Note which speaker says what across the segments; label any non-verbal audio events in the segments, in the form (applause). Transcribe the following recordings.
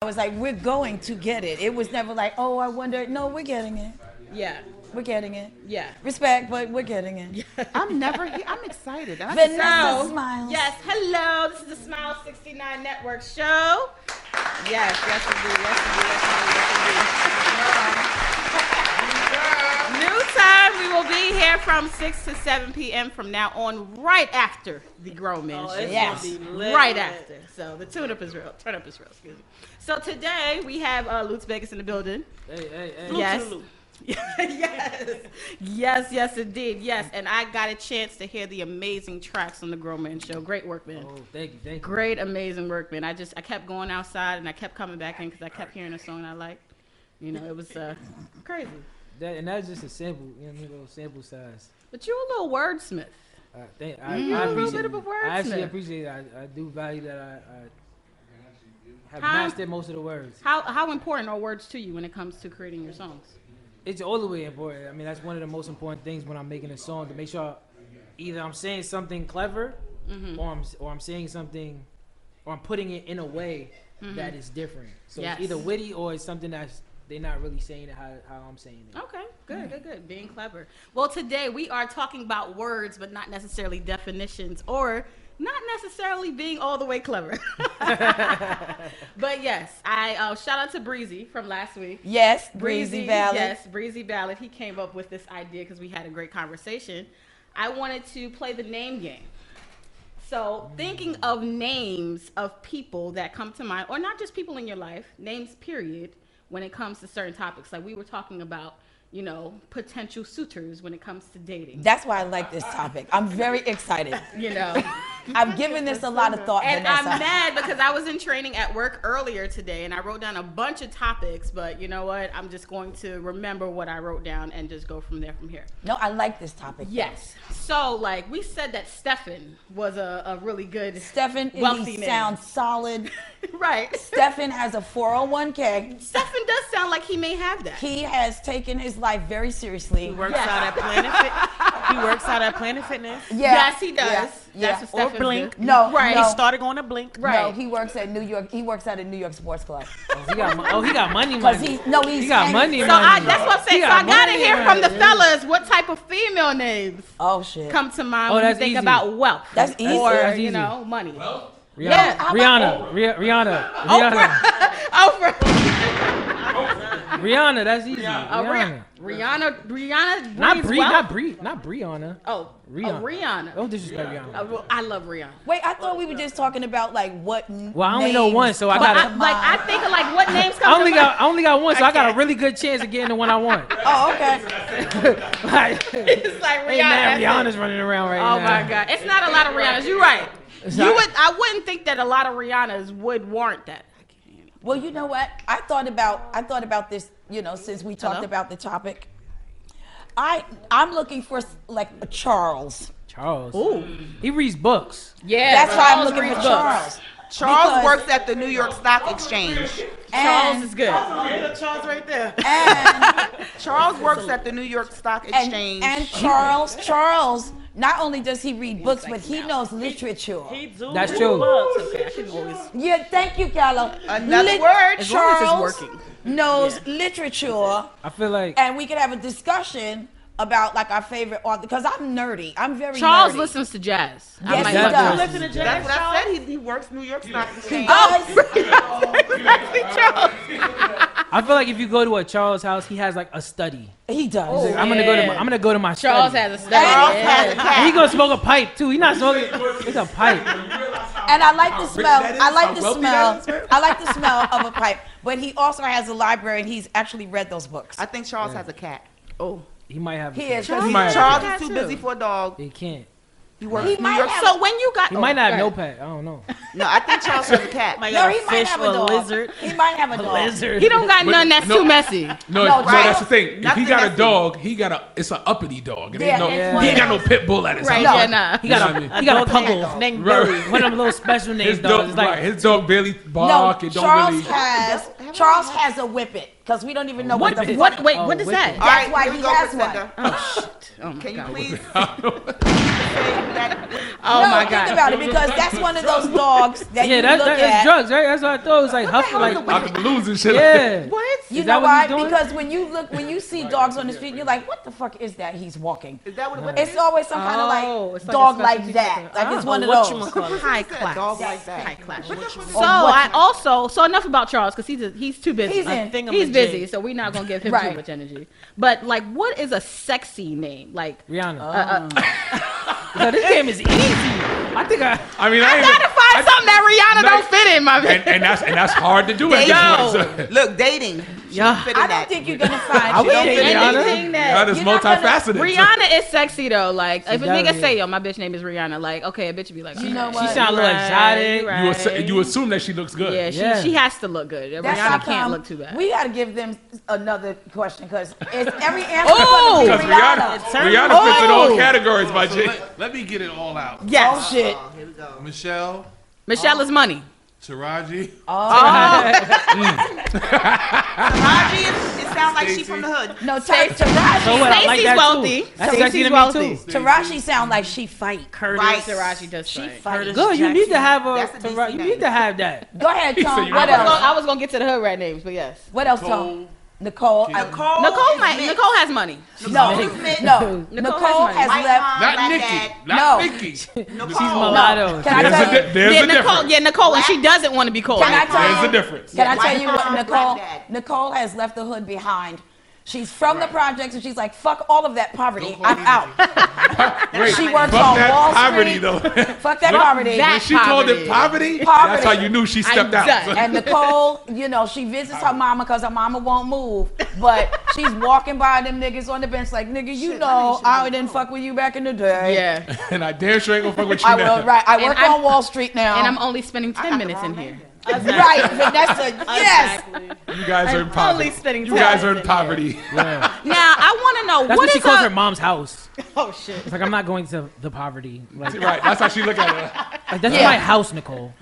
Speaker 1: I was like, we're going to get it. It was never like, oh, I wonder. No, we're getting it.
Speaker 2: Yeah.
Speaker 1: We're getting it.
Speaker 2: Yeah.
Speaker 1: Respect, but we're getting it.
Speaker 3: I'm never here. I'm excited. And I
Speaker 1: But
Speaker 3: just-
Speaker 1: now, smiles.
Speaker 2: Yes. Hello. This is the Smile 69 Network show. Yes. Yes, indeed. Yes, indeed. Yes, indeed. Yes, indeed. New time. We will be here from 6 to 7 p.m. from now on, right after the Grown Men Show.
Speaker 1: Yes.
Speaker 2: Right after. So the tune up is real. Turn up is real. Excuse me. So today we have uh, Lutz Vegas in the building.
Speaker 4: Hey, hey, hey.
Speaker 2: Yes. (laughs) yes. Yes, yes, indeed. Yes. And I got a chance to hear the amazing tracks on the Grow Man Show. Great work, man.
Speaker 4: Oh, thank you, thank you.
Speaker 2: Great, amazing work, man. I just, I kept going outside and I kept coming back in because I kept hearing a song I liked. You know, it was uh, crazy.
Speaker 4: That, and that's just a sample, you know, little sample size.
Speaker 2: But you a little wordsmith.
Speaker 4: Uh, thank, I,
Speaker 2: You
Speaker 4: I
Speaker 2: Mm-hmm. a little
Speaker 4: appreciate
Speaker 2: bit of a
Speaker 4: it. I actually
Speaker 2: wordsmith.
Speaker 4: appreciate it. I, I do value that. I, I have
Speaker 2: Huh?
Speaker 4: mastered most of the words.
Speaker 2: How, how important are words to you when it comes to creating your songs?
Speaker 4: It's all the way important. I mean, that's one of the most important things when I'm making a song to make sure either I'm saying something clever,
Speaker 2: Mm-hmm.
Speaker 4: or I'm or I'm saying something, or I'm putting it in a way that is different. So
Speaker 2: Mm-hmm. Yes.
Speaker 4: it's either witty or it's something that's they're not really saying it how, how I'm saying it.
Speaker 2: Okay, good, good, good. Being clever. Well, today we are talking about words, but not necessarily definitions or not necessarily being all the way clever. (laughs) but yes, I uh, shout out to Breezy from last week.
Speaker 1: Yes, Breezy Valley.
Speaker 2: Yes, Breezy Ballad. He came up with this idea because we had a great conversation. I wanted to play the name game. So, thinking of names of people that come to mind, or not just people in your life, names, period, when it comes to certain topics. Like we were talking about, you know, potential suitors when it comes to dating.
Speaker 1: That's why I like this topic. I'm very
Speaker 2: (laughs)
Speaker 1: excited.
Speaker 2: you
Speaker 1: (laughs)
Speaker 2: know,
Speaker 1: I've given this a lot of thought,
Speaker 2: and I'm
Speaker 1: Vanessa.
Speaker 2: mad because I was in training at work earlier today and I wrote down a bunch of topics, but you know what? I'm just going to remember what I wrote down and just go from there from here.
Speaker 1: no, I like this topic.
Speaker 2: Yes. So, like, we said that Stefan was a, a really good (laughs)
Speaker 1: Stefan,
Speaker 2: wealthy
Speaker 1: he
Speaker 2: man.
Speaker 1: sounds
Speaker 2: (laughs)
Speaker 1: solid.
Speaker 2: right.
Speaker 1: Stefan has a 401k.
Speaker 2: Stefan does sound like he may have that.
Speaker 1: He has taken his life very seriously.
Speaker 3: He works out at Planet Fit. He works out at Planet Fitness.
Speaker 2: Yes, he does. That's
Speaker 1: yeah.
Speaker 2: what
Speaker 3: Or
Speaker 2: Stefan
Speaker 3: Blink.
Speaker 2: do.
Speaker 1: No,
Speaker 2: Right.
Speaker 1: no.
Speaker 3: He started going to Blink.
Speaker 1: No,
Speaker 2: Right.
Speaker 1: he works at New York. He works out at New York Sports Club.
Speaker 4: Oh, he got, mo- oh, he got money,
Speaker 1: Cause
Speaker 4: money.
Speaker 1: he no, he's
Speaker 4: He got
Speaker 1: hanging-
Speaker 4: money,
Speaker 2: So I,
Speaker 4: money.
Speaker 2: that's what I'm saying.
Speaker 4: He
Speaker 2: So I
Speaker 4: got
Speaker 2: gotta
Speaker 4: money,
Speaker 2: hear from the
Speaker 4: money.
Speaker 2: fellas what type of female names
Speaker 1: Oh shit.
Speaker 2: come to mind
Speaker 4: Oh,
Speaker 2: when you
Speaker 4: that's
Speaker 2: think
Speaker 4: easy.
Speaker 2: about wealth.
Speaker 1: That's easy.
Speaker 2: Or
Speaker 4: That's
Speaker 2: you
Speaker 4: easy.
Speaker 2: know, money.
Speaker 4: Rihanna.
Speaker 2: Yeah, how Oh,
Speaker 4: Rihanna. Rih- Rihanna. Rihanna.
Speaker 2: Oprah.
Speaker 4: Rihanna. That's easy.
Speaker 2: Oh,
Speaker 4: Rihanna.
Speaker 2: Rihanna. Rihanna. Rihanna.
Speaker 4: Not
Speaker 2: breeds
Speaker 4: Bree.
Speaker 2: wealth.
Speaker 4: Not Bree. Not Brianna.
Speaker 2: Oh,
Speaker 4: Rihanna.
Speaker 2: Rihanna. Oh, Rihanna.
Speaker 4: Don't disrespect
Speaker 2: Oh,
Speaker 4: Rihanna.
Speaker 2: well, I love Rihanna.
Speaker 1: Wait, I thought we were just talking about like what.
Speaker 4: Well, I only know one, so I
Speaker 2: But
Speaker 4: gotta.
Speaker 2: I, like I think of like what names come
Speaker 4: I only
Speaker 2: to mind.
Speaker 4: got. I only got one, so I got
Speaker 2: Okay.
Speaker 4: a really good chance of getting the one I want. (laughs)
Speaker 1: Oh, okay.
Speaker 4: like, hey,
Speaker 2: (laughs) It's like Rihanna. that's
Speaker 4: man,
Speaker 2: it.
Speaker 4: Rihanna's running around right
Speaker 2: Oh
Speaker 4: now.
Speaker 2: my God, it's not a lot of Rihannas. You're right. You
Speaker 4: not-
Speaker 2: would. I wouldn't think that a lot of Rihannas would warrant that.
Speaker 1: Well, you know what? I thought about I thought about this. You know, since we talked
Speaker 2: Hello?
Speaker 1: about the topic, I I'm looking for like a Charles.
Speaker 4: Charles.
Speaker 2: Ooh.
Speaker 4: He reads books.
Speaker 2: Yeah.
Speaker 1: That's why I'm
Speaker 2: Charles
Speaker 1: looking for
Speaker 2: reads books.
Speaker 1: Charles.
Speaker 5: Charles
Speaker 1: Because-
Speaker 5: works at the New York Stock Exchange.
Speaker 2: Charles
Speaker 1: And,
Speaker 2: is good.
Speaker 3: Charles right there.
Speaker 1: and,
Speaker 5: Charles works at the New York Stock
Speaker 1: and,
Speaker 5: Exchange.
Speaker 1: and Charles Charles. Not only does he read books, but he knows literature.
Speaker 4: That's true.
Speaker 2: Okay, I can always.
Speaker 1: Yeah, thank you, Gallo.
Speaker 5: Another
Speaker 1: Lit-
Speaker 5: word.
Speaker 2: As long as it's
Speaker 1: Charles
Speaker 2: working.
Speaker 1: knows literature,
Speaker 4: I feel like.
Speaker 1: and we could have a discussion about like our favorite author. Because I'm nerdy. I'm very
Speaker 2: Charles
Speaker 1: nerdy.
Speaker 2: listens to jazz.
Speaker 1: Yes,
Speaker 2: might
Speaker 1: he
Speaker 2: look
Speaker 1: does.
Speaker 2: him up.
Speaker 4: Listen to
Speaker 5: That's what I said. He, he works New York Stock Exchange.
Speaker 1: Guys,
Speaker 4: I feel like if you go to a Charles house, he has like a study.
Speaker 1: he does.
Speaker 4: I'm gonna go to. My,
Speaker 2: yeah.
Speaker 4: I'm gonna go to my
Speaker 2: Charles
Speaker 4: study.
Speaker 2: has a study.
Speaker 5: has a
Speaker 2: Yeah.
Speaker 4: And he
Speaker 5: cat.
Speaker 4: gonna smoke a pipe too. He not smoking. It's a pipe.
Speaker 1: And I like the smell.
Speaker 6: that is,
Speaker 1: I like
Speaker 6: how
Speaker 1: the
Speaker 6: wealthy
Speaker 1: smell.
Speaker 6: that is.
Speaker 1: I like the smell of a pipe. But he also has a library, and he's actually read those books.
Speaker 5: I think Charles has a cat.
Speaker 2: Oh,
Speaker 4: He might have. a
Speaker 1: He
Speaker 4: kid.
Speaker 1: is.
Speaker 4: He
Speaker 1: He
Speaker 4: might. have a
Speaker 5: Charles
Speaker 2: a cat
Speaker 5: is too
Speaker 2: too.
Speaker 5: busy for a dog.
Speaker 4: kid. He can't.
Speaker 5: He works
Speaker 1: He
Speaker 5: New
Speaker 1: might
Speaker 5: York.
Speaker 1: have-
Speaker 2: so when you got
Speaker 4: He might not have
Speaker 2: no
Speaker 4: notepad. I
Speaker 1: (laughs)
Speaker 4: don't know.
Speaker 5: No, I think Charles has a cat.
Speaker 3: Like
Speaker 1: no,
Speaker 3: a
Speaker 1: he might
Speaker 3: fish
Speaker 1: have a
Speaker 3: or a
Speaker 1: dog.
Speaker 3: lizard.
Speaker 1: He might have a dog.
Speaker 2: He don't got
Speaker 6: But-
Speaker 2: none that's
Speaker 6: no.
Speaker 2: too (laughs) messy.
Speaker 6: No,
Speaker 1: No,
Speaker 6: no,
Speaker 1: right.
Speaker 6: that's the thing. If
Speaker 5: Nothing
Speaker 6: he got
Speaker 5: that's-
Speaker 6: a dog, he got a. It's an uppity dog. It ain't
Speaker 1: Yeah,
Speaker 6: no,
Speaker 1: it's
Speaker 6: he ain't
Speaker 1: one
Speaker 6: got no pit bull at his
Speaker 2: Right?
Speaker 6: house.
Speaker 2: Yeah, nah.
Speaker 4: He
Speaker 6: You know
Speaker 4: got
Speaker 6: what I mean?
Speaker 4: a. He got a puggle named Billy.
Speaker 6: Right.
Speaker 4: One of them little special names.
Speaker 6: His
Speaker 4: though.
Speaker 6: dog,
Speaker 4: It's
Speaker 6: right,
Speaker 4: like
Speaker 6: his dog barely
Speaker 1: No,
Speaker 6: bark. it don't
Speaker 1: Charles
Speaker 6: really.
Speaker 1: has
Speaker 5: That's-
Speaker 1: Charles has a whippet because we don't even know what,
Speaker 4: Whippet.
Speaker 1: the
Speaker 2: What? Wait,
Speaker 4: Oh,
Speaker 2: what is
Speaker 4: wicked.
Speaker 2: that?
Speaker 5: All right,
Speaker 1: why
Speaker 5: here we
Speaker 1: he
Speaker 5: go,
Speaker 1: has
Speaker 5: Priscilla.
Speaker 2: Oh shit. Oh my
Speaker 5: Can you
Speaker 2: God.
Speaker 5: please (laughs) say
Speaker 6: I don't know.
Speaker 5: the that.
Speaker 2: Oh
Speaker 1: no,
Speaker 2: my
Speaker 1: think
Speaker 2: God.
Speaker 1: about it because that's one of those dogs that
Speaker 4: yeah,
Speaker 1: you
Speaker 4: that,
Speaker 1: look
Speaker 4: that,
Speaker 1: at.
Speaker 4: that's drugs, right? That's what I thought. It was like huffing, like
Speaker 6: Out the balloons and shit.
Speaker 4: yeah.
Speaker 2: What?
Speaker 1: You
Speaker 4: Is
Speaker 1: know
Speaker 4: that what
Speaker 1: why?
Speaker 4: he's doing?
Speaker 1: Because when you look, when you see dogs on the street, you're like, "What the fuck is that? He's walking."
Speaker 5: Is that what it was?
Speaker 1: It's always some kind of
Speaker 2: Oh,
Speaker 1: like
Speaker 2: it's like a
Speaker 1: dog
Speaker 2: special
Speaker 1: like that.
Speaker 2: feature.
Speaker 1: Like it's
Speaker 2: Ah,
Speaker 1: one of those.
Speaker 3: whatchamacallit.
Speaker 2: High
Speaker 5: Said
Speaker 2: class.
Speaker 5: Dog like that.
Speaker 2: High class.
Speaker 5: What the fuck is
Speaker 2: So I also so enough about Charles because he's he's too busy.
Speaker 1: He's in.
Speaker 3: A thing of
Speaker 2: He's
Speaker 3: a
Speaker 2: busy,
Speaker 3: jig.
Speaker 2: so we're not gonna give him
Speaker 1: Right.
Speaker 2: too much energy. But like, what is a sexy name? Like,
Speaker 4: Rihanna.
Speaker 2: uh, uh,
Speaker 4: (laughs) Yo, this game is easy. I think I.
Speaker 6: I mean, I,
Speaker 2: I
Speaker 6: ain't-
Speaker 2: gotta find
Speaker 6: I-
Speaker 2: something that Rihanna
Speaker 6: No.
Speaker 2: don't fit in, my
Speaker 6: And,
Speaker 2: man.
Speaker 6: and that's and that's hard to do.
Speaker 5: There
Speaker 6: at
Speaker 5: you
Speaker 6: this
Speaker 5: go.
Speaker 6: point, so-
Speaker 5: Look, dating.
Speaker 3: Yeah.
Speaker 5: Fit in
Speaker 1: I
Speaker 5: that.
Speaker 1: don't think you're
Speaker 2: (laughs)
Speaker 1: gonna
Speaker 4: I
Speaker 1: find.
Speaker 4: wish
Speaker 1: you.
Speaker 4: they
Speaker 1: Don't
Speaker 4: Rihanna.
Speaker 2: Anything that
Speaker 6: (laughs) Rihanna's
Speaker 1: You're not gonna-
Speaker 6: multifaceted. so-
Speaker 2: Rihanna is sexy though. Like, if a
Speaker 4: does,
Speaker 2: nigga
Speaker 4: yeah.
Speaker 2: say yo, my bitch name is Rihanna. Like, okay, a bitch would be like,
Speaker 1: You know
Speaker 2: okay,
Speaker 1: what?
Speaker 4: She sound a little
Speaker 2: right,
Speaker 4: exotic.
Speaker 2: right.
Speaker 6: You, assu- you assume that she looks good.
Speaker 2: Yeah, she,
Speaker 4: Yeah.
Speaker 2: she has to look good.
Speaker 1: That's how
Speaker 2: Rihanna can't
Speaker 1: come
Speaker 2: look too bad.
Speaker 1: We gotta give them another question because it's
Speaker 2: (laughs)
Speaker 1: every answer
Speaker 2: Oh!
Speaker 1: gonna
Speaker 6: Because
Speaker 1: be
Speaker 6: Rihanna,
Speaker 1: Rihanna.
Speaker 6: Rihanna fits in all categories, my G.
Speaker 7: let, let me get it all out.
Speaker 1: Yes. Oh shit.
Speaker 5: Here we go.
Speaker 7: Michelle,
Speaker 2: Michelle is money.
Speaker 7: Taraji,
Speaker 5: Taraji, is- it sounds like she from the hood.
Speaker 1: No, Tar- Taraji.
Speaker 4: So what? oh, I like
Speaker 2: Stacey's
Speaker 4: that
Speaker 2: wealthy.
Speaker 4: Too. That's
Speaker 2: Stacey's
Speaker 4: sexy to
Speaker 2: wealthy.
Speaker 4: me too.
Speaker 1: Taraji sound like she fight. Curtis.
Speaker 5: Right.
Speaker 2: Taraji does.
Speaker 1: She
Speaker 2: fight.
Speaker 1: fight. Go
Speaker 4: Good. You need to have a.
Speaker 5: That's a
Speaker 4: Tara-
Speaker 5: decent
Speaker 4: you
Speaker 5: name.
Speaker 4: need to have that.
Speaker 1: ahead,
Speaker 6: said
Speaker 1: Tom.
Speaker 6: you
Speaker 1: What
Speaker 6: know.
Speaker 2: I was, gonna,
Speaker 1: else?
Speaker 2: I was gonna get to the hood rat names, but yes.
Speaker 1: What else, Tom?
Speaker 7: Cole.
Speaker 1: Nicole. Uh, I-
Speaker 5: Nicole.
Speaker 2: Nicole
Speaker 5: is
Speaker 2: might.
Speaker 5: mixed.
Speaker 2: Nicole has money.
Speaker 1: No,
Speaker 2: (laughs)
Speaker 5: Nicole is mixed.
Speaker 1: no.
Speaker 2: Nicole
Speaker 1: Nicole has
Speaker 2: has money.
Speaker 5: White
Speaker 1: left.
Speaker 5: mom,
Speaker 6: Not
Speaker 5: black
Speaker 6: Nikki.
Speaker 5: dad.
Speaker 6: Not
Speaker 1: No.
Speaker 6: Nikki.
Speaker 5: Nicole.
Speaker 4: Mulatto.
Speaker 1: Can I
Speaker 6: There's
Speaker 1: tell
Speaker 6: a,
Speaker 1: you?
Speaker 6: di- there's
Speaker 2: yeah,
Speaker 6: a
Speaker 2: Nicole.
Speaker 6: difference.
Speaker 2: Yeah, Nicole, and she doesn't want to be called.
Speaker 1: Can I tell
Speaker 6: There's
Speaker 1: you?
Speaker 6: a difference.
Speaker 1: Can I tell
Speaker 5: White
Speaker 1: you what?
Speaker 5: mom,
Speaker 1: Nicole.
Speaker 5: black dad.
Speaker 1: Nicole has left the hood behind. She's from the projects, and she's like, "Fuck all of that poverty.
Speaker 7: Don't call
Speaker 1: I'm
Speaker 7: me
Speaker 1: out.
Speaker 6: Wait,
Speaker 1: She works
Speaker 6: (laughs) fuck
Speaker 1: on
Speaker 6: that
Speaker 1: Wall
Speaker 6: poverty,
Speaker 1: Street.
Speaker 6: though. (laughs)
Speaker 1: Fuck that
Speaker 6: Look,
Speaker 1: poverty."
Speaker 6: When she called it poverty,
Speaker 1: Poverty.
Speaker 6: that's how you knew she stepped
Speaker 2: I'm done.
Speaker 6: out.
Speaker 1: And Nicole, you know, she visits her mama because her mama won't move. But she's walking by them niggas on the bench, like, nigga, you
Speaker 5: Shit,
Speaker 1: know,
Speaker 5: my nigga should
Speaker 1: I
Speaker 5: be
Speaker 1: didn't
Speaker 5: cool.
Speaker 1: fuck with you back in the day.
Speaker 2: Yeah,
Speaker 6: (laughs) And I damn sure ain't gonna fuck with you
Speaker 1: I
Speaker 6: now.
Speaker 1: will, right. I
Speaker 2: And
Speaker 1: work
Speaker 2: I'm-
Speaker 1: on Wall Street now.
Speaker 2: and I'm only spending
Speaker 5: Oh. I got
Speaker 2: ten
Speaker 5: the
Speaker 2: minutes in
Speaker 5: wrong
Speaker 2: here.
Speaker 5: name.
Speaker 1: right,
Speaker 2: (laughs)
Speaker 1: Vanessa, yes.
Speaker 6: You guys are in poverty.
Speaker 2: Only spending
Speaker 6: you guys
Speaker 2: time
Speaker 6: are in
Speaker 2: in
Speaker 6: poverty.
Speaker 4: Yeah.
Speaker 2: Now I want to know
Speaker 4: That's what,
Speaker 2: what
Speaker 4: she
Speaker 2: is
Speaker 4: calls her
Speaker 2: a.
Speaker 4: mom's house.
Speaker 2: Oh shit.
Speaker 4: It's like I'm not going to the poverty. Like,
Speaker 6: (laughs) right. That's how she look at it.
Speaker 4: like, that's
Speaker 1: Yeah.
Speaker 4: my house, Nicole.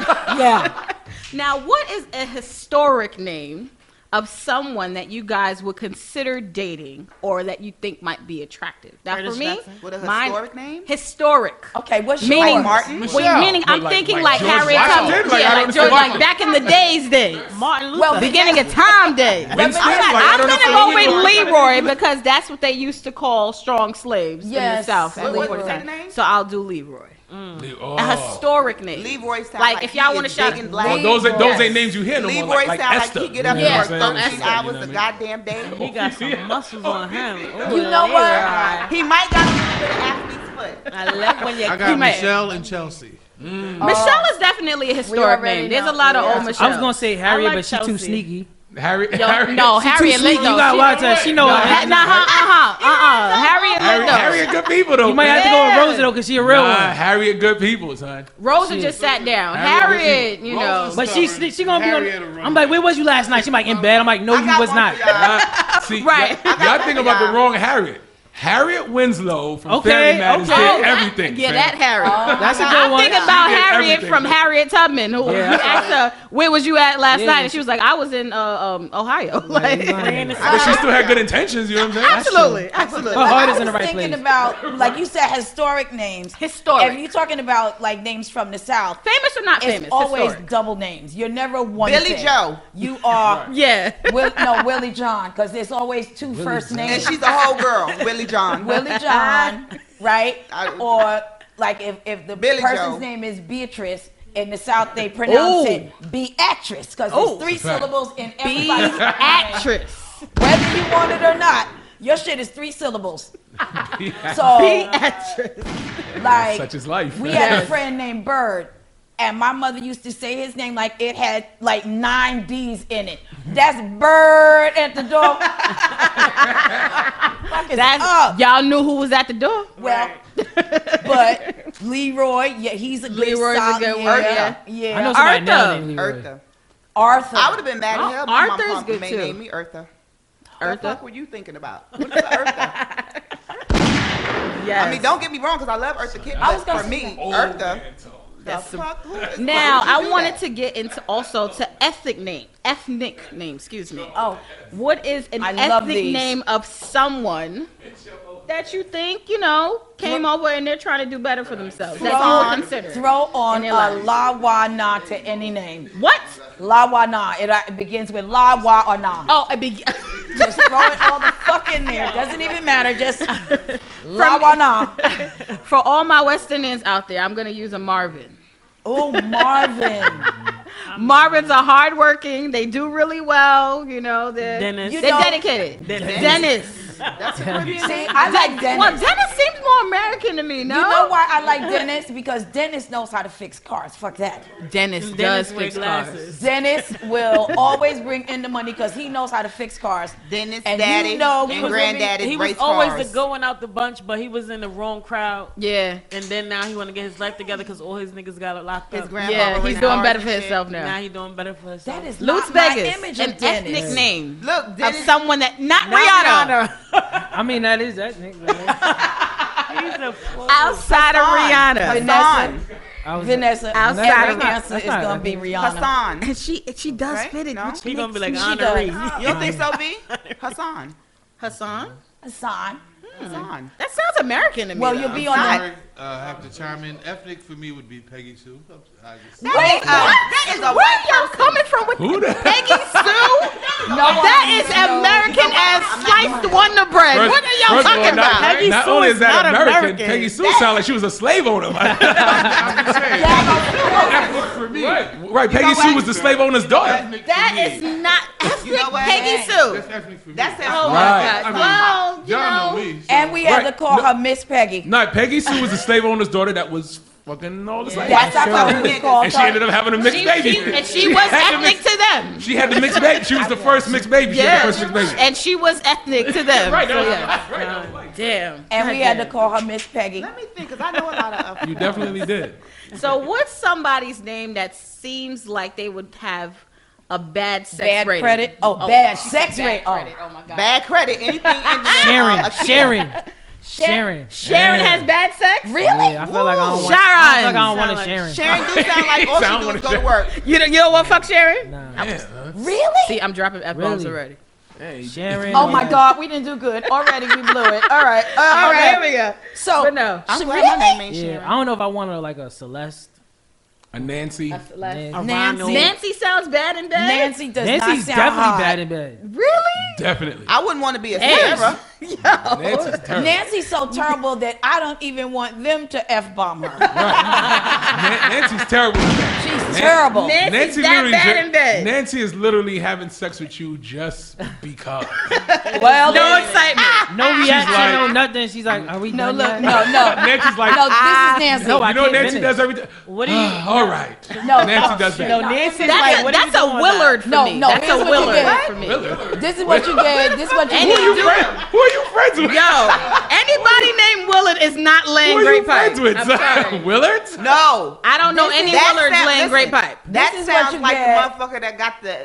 Speaker 1: Yeah.
Speaker 2: Now what is a historic name of someone that you guys would consider dating or that you think might be attractive? Now
Speaker 3: Curtis
Speaker 2: for me,
Speaker 3: Jackson?
Speaker 5: With a
Speaker 2: mine-
Speaker 5: historic name? Oh,
Speaker 2: Historic.
Speaker 1: Okay, what's your
Speaker 2: Meaning,
Speaker 5: Martin?
Speaker 2: well,
Speaker 6: Michelle.
Speaker 2: meaning I'm
Speaker 6: But like-
Speaker 2: thinking like,
Speaker 6: like George
Speaker 2: Harriet
Speaker 6: Washington?
Speaker 2: Tubman.
Speaker 6: Like, I
Speaker 2: yeah,
Speaker 6: don't
Speaker 2: like, George,
Speaker 6: understand
Speaker 2: like
Speaker 6: why-
Speaker 2: back in the days, days.
Speaker 3: Martin Luther.
Speaker 1: Well,
Speaker 3: Well,
Speaker 2: Beginning of time days.
Speaker 6: Winston,
Speaker 1: I'm not-
Speaker 6: like, I
Speaker 2: I'm
Speaker 6: don't
Speaker 2: gonna
Speaker 6: know
Speaker 2: go
Speaker 6: if you
Speaker 2: with
Speaker 6: know.
Speaker 2: Leroy (laughs) because that's what they used to call strong slaves in the
Speaker 1: Yes,
Speaker 2: South. at
Speaker 1: What-
Speaker 5: what
Speaker 2: one
Speaker 5: was
Speaker 2: point in
Speaker 5: that
Speaker 2: time.
Speaker 5: name?
Speaker 2: So I'll do Leroy.
Speaker 6: Oh.
Speaker 2: A historic name.
Speaker 5: Leroy sound
Speaker 2: Like,
Speaker 5: like
Speaker 2: if
Speaker 5: he
Speaker 2: y'all
Speaker 5: is
Speaker 2: want to shout
Speaker 5: big and
Speaker 6: Well,
Speaker 5: black.
Speaker 6: Oh, those ain't those
Speaker 1: Yes.
Speaker 6: ain't names you hear no
Speaker 5: Leroy
Speaker 6: more. Like, like
Speaker 5: sound
Speaker 6: Esther.
Speaker 5: like he get up
Speaker 6: You know
Speaker 2: Yeah.
Speaker 5: and work
Speaker 6: what I'm
Speaker 5: 13
Speaker 6: saying?
Speaker 5: hours a
Speaker 6: Esther, you know what I mean?
Speaker 5: goddamn day.
Speaker 3: he got some muscles on him. Ooh,
Speaker 1: You know
Speaker 3: yeah.
Speaker 1: what?
Speaker 5: He might got a little bit of athlete's foot.
Speaker 3: I left when you
Speaker 7: I
Speaker 3: came
Speaker 7: got
Speaker 3: back.
Speaker 7: Michelle and Chelsea.
Speaker 2: Michelle is definitely a historic
Speaker 1: already
Speaker 2: name. There's
Speaker 1: know-
Speaker 2: a lot of
Speaker 1: yeah.
Speaker 2: old
Speaker 4: I
Speaker 2: Michelle.
Speaker 4: was gonna say Harriet,
Speaker 3: like
Speaker 4: but she too
Speaker 3: Chelsea.
Speaker 4: sneaky.
Speaker 6: Harry,
Speaker 2: Yo,
Speaker 6: Harry,
Speaker 2: no, Harriet
Speaker 4: too sneaky.
Speaker 2: Lit
Speaker 4: You
Speaker 2: though.
Speaker 4: gotta watch her. She know.
Speaker 2: No,
Speaker 4: her.
Speaker 2: that, nah, uh-uh, uh-uh. Harriet
Speaker 6: Harry,
Speaker 2: Lit though.
Speaker 6: Harry a good people though.
Speaker 4: you might have to go with Rosa though, cause she a real
Speaker 6: Nah,
Speaker 4: one.
Speaker 6: Harry a good people, son.
Speaker 2: Rosa just sat down.
Speaker 6: Harriet-
Speaker 2: Harriet, you know.
Speaker 7: Rosa's-
Speaker 4: But she sne- she gonna be
Speaker 7: Harriet will
Speaker 4: on.
Speaker 7: run.
Speaker 4: I'm like, where was you last night? She like in bed. I'm like, no,
Speaker 5: I
Speaker 4: you
Speaker 5: got
Speaker 4: Oh, was
Speaker 5: one
Speaker 4: not.
Speaker 5: for y'all.
Speaker 6: Uh, see,
Speaker 2: Right.
Speaker 6: Y'all, y'all think about the wrong Harriet. Harriet Winslow from
Speaker 4: Okay,
Speaker 6: Family Matters
Speaker 4: okay.
Speaker 6: did
Speaker 2: Oh,
Speaker 6: everything.
Speaker 2: Yeah,
Speaker 6: fam.
Speaker 2: that Harriet.
Speaker 1: Oh.
Speaker 4: That's a
Speaker 2: I
Speaker 4: good one.
Speaker 2: think about
Speaker 6: She did
Speaker 2: Harriet
Speaker 6: everything.
Speaker 2: from Harriet Tubman, who
Speaker 4: Yeah.
Speaker 2: asked her, "Where was you at last
Speaker 4: Yeah.
Speaker 2: night?" And she was like, "I was in uh, um, Ohio." (laughs) Like,
Speaker 4: Lying.
Speaker 6: But she still had good intentions. You know what I'm saying?
Speaker 2: Uh, absolutely, absolutely.
Speaker 4: Her heart
Speaker 1: I
Speaker 4: is
Speaker 1: was
Speaker 4: in the right
Speaker 1: thinking
Speaker 4: place.
Speaker 1: about, like you said, historic names.
Speaker 2: Historic.
Speaker 1: If you're talking about like names from the South,
Speaker 2: famous or not
Speaker 1: it's
Speaker 2: famous?
Speaker 1: always
Speaker 2: Historic.
Speaker 1: double names. You're never one.
Speaker 5: Billy
Speaker 1: thing.
Speaker 5: Joe.
Speaker 1: You are.
Speaker 2: Yeah.
Speaker 1: Will, no, Willie John, because there's always two first
Speaker 5: (laughs) And
Speaker 1: names.
Speaker 5: she's a whole girl, Willie
Speaker 2: (laughs)
Speaker 5: John.
Speaker 1: (laughs) Willie John,
Speaker 5: (laughs)
Speaker 1: right?
Speaker 5: I-
Speaker 1: or like if, if the
Speaker 5: Billy
Speaker 1: person's
Speaker 5: Joe.
Speaker 1: name is Beatrice in the South, they pronounce it Beatrice because
Speaker 2: Ooh.
Speaker 1: there's three
Speaker 6: Fact.
Speaker 1: syllables in everybody's name.
Speaker 2: Actress.
Speaker 1: Whether you want it or not, your shit is three syllables. So
Speaker 2: Actress.
Speaker 1: like
Speaker 6: Such is life.
Speaker 1: we
Speaker 6: man.
Speaker 1: had a friend named Bird, and my mother used to say his name like it had like nine D's in it. That's Bird at the door. Fuck is
Speaker 2: That's
Speaker 1: up.
Speaker 2: y'all knew who was at the door.
Speaker 1: Well, but Leroy, yeah, he's a good
Speaker 2: Leroy's a
Speaker 1: solid,
Speaker 2: good
Speaker 1: yeah,
Speaker 2: one,
Speaker 1: Yeah.
Speaker 2: yeah.
Speaker 4: I know somebody now
Speaker 2: Arthur.
Speaker 4: named Leroy.
Speaker 5: Eartha.
Speaker 1: Arthur.
Speaker 5: I would have been mad at her.
Speaker 2: Oh,
Speaker 5: but my
Speaker 2: Arthur's
Speaker 5: mom
Speaker 2: good,
Speaker 5: may
Speaker 2: too.
Speaker 5: Name me Eartha. What the
Speaker 2: Eartha.
Speaker 5: fuck were you thinking about? What is
Speaker 2: (laughs)
Speaker 5: Eartha?
Speaker 2: Yes.
Speaker 5: I mean, don't get me wrong, because I love Eartha Kitt,
Speaker 1: I was
Speaker 5: but
Speaker 1: gonna
Speaker 5: for
Speaker 1: say
Speaker 5: me,
Speaker 1: that.
Speaker 5: Eartha. the
Speaker 2: oh, That's the-
Speaker 5: fuck? Who is-
Speaker 2: Now
Speaker 5: why would you
Speaker 2: I
Speaker 5: do
Speaker 2: wanted
Speaker 5: that?
Speaker 2: to get into also to ethnic name, ethnic name. Excuse me.
Speaker 1: Oh,
Speaker 2: What is an
Speaker 1: I love
Speaker 2: ethnic
Speaker 1: these.
Speaker 2: name of someone that you think you know came over and they're trying to do better for themselves. That's
Speaker 1: Throw
Speaker 2: all
Speaker 1: on-
Speaker 2: considered.
Speaker 1: Throw on
Speaker 2: their
Speaker 1: a
Speaker 2: lives.
Speaker 1: la wa na to any name.
Speaker 2: What?
Speaker 1: La wa na. It, uh, it begins with la wa or na.
Speaker 2: Oh, I be- (laughs)
Speaker 1: Just throw it all the fuck in there. Doesn't even matter. Just la wa na.
Speaker 2: for all my West Indians out there, I'm gonna use a Marvin.
Speaker 1: Oh, Marvin.
Speaker 2: Marvins are hardworking. They do really well. You know, they're
Speaker 3: Dennis.
Speaker 1: You
Speaker 2: they're
Speaker 1: know-
Speaker 2: dedicated.
Speaker 3: Dennis.
Speaker 2: Dennis.
Speaker 1: See, I like Dennis.
Speaker 2: Well, Dennis seems more American to me. No,
Speaker 1: You know why I like Dennis? Because Dennis knows how to fix cars. Fuck that.
Speaker 2: Dennis,
Speaker 3: Dennis
Speaker 2: does
Speaker 3: wear
Speaker 2: fix cars.
Speaker 3: glasses.
Speaker 1: Dennis will always bring in the money because he knows how to fix cars.
Speaker 5: Dennis,
Speaker 1: And you
Speaker 5: daddy,
Speaker 1: know he
Speaker 5: and
Speaker 1: was-
Speaker 5: granddaddy
Speaker 3: He was
Speaker 5: race
Speaker 3: always
Speaker 5: cars.
Speaker 3: the going out the bunch, but he was in the wrong crowd.
Speaker 2: Yeah,
Speaker 3: And then now he want to get his life together because all his niggas got locked
Speaker 5: His
Speaker 3: up.
Speaker 5: grandma
Speaker 2: yeah,
Speaker 5: race
Speaker 2: he's doing
Speaker 5: cars
Speaker 2: better
Speaker 5: and
Speaker 2: for
Speaker 5: shit.
Speaker 2: himself now.
Speaker 3: Now he doing better for himself.
Speaker 1: That is
Speaker 2: Luce
Speaker 1: not my
Speaker 2: Vegas,
Speaker 1: image of
Speaker 2: an
Speaker 1: Dennis.
Speaker 2: ethnic name
Speaker 5: Look,
Speaker 2: of
Speaker 5: Dennis,
Speaker 2: someone that not, Rihanna,
Speaker 5: Rihanna.
Speaker 4: (laughs) I mean, that is that nigga. man.
Speaker 3: He's (laughs) a fool.
Speaker 2: outside of Rihanna.
Speaker 5: Hassan.
Speaker 4: I was
Speaker 1: Vanessa,
Speaker 2: Outside
Speaker 1: every
Speaker 2: of-
Speaker 1: answer
Speaker 4: that's
Speaker 1: is
Speaker 4: not-
Speaker 1: gonna be Rihanna.
Speaker 5: Hassan.
Speaker 2: And she she does
Speaker 5: Right?
Speaker 2: fit it.
Speaker 5: No?
Speaker 2: which
Speaker 3: He gonna be like
Speaker 2: makes me-
Speaker 3: honorary.
Speaker 5: You don't think so, B? Hassan.
Speaker 2: Hassan.
Speaker 1: Hassan.
Speaker 5: Hassan.
Speaker 2: That sounds American to me.
Speaker 1: Well,
Speaker 2: though.
Speaker 1: you'll be on that.
Speaker 7: Sorry, uh, have to chime in. Ethnic for me would be Peggy Sue. I just-
Speaker 5: Wait,
Speaker 2: That is where y'all coming from with
Speaker 6: Who the heck?
Speaker 2: Peggy Sue? that is American as sliced Wonder bread. what are y'all
Speaker 6: first of all,
Speaker 2: talking
Speaker 6: not,
Speaker 2: about?
Speaker 3: Peggy
Speaker 6: not
Speaker 3: Sue
Speaker 6: only
Speaker 3: is
Speaker 6: is that
Speaker 3: not
Speaker 6: American,
Speaker 3: American.
Speaker 6: Peggy Sue sounded like she was a slave owner. (laughs)
Speaker 7: I'm just saying. Ethnic for me.
Speaker 6: right, right. Peggy Sue was the slave owner's daughter.
Speaker 7: Ethnic
Speaker 2: That
Speaker 7: for me.
Speaker 2: is not ethnic
Speaker 5: know what?
Speaker 2: Peggy Sue.
Speaker 7: That's ethnic for me.
Speaker 5: That's it.
Speaker 2: Oh
Speaker 6: Right.
Speaker 2: my God.
Speaker 7: I mean,
Speaker 2: well, you
Speaker 7: Y'all know
Speaker 2: know.
Speaker 7: me. so-
Speaker 1: And we had
Speaker 6: Right.
Speaker 1: to call
Speaker 6: No.
Speaker 1: her Miss Peggy.
Speaker 6: No, Peggy Sue was the slave owner's daughter that was fucking all the slaves.
Speaker 1: That's how
Speaker 5: sure.
Speaker 1: come we called
Speaker 6: and she
Speaker 1: her.
Speaker 6: ended up having a mixed
Speaker 2: She,
Speaker 6: baby.
Speaker 2: she- and she was
Speaker 6: had the
Speaker 2: ethnic
Speaker 6: mixed-
Speaker 2: to them.
Speaker 6: She had the mixed baby. She was the first mixed baby. She
Speaker 2: Yeah.
Speaker 6: had the first mixed baby.
Speaker 2: And she was ethnic to them.
Speaker 6: Right,
Speaker 2: So,
Speaker 6: that was-
Speaker 2: yeah.
Speaker 6: right, that was like-
Speaker 2: Damn.
Speaker 1: and we had to call her Miss Peggy.
Speaker 5: Let me think, because I know a lot of. uh,
Speaker 6: You definitely did.
Speaker 2: So what's somebody's name that seems like they would have a bad sex
Speaker 1: Bad
Speaker 2: rating?
Speaker 1: credit. Oh, bad sex rate. Oh,
Speaker 2: Oh my God.
Speaker 5: Bad credit. Anything in the
Speaker 4: Sharon, Sharon, Sharon.
Speaker 2: Sharon has bad sex?
Speaker 1: really?
Speaker 4: Yeah, I feel like I don't want. I feel like I
Speaker 2: Sharon.
Speaker 4: don't want to Sharon.
Speaker 3: Sharon.
Speaker 5: Sharon do sound like all
Speaker 6: (laughs) Sound
Speaker 5: she do
Speaker 6: like
Speaker 5: is go to
Speaker 6: Sharon.
Speaker 5: work.
Speaker 2: You don't, you don't want to fuck Sharon?
Speaker 4: Nah.
Speaker 1: Really?
Speaker 2: See, I'm dropping F bombs
Speaker 4: Really?
Speaker 2: already.
Speaker 4: Sharon.
Speaker 1: Oh my God, we didn't do good. Already we blew it. All right. Uh, all right.
Speaker 2: we go.
Speaker 1: So
Speaker 2: But no,
Speaker 5: I'm
Speaker 1: she-
Speaker 5: glad my name
Speaker 1: really?
Speaker 5: ain't
Speaker 4: Yeah,
Speaker 5: Sharon.
Speaker 4: I don't know if I want her like a Celeste.
Speaker 6: A Nancy.
Speaker 2: Nancy.
Speaker 4: Nan-
Speaker 3: Nancy.
Speaker 2: Nancy sounds bad in bed.
Speaker 1: Nancy does
Speaker 4: Nancy's
Speaker 1: not sound
Speaker 4: definitely
Speaker 1: hot.
Speaker 4: bad in bed.
Speaker 2: Really?
Speaker 6: Definitely.
Speaker 5: I wouldn't want to be a
Speaker 2: Yes.
Speaker 5: Sarah.
Speaker 6: Nancy's terrible.
Speaker 1: Nancy's so terrible that I don't even want them to f bomb
Speaker 4: (laughs)
Speaker 1: her.
Speaker 6: Nan- Nancy's terrible.
Speaker 1: She's terrible.
Speaker 2: Nancy's that
Speaker 6: literally
Speaker 2: bad
Speaker 6: ju-
Speaker 2: in bed.
Speaker 6: Nancy is literally having sex with you just because.
Speaker 1: Well,
Speaker 2: No
Speaker 1: then-
Speaker 2: excitement.
Speaker 4: No reaction,
Speaker 6: like-
Speaker 4: no nothing. She's like, are we
Speaker 1: no,
Speaker 4: done
Speaker 1: look,
Speaker 4: yet?
Speaker 1: no, no,
Speaker 6: Nancy's like,
Speaker 1: no. This is Nancy.
Speaker 4: No, I
Speaker 6: you know
Speaker 4: can't
Speaker 6: what Nancy
Speaker 4: finish.
Speaker 6: does every day?
Speaker 4: What do you?
Speaker 6: (sighs) All right.
Speaker 1: No,
Speaker 6: Nancy does that.
Speaker 3: No, Nancy's
Speaker 2: That's
Speaker 3: like,
Speaker 2: a,
Speaker 3: what
Speaker 2: that's
Speaker 3: are
Speaker 2: a
Speaker 3: you doing now?
Speaker 2: Willard for
Speaker 1: No,
Speaker 2: me.
Speaker 1: no,
Speaker 2: that's
Speaker 1: here's
Speaker 2: a
Speaker 1: what you
Speaker 2: Willard
Speaker 1: did.
Speaker 2: for me.
Speaker 6: Really?
Speaker 1: This is what you did. This is what you
Speaker 2: And
Speaker 1: did.
Speaker 2: he do it.
Speaker 6: Who are you friends with?
Speaker 2: Yo, (laughs) anybody named Willard is not
Speaker 6: Who
Speaker 2: laying
Speaker 6: are you
Speaker 2: great pipe.
Speaker 6: friends with?
Speaker 2: I'm sorry.
Speaker 6: (laughs) Willard?
Speaker 5: No.
Speaker 2: I don't know
Speaker 5: This
Speaker 2: any
Speaker 5: is- that
Speaker 2: Willards
Speaker 5: sound-
Speaker 2: laying great
Speaker 5: listen,
Speaker 2: pipe.
Speaker 5: That
Speaker 1: This is what
Speaker 5: sounds
Speaker 1: you
Speaker 5: like
Speaker 1: get.
Speaker 5: the motherfucker that got the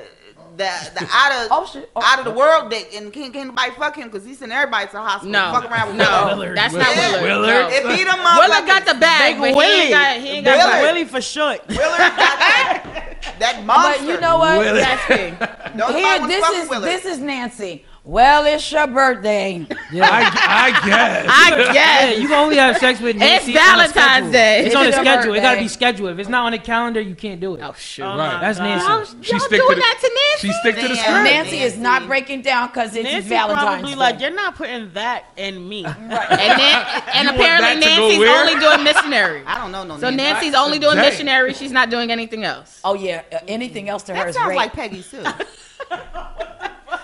Speaker 5: the
Speaker 1: (laughs)
Speaker 5: the out of
Speaker 1: Oh, shit. Oh.
Speaker 5: out of the world dick and can't, can't nobody fuck him because he sent everybody to the hospital.
Speaker 2: No,
Speaker 5: Fuck around with
Speaker 2: no,
Speaker 5: Willard.
Speaker 2: that's
Speaker 6: Willard.
Speaker 2: not Willard.
Speaker 6: Willard?
Speaker 2: No.
Speaker 5: It be the
Speaker 2: (laughs) Willard
Speaker 5: motherfucker.
Speaker 2: got the bag,
Speaker 3: Big
Speaker 2: but he
Speaker 3: Willie.
Speaker 2: ain't got, he ain't got
Speaker 3: That's
Speaker 5: Willard.
Speaker 3: Willie for short.
Speaker 5: Willard
Speaker 2: (laughs)
Speaker 5: got that, that monster.
Speaker 1: But you know what?
Speaker 6: (laughs) Willard.
Speaker 2: that's (laughs) me.
Speaker 5: Nobody
Speaker 1: Here,
Speaker 5: was
Speaker 1: this
Speaker 5: fucking
Speaker 1: is
Speaker 5: Willard.
Speaker 1: this is Nancy. Well, it's your birthday.
Speaker 4: Yeah.
Speaker 6: I, I guess.
Speaker 2: I
Speaker 4: Yeah,
Speaker 2: guess.
Speaker 4: you can only have sex with Nancy. on a
Speaker 2: Valentine's
Speaker 4: schedule.
Speaker 2: Day.
Speaker 4: It's
Speaker 1: It's
Speaker 4: on a
Speaker 1: your
Speaker 4: schedule. It gotta
Speaker 1: birthday.
Speaker 4: be scheduled. If it's not on the calendar, you can't do it.
Speaker 2: Oh, shoot.
Speaker 3: Oh,
Speaker 6: Right.
Speaker 3: my
Speaker 4: That's
Speaker 3: God.
Speaker 4: Nancy.
Speaker 6: She
Speaker 2: Y'all
Speaker 6: stick
Speaker 2: doing
Speaker 6: to the,
Speaker 2: that to Nancy?
Speaker 6: She stick to the
Speaker 5: Damn.
Speaker 6: script.
Speaker 1: Nancy is not breaking down because it's
Speaker 3: Nancy
Speaker 1: Valentine's
Speaker 3: probably
Speaker 1: Day.
Speaker 3: like, you're not putting that in me.
Speaker 2: And then, and
Speaker 6: (laughs) You want that
Speaker 2: apparently
Speaker 6: to go
Speaker 2: Nancy's
Speaker 6: where?
Speaker 2: only doing missionary.
Speaker 5: I don't know no
Speaker 2: So
Speaker 5: name.
Speaker 2: Nancy's only doing
Speaker 6: Dang.
Speaker 2: missionary. She's not doing anything else.
Speaker 1: oh yeah, uh, anything else to her
Speaker 5: That
Speaker 1: is
Speaker 5: sounds
Speaker 1: rape.
Speaker 5: like
Speaker 2: (laughs)
Speaker 5: Peggy Sue.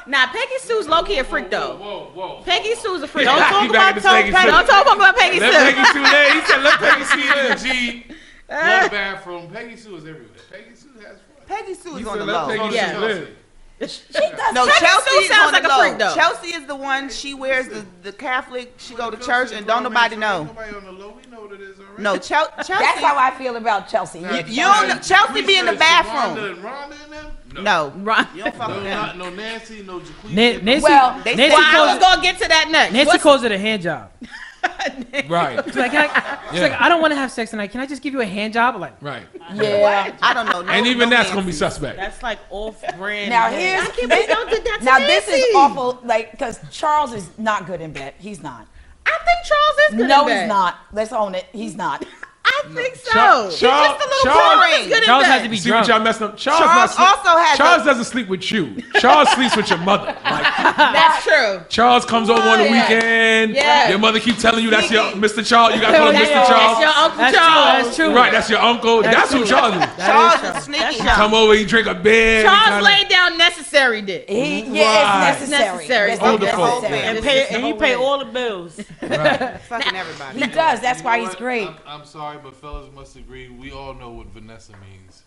Speaker 2: Now Peggy Sue's low key a freak though.
Speaker 6: Whoa, whoa.
Speaker 2: Peggy Sue's a
Speaker 6: (laughs)
Speaker 2: freak.
Speaker 6: Yeah,
Speaker 2: Don't
Speaker 6: he
Speaker 2: talk
Speaker 6: back
Speaker 2: about
Speaker 6: in
Speaker 2: Tom
Speaker 6: the Peggy
Speaker 2: Peggy.
Speaker 6: Sue.
Speaker 2: Don't talk about Peggy
Speaker 6: Let
Speaker 2: Sue.
Speaker 6: Peggy Sue there. He said, let Peggy Sue there.
Speaker 7: G,
Speaker 5: (laughs)
Speaker 7: one bathroom. Peggy Sue is everywhere. Peggy Sue has fun.
Speaker 5: Peggy Sue is
Speaker 7: You
Speaker 5: on the
Speaker 7: said let
Speaker 5: low.
Speaker 7: Peggy
Speaker 2: Yeah.
Speaker 7: Sue live.
Speaker 5: No,
Speaker 2: Peggy
Speaker 5: Chelsea
Speaker 2: Sue
Speaker 5: is
Speaker 2: sounds
Speaker 5: on the
Speaker 2: like a freak,
Speaker 5: low.
Speaker 2: though.
Speaker 5: Chelsea is the one. She wears the, the Catholic. She go to church and don't nobody know.
Speaker 7: Nobody on the low. We know what it is already.
Speaker 5: No, Chel- Chelsea.
Speaker 1: That's how I feel about Chelsea.
Speaker 7: Now,
Speaker 5: you don't know- Chelsea
Speaker 7: we
Speaker 5: be in the
Speaker 7: said
Speaker 5: bathroom.
Speaker 7: Sharonda and Rhonda and them?
Speaker 5: no.
Speaker 2: Right.
Speaker 5: You don't fuck
Speaker 7: No,
Speaker 5: with
Speaker 7: not,
Speaker 5: them.
Speaker 7: no Nancy, no Jacquees.
Speaker 4: Nan- Nancy,
Speaker 1: Well,
Speaker 5: they
Speaker 4: Nancy,
Speaker 5: said-
Speaker 2: Well, I was
Speaker 4: calls,
Speaker 2: gonna get to that next.
Speaker 4: Nancy
Speaker 2: What's-
Speaker 4: calls it a hand job.
Speaker 6: Right,
Speaker 4: She's like, can I, she's
Speaker 6: Yeah.
Speaker 4: like, I don't want to have sex tonight. Can I just give you a hand job? Like,
Speaker 6: right.
Speaker 1: Yeah.
Speaker 5: I don't know. No,
Speaker 6: (laughs) And even
Speaker 5: no
Speaker 6: that's going to
Speaker 5: Nancy.
Speaker 6: be suspect.
Speaker 3: That's like off brand.
Speaker 1: Now here's
Speaker 2: I can't believe y'all did that to
Speaker 1: now this is
Speaker 2: Nancy.
Speaker 1: awful. Like because Charles is not good in bed. He's not.
Speaker 2: I think Charles is good
Speaker 1: No,
Speaker 2: in bed.
Speaker 1: he's not. Let's own it. He's not.
Speaker 2: I think so.
Speaker 6: Char-
Speaker 2: He's
Speaker 6: Char-
Speaker 2: just a little
Speaker 6: Charles-
Speaker 2: boring. Good in
Speaker 4: Charles
Speaker 2: bed.
Speaker 4: has to be
Speaker 6: See
Speaker 4: drunk.
Speaker 6: what y'all messing up. Charles, not
Speaker 5: Charles
Speaker 6: sleep-
Speaker 5: also has
Speaker 6: Charles
Speaker 5: a-
Speaker 6: doesn't sleep with you. Charles sleeps with your mother. Like,
Speaker 2: That's true.
Speaker 6: Charles comes over on the
Speaker 2: Right.
Speaker 6: weekend.
Speaker 2: Yeah.
Speaker 6: Your mother keep telling you that's your Mr. Charles. You gotta call him
Speaker 4: That's your-
Speaker 6: Mr. Charles.
Speaker 2: That's your Uncle
Speaker 4: That's true.
Speaker 2: Charles.
Speaker 4: That's true.
Speaker 6: Right, that's your uncle. That's, who
Speaker 4: true.
Speaker 6: Charles is.
Speaker 4: That is
Speaker 5: Charles is sneaky.
Speaker 6: Come over, you drink a beer.
Speaker 2: Charles laid down necessary dick.
Speaker 1: He, yeah, it's
Speaker 6: Right.
Speaker 1: necessary.
Speaker 2: Necessary.
Speaker 1: It's
Speaker 6: Older folk,
Speaker 1: necessary.
Speaker 5: yeah.
Speaker 3: and
Speaker 2: This
Speaker 3: pay
Speaker 2: is the
Speaker 3: and he
Speaker 2: whole
Speaker 3: pay
Speaker 2: way. (laughs)
Speaker 3: all the bills.
Speaker 5: Fucking everybody.
Speaker 1: He does. That's
Speaker 7: You
Speaker 1: why
Speaker 7: know
Speaker 1: he's
Speaker 7: what?
Speaker 1: great.
Speaker 7: I'm, I'm sorry, but fellas must agree. We all know what Vanessa means.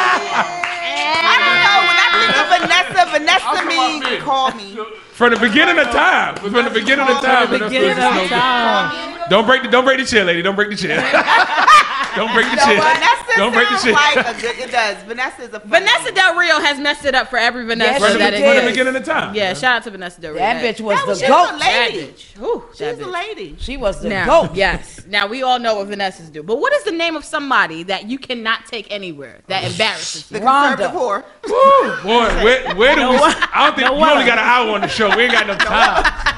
Speaker 5: I don't know. When I think of (laughs) Vanessa, Vanessa
Speaker 7: I'll come
Speaker 5: means
Speaker 7: up here.
Speaker 5: call me.
Speaker 6: From the beginning of time. From the beginning of time.
Speaker 4: From the
Speaker 6: that's
Speaker 4: beginning
Speaker 6: what it's
Speaker 4: of
Speaker 6: gonna
Speaker 4: time.
Speaker 6: be. Don't break the don't break the chair, lady. Don't break the chair. don't break the
Speaker 5: So
Speaker 6: chair.
Speaker 5: Vanessa
Speaker 6: Don't break the
Speaker 5: sounds
Speaker 6: shit.
Speaker 5: like a good, it does. Vanessa is a funny
Speaker 2: Vanessa Del Rio has messed it up for every Vanessa
Speaker 1: Yes,
Speaker 6: From
Speaker 1: she
Speaker 6: the,
Speaker 2: that
Speaker 1: did.
Speaker 6: from the
Speaker 2: it is.
Speaker 6: beginning of time.
Speaker 2: Yeah, shout out to Vanessa Del Rio.
Speaker 1: That bitch was
Speaker 5: That was
Speaker 1: the
Speaker 5: she's a
Speaker 1: goat.
Speaker 5: lady.
Speaker 2: Ooh, that
Speaker 5: She's a
Speaker 2: bitch.
Speaker 5: lady.
Speaker 1: She was the
Speaker 2: Now,
Speaker 1: goat.
Speaker 2: yes. Now we all know what Vanessa's do. But what is the name of somebody that you cannot take anywhere that embarrasses you?
Speaker 5: The
Speaker 1: Rhonda.
Speaker 5: conservative whore.
Speaker 6: Woo, boy, where, where do we? I don't think
Speaker 3: No
Speaker 6: we only
Speaker 3: wonder.
Speaker 6: got an hour on the show. We ain't got no time.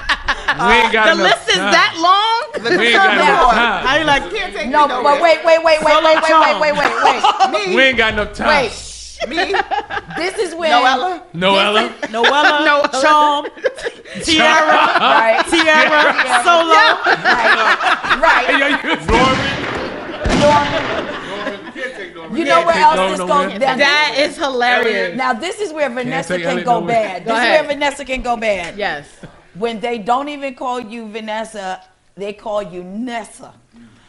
Speaker 6: We ain't got
Speaker 2: The
Speaker 6: no
Speaker 2: list is
Speaker 6: time.
Speaker 2: that long?
Speaker 5: The
Speaker 6: We ain't got
Speaker 5: conservative
Speaker 6: no
Speaker 5: whore.
Speaker 6: time.
Speaker 3: How you like?
Speaker 5: Can't take
Speaker 1: No,
Speaker 5: me
Speaker 1: but wait, wait, wait, wait, wait, wait, wait, wait, wait, wait.
Speaker 6: We ain't got no time.
Speaker 1: Wait.
Speaker 5: Me,
Speaker 1: This is when
Speaker 5: Noella.
Speaker 6: Noella, (laughs)
Speaker 3: Noella, Charm, Tiara,
Speaker 1: Right.
Speaker 3: Tiara, Solo.
Speaker 1: Right.
Speaker 6: Yo, you-
Speaker 7: Norman, you can't take Norman.
Speaker 1: You know where
Speaker 6: take
Speaker 1: else
Speaker 6: no
Speaker 1: this
Speaker 6: nowhere.
Speaker 1: goes
Speaker 2: That is hilarious.
Speaker 1: Now this is where Vanessa
Speaker 6: take
Speaker 1: can
Speaker 6: Elliot
Speaker 1: go
Speaker 6: nowhere.
Speaker 1: bad.
Speaker 2: Go
Speaker 1: This is
Speaker 2: ahead.
Speaker 1: where Vanessa can go bad.
Speaker 2: Yes.
Speaker 1: When they don't even call you Vanessa, they call you Nessa.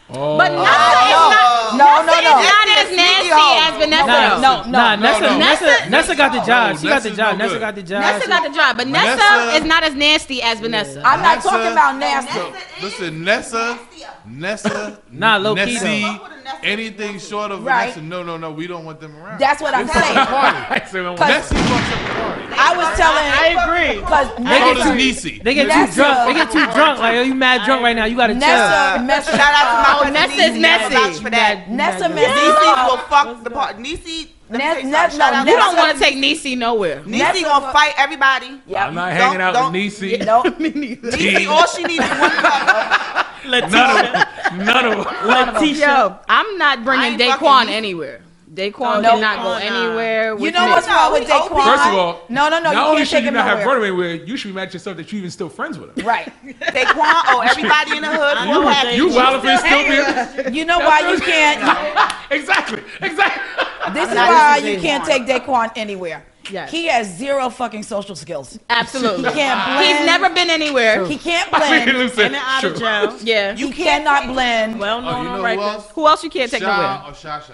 Speaker 2: But Nessa
Speaker 5: Oh,
Speaker 2: is not,
Speaker 1: no,
Speaker 2: Nessa
Speaker 1: no, no.
Speaker 2: is not as nasty as Vanessa.
Speaker 4: Nah,
Speaker 2: though.
Speaker 1: No, no,
Speaker 4: nah,
Speaker 1: no,
Speaker 4: Nessa,
Speaker 7: no.
Speaker 4: Nessa,
Speaker 2: Nessa-
Speaker 4: Nessa got the job. she
Speaker 7: No,
Speaker 4: got the
Speaker 7: Nessa's
Speaker 4: job.
Speaker 7: no
Speaker 4: Nessa
Speaker 7: good.
Speaker 4: got the job.
Speaker 2: Vanessa got the job, but Nessa,
Speaker 7: Vanessa-
Speaker 2: is not as nasty as Vanessa.
Speaker 1: I'm not
Speaker 7: Nessa-
Speaker 1: talking about nasty.
Speaker 7: So, listen, Nessa, Nessa,
Speaker 4: Nah, low key
Speaker 7: Nessie,
Speaker 4: though.
Speaker 5: Fuck with a Nessa.
Speaker 7: anything short of
Speaker 1: Right.
Speaker 7: Vanessa, no, no, no, we don't want them around. (laughs)
Speaker 1: That's what I'm
Speaker 6: (laughs)
Speaker 1: saying.
Speaker 6: I said,
Speaker 1: (laughs)
Speaker 6: well,
Speaker 1: Cause-
Speaker 7: Nessie fucks up the party.
Speaker 1: I was telling
Speaker 3: I agree.
Speaker 1: because
Speaker 7: So
Speaker 4: get
Speaker 7: does
Speaker 4: to-
Speaker 7: Niecy.
Speaker 4: They get
Speaker 1: Nessa-
Speaker 4: too drunk. They get too drunk. Like, oh, you mad drunk right now. You gotta chill.
Speaker 1: Nessa messed
Speaker 5: Uh, Shout out to my
Speaker 2: Oh, Nessa
Speaker 5: cousin
Speaker 2: is
Speaker 5: Niecy. I vouch
Speaker 2: messy.
Speaker 5: for that.
Speaker 1: Nessa
Speaker 5: Niecy will
Speaker 1: messed
Speaker 5: fuck the part. Niecy, let me
Speaker 1: Nes-
Speaker 5: tell you
Speaker 1: Nes-
Speaker 5: something. Shout
Speaker 1: no,
Speaker 5: out
Speaker 2: you don't
Speaker 1: Nessa-
Speaker 2: want to take Nisi nowhere.
Speaker 5: Niecy
Speaker 1: Nessa
Speaker 5: gonna
Speaker 1: will-
Speaker 5: fight everybody.
Speaker 6: I'm
Speaker 1: Yep.
Speaker 6: not hanging out
Speaker 5: don't-
Speaker 6: with Niecy. (laughs)
Speaker 1: Nope.
Speaker 5: Niecy, all she needs is one cup.
Speaker 3: (laughs)
Speaker 6: None of them. None of them.
Speaker 3: Letitia.
Speaker 2: Yo, I'm not
Speaker 5: I
Speaker 2: bringing
Speaker 5: ain't fucking
Speaker 2: Daquan
Speaker 5: Niecy.
Speaker 2: anywhere. Daquan
Speaker 1: No,
Speaker 2: cannot go
Speaker 3: nah.
Speaker 2: anywhere.
Speaker 1: You
Speaker 2: with
Speaker 1: know
Speaker 2: me.
Speaker 1: what's wrong
Speaker 5: No,
Speaker 1: with
Speaker 5: we open.
Speaker 1: Daquan?
Speaker 6: First of all,
Speaker 1: no, no, no.
Speaker 6: (laughs) not
Speaker 1: you
Speaker 6: only
Speaker 1: can't
Speaker 6: should
Speaker 1: take
Speaker 6: you
Speaker 1: him
Speaker 6: not have
Speaker 1: nowhere.
Speaker 6: runaway with, you should be mad at yourself that you even still friends with her.
Speaker 1: Right.
Speaker 5: Daquan owe
Speaker 6: (laughs)
Speaker 5: everybody in the hood
Speaker 3: You-
Speaker 5: one package.
Speaker 6: You wild if it's still here.
Speaker 1: You know why you can't.
Speaker 6: (laughs) Exactly. Exactly.
Speaker 1: This is
Speaker 5: Now,
Speaker 1: why
Speaker 5: this is
Speaker 1: you can't take Daquan anywhere.
Speaker 2: Yes.
Speaker 1: He has zero fucking social skills.
Speaker 2: Absolutely.
Speaker 1: He can't blend.
Speaker 2: He's never been anywhere.
Speaker 1: He can't
Speaker 6: (laughs) I mean,
Speaker 1: blend.
Speaker 6: listen,
Speaker 3: And out of
Speaker 6: sure.
Speaker 3: jail.
Speaker 2: yeah.
Speaker 1: You cannot blend.
Speaker 3: Well known
Speaker 7: Oh, you know
Speaker 3: on
Speaker 7: who
Speaker 3: record.
Speaker 7: else?
Speaker 2: Who else you can't take nowhere?
Speaker 7: Sha or Sha Sha?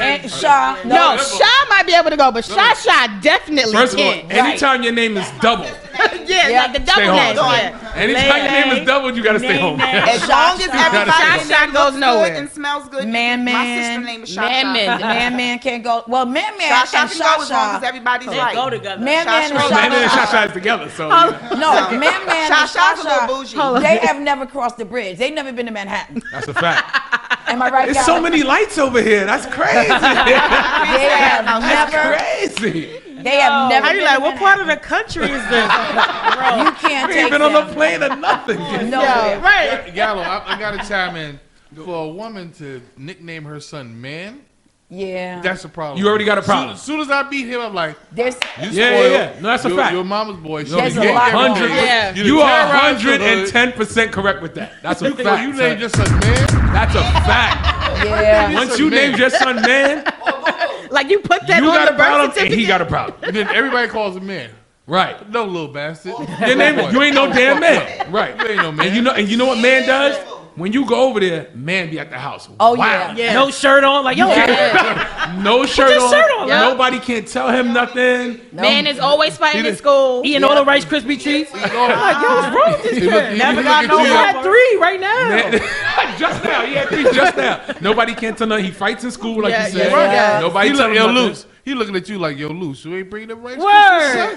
Speaker 1: And Shaw, no.
Speaker 2: No, Sha might be able to go, but Sha Sha definitely
Speaker 6: First of all,
Speaker 2: can't.
Speaker 6: anytime your name is
Speaker 2: (laughs)
Speaker 6: double,
Speaker 2: yeah,
Speaker 1: Yeah.
Speaker 2: like the double
Speaker 6: home.
Speaker 2: name. Yeah.
Speaker 6: anytime your name is double, you gotta stay
Speaker 3: Nay,
Speaker 6: home.
Speaker 3: nay.
Speaker 5: As long as everybody
Speaker 2: Shot
Speaker 5: in there
Speaker 2: goes
Speaker 5: looks
Speaker 2: nowhere.
Speaker 5: good and smells good.
Speaker 1: Man,
Speaker 5: My
Speaker 1: man.
Speaker 5: sister's name is Shasha.
Speaker 2: Man, man.
Speaker 1: Man Man can't go. Well, Man Man
Speaker 5: Shasha
Speaker 1: and
Speaker 5: can go as long as
Speaker 1: Shasha.
Speaker 5: everybody's
Speaker 3: They go
Speaker 5: right.
Speaker 3: together.
Speaker 1: Man Man and
Speaker 5: Shasha-
Speaker 6: And then
Speaker 1: Shasha.
Speaker 6: Shasha is together, so yeah,
Speaker 1: No, Man Man and
Speaker 5: Shasha's a little
Speaker 1: Shasha.
Speaker 5: bougie.
Speaker 1: They have never crossed the bridge. They never been to Manhattan.
Speaker 6: that's a fact.
Speaker 1: Am I right,
Speaker 6: There's
Speaker 1: guys?
Speaker 6: so many lights over here. That's (laughs) crazy.
Speaker 1: They have never.
Speaker 6: That's crazy.
Speaker 1: They have never.
Speaker 3: How you
Speaker 1: been
Speaker 3: like?
Speaker 1: to
Speaker 3: What part of the country is this? Bro,
Speaker 1: Manhattan. You can't
Speaker 6: We
Speaker 1: take
Speaker 6: ain't been on
Speaker 1: them.
Speaker 6: a plane or nothing.
Speaker 1: No.
Speaker 2: Right.
Speaker 7: Gallo, I, I gotta chime in. For a woman to nickname her son man,
Speaker 1: Yeah.
Speaker 7: that's a problem.
Speaker 6: You already got a problem.
Speaker 7: As soon as I beat him, I'm like,
Speaker 1: There's.
Speaker 7: you
Speaker 6: Yeah, yeah,
Speaker 7: spoiled.
Speaker 6: yeah. No, that's a
Speaker 7: your,
Speaker 6: fact.
Speaker 7: Your mama's boy. She
Speaker 1: There's a
Speaker 7: gave
Speaker 1: lot
Speaker 7: that
Speaker 1: wrong.
Speaker 7: boy.
Speaker 2: Yeah.
Speaker 7: You
Speaker 6: You
Speaker 7: done
Speaker 6: are
Speaker 7: terrorized the hood.
Speaker 6: 110% correct with that. That's a
Speaker 7: You think
Speaker 6: fact.
Speaker 7: you
Speaker 6: son.
Speaker 7: named your son man?
Speaker 6: That's (laughs) a fact.
Speaker 1: Yeah.
Speaker 6: Once you named your son man,
Speaker 2: Like you put that
Speaker 6: you
Speaker 2: on
Speaker 6: got
Speaker 2: the
Speaker 6: a problem
Speaker 2: birth
Speaker 6: and
Speaker 2: certificate.
Speaker 6: he got a problem.
Speaker 7: And then everybody calls him man.
Speaker 6: Right.
Speaker 7: No little bastard.
Speaker 6: Your name, you ain't no damn man. Right.
Speaker 7: You ain't no man.
Speaker 6: And you know, and you know what man does? When you go over there, man be at the house.
Speaker 1: Oh,
Speaker 6: Wow.
Speaker 1: yeah.
Speaker 3: no shirt on. Like yo,
Speaker 6: No shirt
Speaker 3: your
Speaker 6: on.
Speaker 3: shirt on,
Speaker 2: Yeah.
Speaker 6: Nobody can tell him nothing.
Speaker 2: Man is always fighting
Speaker 6: He
Speaker 2: in
Speaker 6: did-
Speaker 2: school.
Speaker 3: eating all the Rice Krispie treats.
Speaker 7: You know, he look- he
Speaker 3: Never
Speaker 7: be
Speaker 3: got
Speaker 7: looking
Speaker 3: no
Speaker 7: to you.
Speaker 3: had three right now.
Speaker 6: (laughs) just now, he had three just now. Nobody can tell nothing. He fights in school, like
Speaker 2: Yeah,
Speaker 6: you said.
Speaker 2: yeah, yeah.
Speaker 6: Nobody
Speaker 7: He
Speaker 6: tell
Speaker 7: look,
Speaker 6: him
Speaker 7: yo,
Speaker 6: nothing.
Speaker 7: loose. He looking at you like, yo, loose. You ain't bringing them rice.
Speaker 3: Word.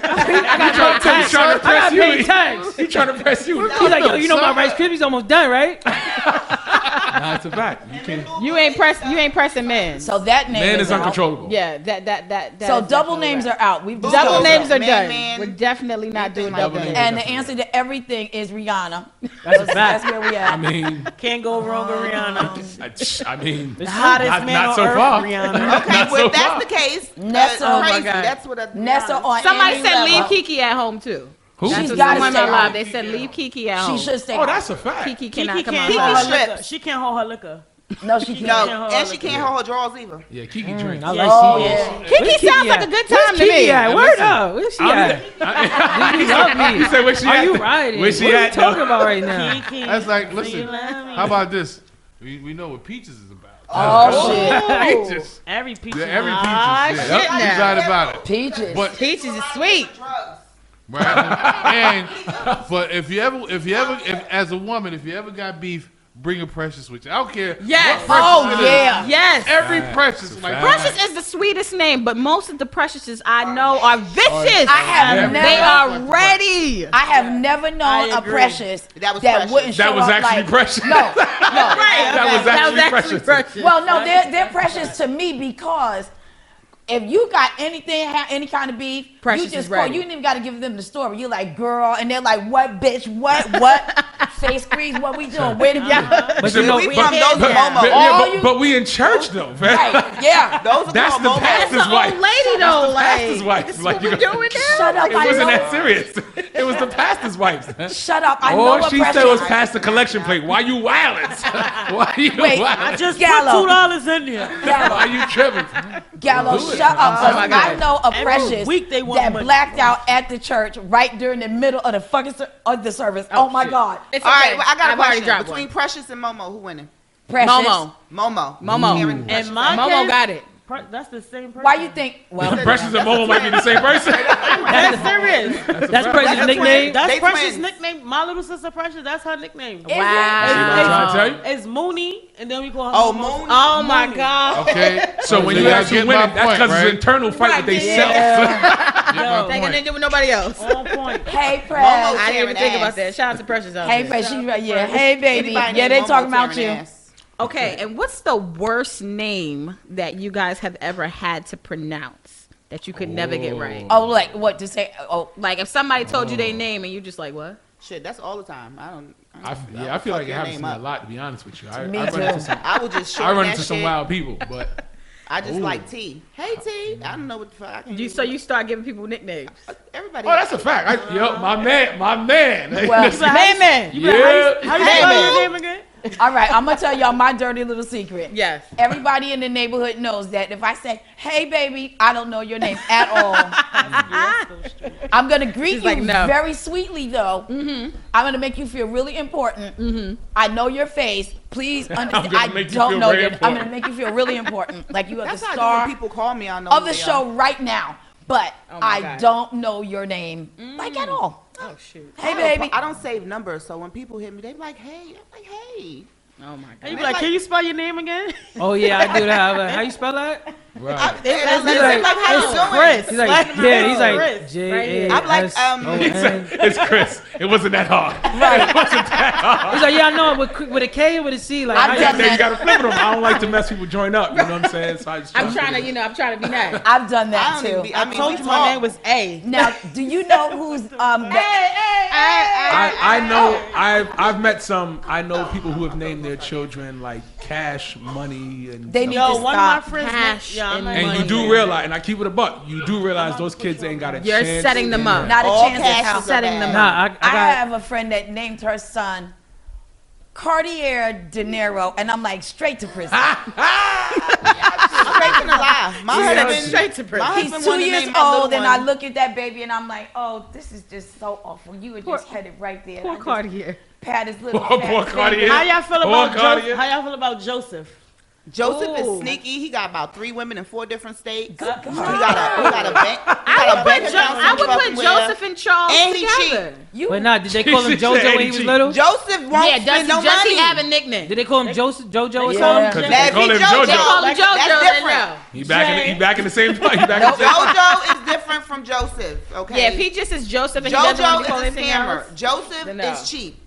Speaker 6: He trying to, tell- he trying to
Speaker 3: I got
Speaker 6: press you.
Speaker 3: paid
Speaker 6: He,
Speaker 3: tax.
Speaker 6: he trying to press you.
Speaker 3: He's like, yo, you know my Rice Krispies almost done, right?
Speaker 6: Nah, it's a fact. You can.
Speaker 2: You ain't press. You ain't pressing men.
Speaker 1: So that name
Speaker 6: Man is
Speaker 1: out.
Speaker 6: uncontrollable.
Speaker 2: yeah, that that that. that
Speaker 1: So
Speaker 2: is
Speaker 1: double
Speaker 2: definitely
Speaker 1: names
Speaker 2: right.
Speaker 1: are out. We've
Speaker 2: Double
Speaker 5: Bulldog.
Speaker 2: names are
Speaker 5: Man,
Speaker 2: done.
Speaker 5: man.
Speaker 2: We're definitely not doing
Speaker 5: Double
Speaker 2: double
Speaker 7: names.
Speaker 2: names.
Speaker 1: And the answer to everything is Rihanna.
Speaker 4: That's a
Speaker 1: That's
Speaker 4: fact.
Speaker 1: where we
Speaker 6: I
Speaker 1: at.
Speaker 6: mean,
Speaker 3: Can't go wrong with Rihanna.
Speaker 6: I, I mean,
Speaker 3: The hottest
Speaker 6: not,
Speaker 3: man
Speaker 6: not
Speaker 3: on
Speaker 6: so
Speaker 3: earth,
Speaker 6: far.
Speaker 3: Rihanna.
Speaker 5: Okay,
Speaker 6: Not
Speaker 5: well,
Speaker 6: so
Speaker 5: if that's
Speaker 6: far.
Speaker 5: the case,
Speaker 1: Nessa.
Speaker 5: uh,
Speaker 1: Oh, my
Speaker 5: crazy.
Speaker 3: God.
Speaker 5: That's what I.
Speaker 1: Nessa on
Speaker 2: Somebody
Speaker 1: any
Speaker 2: said
Speaker 1: level.
Speaker 2: leave Kiki at home too.
Speaker 6: Who?
Speaker 1: She's
Speaker 2: That's
Speaker 1: gotta
Speaker 2: what someone
Speaker 1: stay
Speaker 2: I love.
Speaker 1: home.
Speaker 2: They said leave Kiki at home.
Speaker 1: She should stay.
Speaker 6: Oh, that's a fact.
Speaker 2: Kiki cannot
Speaker 3: Kiki
Speaker 2: come
Speaker 3: can't hold
Speaker 2: outside.
Speaker 3: her
Speaker 5: Kiki
Speaker 3: liquor.
Speaker 5: strips.
Speaker 3: She can't hold her liquor.
Speaker 1: No, she can't.
Speaker 5: No,
Speaker 3: can't
Speaker 5: and
Speaker 3: hold her
Speaker 5: she can't hold her drawers either.
Speaker 7: Yeah, Kiki drink.
Speaker 4: I
Speaker 3: Yeah.
Speaker 4: like
Speaker 1: Oh,
Speaker 4: she is.
Speaker 1: yeah.
Speaker 2: Kiki
Speaker 4: Where's
Speaker 2: sounds
Speaker 4: at?
Speaker 2: like a good time
Speaker 4: Where's
Speaker 2: to
Speaker 4: Kiki
Speaker 2: me.
Speaker 4: at?
Speaker 6: Now,
Speaker 4: Word
Speaker 6: listen.
Speaker 4: up. Where's she
Speaker 6: I'm-
Speaker 4: at?
Speaker 6: I-
Speaker 4: You love me.
Speaker 6: You said where she
Speaker 4: Are
Speaker 6: at?
Speaker 4: you riding?
Speaker 6: Where she
Speaker 4: what
Speaker 6: at,
Speaker 4: are you talking
Speaker 6: though?
Speaker 4: about right now?
Speaker 7: (laughs)
Speaker 3: Kiki,
Speaker 7: That's like,
Speaker 3: do
Speaker 7: listen,
Speaker 3: you love me?
Speaker 7: How about this? We, we know what peaches is about.
Speaker 1: Oh, shit.
Speaker 7: Peaches.
Speaker 3: Every peach.
Speaker 7: Yeah,
Speaker 3: is
Speaker 7: every
Speaker 3: mine.
Speaker 7: peaches.
Speaker 2: Ah,
Speaker 7: yeah,
Speaker 2: shit
Speaker 7: yep,
Speaker 2: now.
Speaker 7: he's right about it.
Speaker 1: Peaches.
Speaker 7: But
Speaker 2: Peaches is sweet.
Speaker 5: Drugs.
Speaker 7: right, and but if you ever, if you ever, if as a woman, if you ever got beef, bring a precious with you. I don't care.
Speaker 2: Yes.
Speaker 7: what
Speaker 1: Oh,
Speaker 7: precious it is.
Speaker 1: yeah.
Speaker 2: Yes.
Speaker 7: Every precious, like
Speaker 2: Precious is the sweetest name, but most of the Preciouses I know are vicious.
Speaker 1: I have
Speaker 7: Yeah.
Speaker 1: never.
Speaker 2: they are ready.
Speaker 1: I have never known
Speaker 3: I
Speaker 1: a
Speaker 3: agree.
Speaker 1: precious
Speaker 5: That was precious.
Speaker 1: wouldn't show
Speaker 6: That was
Speaker 1: up
Speaker 6: actually
Speaker 1: like,
Speaker 6: precious. (laughs)
Speaker 1: No, no.
Speaker 6: That was actually precious.
Speaker 1: Well, no, they're they're precious to me because if you got anything, ha- any kind of beef,
Speaker 2: Precious
Speaker 1: you just
Speaker 2: is
Speaker 1: call.
Speaker 2: ready.
Speaker 1: You didn't even got to give them the story. You're like, girl, and they're like, what, bitch, what, what? Face squeeze, what we doing? Where the yeah.
Speaker 6: But you know,
Speaker 5: we
Speaker 6: but-
Speaker 5: from those
Speaker 6: but-
Speaker 5: Momo.
Speaker 6: but- yeah,
Speaker 5: All
Speaker 6: but-
Speaker 5: you-
Speaker 6: but we in church though, man.
Speaker 1: Right, yeah.
Speaker 5: Those are
Speaker 6: (laughs) That's
Speaker 5: called
Speaker 6: the
Speaker 5: momos.
Speaker 2: That's
Speaker 6: past. Pastor's
Speaker 2: an
Speaker 6: wife.
Speaker 2: old lady though.
Speaker 6: Pastor's
Speaker 2: Like,
Speaker 6: wife.
Speaker 2: this is
Speaker 6: like
Speaker 2: what
Speaker 6: you
Speaker 2: we're
Speaker 6: know,
Speaker 2: doing
Speaker 6: (laughs)
Speaker 2: now.
Speaker 1: Shut up,
Speaker 6: It
Speaker 1: I
Speaker 6: wasn't
Speaker 1: know.
Speaker 6: that serious. It was the pastor's wife.
Speaker 1: Shut up, I know
Speaker 6: All
Speaker 1: what
Speaker 6: she
Speaker 1: precious.
Speaker 6: said was pass the collection plate. Why you wildin'? (laughs) Why you
Speaker 1: Wait,
Speaker 3: I
Speaker 6: wildin'?
Speaker 3: just
Speaker 1: Gallo.
Speaker 3: put two dollars in there.
Speaker 6: Why
Speaker 1: Gallo,
Speaker 6: you tripping?
Speaker 1: Gallo,
Speaker 6: Do it.
Speaker 1: shut up.
Speaker 6: Oh, my
Speaker 1: 'cause I
Speaker 6: God.
Speaker 1: know a
Speaker 3: Every
Speaker 1: precious
Speaker 3: week they want
Speaker 1: that
Speaker 3: money.
Speaker 1: blacked out at the church right during the middle of the fucking ser- of the service. Oh, my
Speaker 6: shit.
Speaker 1: God.
Speaker 2: It's
Speaker 5: All
Speaker 2: okay.
Speaker 5: right, well, I got a
Speaker 2: I've already
Speaker 5: question.
Speaker 2: dropped
Speaker 5: Between
Speaker 2: one.
Speaker 5: Precious and Momo, who winning?
Speaker 1: Precious.
Speaker 2: Momo.
Speaker 5: Momo.
Speaker 2: Momo.
Speaker 3: And my
Speaker 2: Momo
Speaker 3: case,
Speaker 2: got it.
Speaker 3: Pre- that's the same person.
Speaker 1: Why you think?
Speaker 6: (laughs)
Speaker 1: Well,
Speaker 6: Precious and Momo might be the same person.
Speaker 3: That's serious.
Speaker 4: That's Precious' nickname.
Speaker 3: That's
Speaker 5: They
Speaker 3: Precious'
Speaker 5: twins.
Speaker 3: nickname. My little sister Precious. That's her nickname.
Speaker 1: Is it?
Speaker 6: I'm trying to tell you.
Speaker 3: It's Mooney, and then we call her.
Speaker 5: Oh,
Speaker 3: Momo.
Speaker 5: Mooney.
Speaker 3: Oh my God.
Speaker 7: Okay.
Speaker 6: So when
Speaker 7: So
Speaker 6: you
Speaker 7: y'all
Speaker 6: actually
Speaker 7: get
Speaker 6: win
Speaker 7: my
Speaker 6: it, that's
Speaker 7: point,
Speaker 6: because
Speaker 7: right?
Speaker 6: it's internal fight
Speaker 2: Right,
Speaker 6: with they
Speaker 2: yeah.
Speaker 6: self.
Speaker 3: Yo,
Speaker 2: They got nothing to do with nobody else.
Speaker 5: Oh,
Speaker 3: on point. (laughs)
Speaker 1: Hey,
Speaker 5: Momo
Speaker 1: Press.
Speaker 2: I didn't even
Speaker 5: Tearing
Speaker 2: think about
Speaker 5: ass.
Speaker 2: that. Shout out to Precious. out
Speaker 1: Hey,
Speaker 2: there.
Speaker 1: Press. She, right, yeah. Hey, baby.
Speaker 5: Anybody
Speaker 1: Yeah,
Speaker 5: named
Speaker 1: they
Speaker 5: Momo
Speaker 1: talking about
Speaker 5: tearing
Speaker 1: you.
Speaker 5: ass.
Speaker 2: Okay, and what's the worst name that you guys have ever had to pronounce that you could never get right?
Speaker 1: Oh, like what to say? Oh,
Speaker 2: Like if somebody told you their name and you just like, what?
Speaker 5: Shit, that's all the time. I don't. I,
Speaker 6: I,
Speaker 5: don't-
Speaker 6: yeah, I feel
Speaker 5: fuck
Speaker 6: like it
Speaker 5: your
Speaker 6: happens to
Speaker 5: name
Speaker 6: me a
Speaker 5: up.
Speaker 6: lot, to be honest with you. I,
Speaker 1: Me
Speaker 6: I
Speaker 1: too.
Speaker 6: run into some,
Speaker 5: I would just.
Speaker 6: I
Speaker 5: shorten
Speaker 6: run
Speaker 5: that
Speaker 6: into some
Speaker 5: shit.
Speaker 6: wild people, but
Speaker 7: (laughs)
Speaker 5: I just
Speaker 6: Ooh.
Speaker 5: like T. Hey T. I don't know what the fuck. I can
Speaker 2: You, so you start giving people nicknames.
Speaker 5: everybody.
Speaker 6: oh, that's a fact. I, yo, my man, my man.
Speaker 1: (laughs) Well,
Speaker 3: Hey man. You
Speaker 6: yeah.
Speaker 3: How you spell your name again?
Speaker 1: all right. I'm gonna tell y'all my dirty little secret.
Speaker 2: Yes.
Speaker 1: Everybody in the neighborhood knows that if I say, "Hey, baby," I don't know your name at all. I'm gonna greet
Speaker 2: She's
Speaker 1: you
Speaker 2: like, no.
Speaker 1: very sweetly, though. I'm gonna make you feel really important. I know your face. Please understand.
Speaker 6: gonna
Speaker 1: I
Speaker 6: make you
Speaker 1: don't
Speaker 6: feel
Speaker 1: know.
Speaker 6: very
Speaker 1: Your, I'm gonna
Speaker 6: important.
Speaker 1: make you feel really important, like you are
Speaker 5: That's
Speaker 1: the
Speaker 5: how I do
Speaker 1: star
Speaker 5: when people call me. I know
Speaker 1: of
Speaker 5: who
Speaker 1: the
Speaker 5: they
Speaker 1: show
Speaker 5: are.
Speaker 1: right now, but
Speaker 2: Oh my
Speaker 1: I
Speaker 2: God.
Speaker 1: don't know your name like at all.
Speaker 2: Oh shoot.
Speaker 1: Hey,
Speaker 5: I don't-
Speaker 1: baby.
Speaker 5: I don't save numbers, so when people hit me, they be like, "Hey," I'm like, "Hey."
Speaker 2: Oh my
Speaker 3: You
Speaker 2: god.
Speaker 3: be like, can you spell your
Speaker 5: (laughs)
Speaker 3: name again?
Speaker 4: Oh yeah, I do that. I'm like, How you spell that?
Speaker 6: Right. (laughs)
Speaker 5: They
Speaker 3: that's
Speaker 5: like,
Speaker 3: like-
Speaker 5: like, how you
Speaker 3: it's
Speaker 5: doing?
Speaker 3: Chris.
Speaker 4: He's like, yeah. He's like,
Speaker 3: Chris, right
Speaker 4: J
Speaker 3: here.
Speaker 4: A
Speaker 5: I'm like,
Speaker 4: S
Speaker 5: um,
Speaker 4: O
Speaker 6: He
Speaker 4: N.
Speaker 6: said, It's Chris. It wasn't that hard. (laughs)
Speaker 4: He's like, yeah, I know with with a K and with a C. Like,
Speaker 1: I
Speaker 4: how you-
Speaker 1: def-
Speaker 6: Then you gotta flip them. I don't like to mess people join up. You know what I'm saying? So I just
Speaker 2: I'm trying to, you know, I'm trying to be nice.
Speaker 1: I've done
Speaker 5: I
Speaker 1: that
Speaker 5: don't even
Speaker 1: too.
Speaker 5: be. I mean,
Speaker 3: told
Speaker 5: we
Speaker 3: you
Speaker 5: talk.
Speaker 3: my name was A.
Speaker 1: Now, do you know who's um? That,
Speaker 6: I, I know I've I've met some I know people who have named their children like cash money and
Speaker 1: They
Speaker 6: stuff.
Speaker 1: need
Speaker 3: Yo,
Speaker 1: to
Speaker 3: one of my
Speaker 1: stop.
Speaker 3: friends.
Speaker 2: Cash
Speaker 3: yeah, I'm
Speaker 2: and
Speaker 3: like,
Speaker 6: and you
Speaker 2: money.
Speaker 6: do realize and I keep it a buck you do realize those kids ain't got a
Speaker 2: You're
Speaker 6: chance
Speaker 2: setting them
Speaker 6: in
Speaker 2: up.
Speaker 6: that.
Speaker 1: Not a
Speaker 5: All
Speaker 1: chance
Speaker 5: cash
Speaker 1: account.
Speaker 5: is
Speaker 2: Setting
Speaker 5: bad.
Speaker 2: them
Speaker 4: Nah, I, I
Speaker 1: I
Speaker 4: got.
Speaker 1: have a friend that named her son Cartier De Niro, and I'm like straight to prison.
Speaker 5: I'm making a lie. My husband,
Speaker 2: straight to prison.
Speaker 5: My
Speaker 1: He's
Speaker 5: husband
Speaker 1: two
Speaker 5: wanted to
Speaker 1: years
Speaker 5: name my little
Speaker 1: old, and
Speaker 5: one.
Speaker 1: I look at that baby, and I'm like, oh, this is just so awful. You were just headed right there.
Speaker 2: Poor
Speaker 1: And I just
Speaker 2: Cartier.
Speaker 1: Pat his
Speaker 5: (laughs)
Speaker 1: little.
Speaker 6: Poor-
Speaker 1: fat
Speaker 6: poor
Speaker 1: finger.
Speaker 6: Cartier.
Speaker 3: How y'all feel
Speaker 6: Poor
Speaker 3: about
Speaker 6: Claudia.
Speaker 3: Joseph? How y'all feel about Joseph?
Speaker 5: Joseph
Speaker 2: Ooh.
Speaker 5: is sneaky. He got about three women in four different states.
Speaker 1: Good
Speaker 5: He
Speaker 1: God.
Speaker 5: got a, he got a bank. He
Speaker 2: I
Speaker 5: got
Speaker 2: would
Speaker 5: a bank
Speaker 2: put, jo-
Speaker 5: account
Speaker 2: I
Speaker 5: he
Speaker 2: would
Speaker 5: fucking
Speaker 2: put
Speaker 5: with.
Speaker 2: Joseph and Charles
Speaker 5: And he
Speaker 2: together.
Speaker 1: You
Speaker 4: But nah, did they call him
Speaker 6: She said
Speaker 4: JoJo when he was
Speaker 6: eighty.
Speaker 4: little?
Speaker 5: Joseph won't
Speaker 2: Yeah, does,
Speaker 5: spend no
Speaker 2: he, does
Speaker 5: money.
Speaker 2: he have a nickname?
Speaker 4: Did they call him Joseph JoJo or something?
Speaker 3: They call him
Speaker 6: Because
Speaker 3: Joseph.
Speaker 6: they
Speaker 5: That's
Speaker 6: call him
Speaker 5: JoJo.
Speaker 2: they
Speaker 6: JoJo.
Speaker 2: call him
Speaker 5: That's
Speaker 2: JoJo and
Speaker 5: different.
Speaker 2: now.
Speaker 6: He back in the, he back in the same place. He back in the same
Speaker 5: Jojo is different from Joseph. Okay.
Speaker 2: Yeah, if he just is Joseph and he doesn't
Speaker 5: Jojo
Speaker 2: want to
Speaker 5: is
Speaker 2: call
Speaker 5: a
Speaker 2: anything
Speaker 5: scammer.
Speaker 2: else.
Speaker 5: Joseph
Speaker 2: Then uh, no.
Speaker 5: is cheap.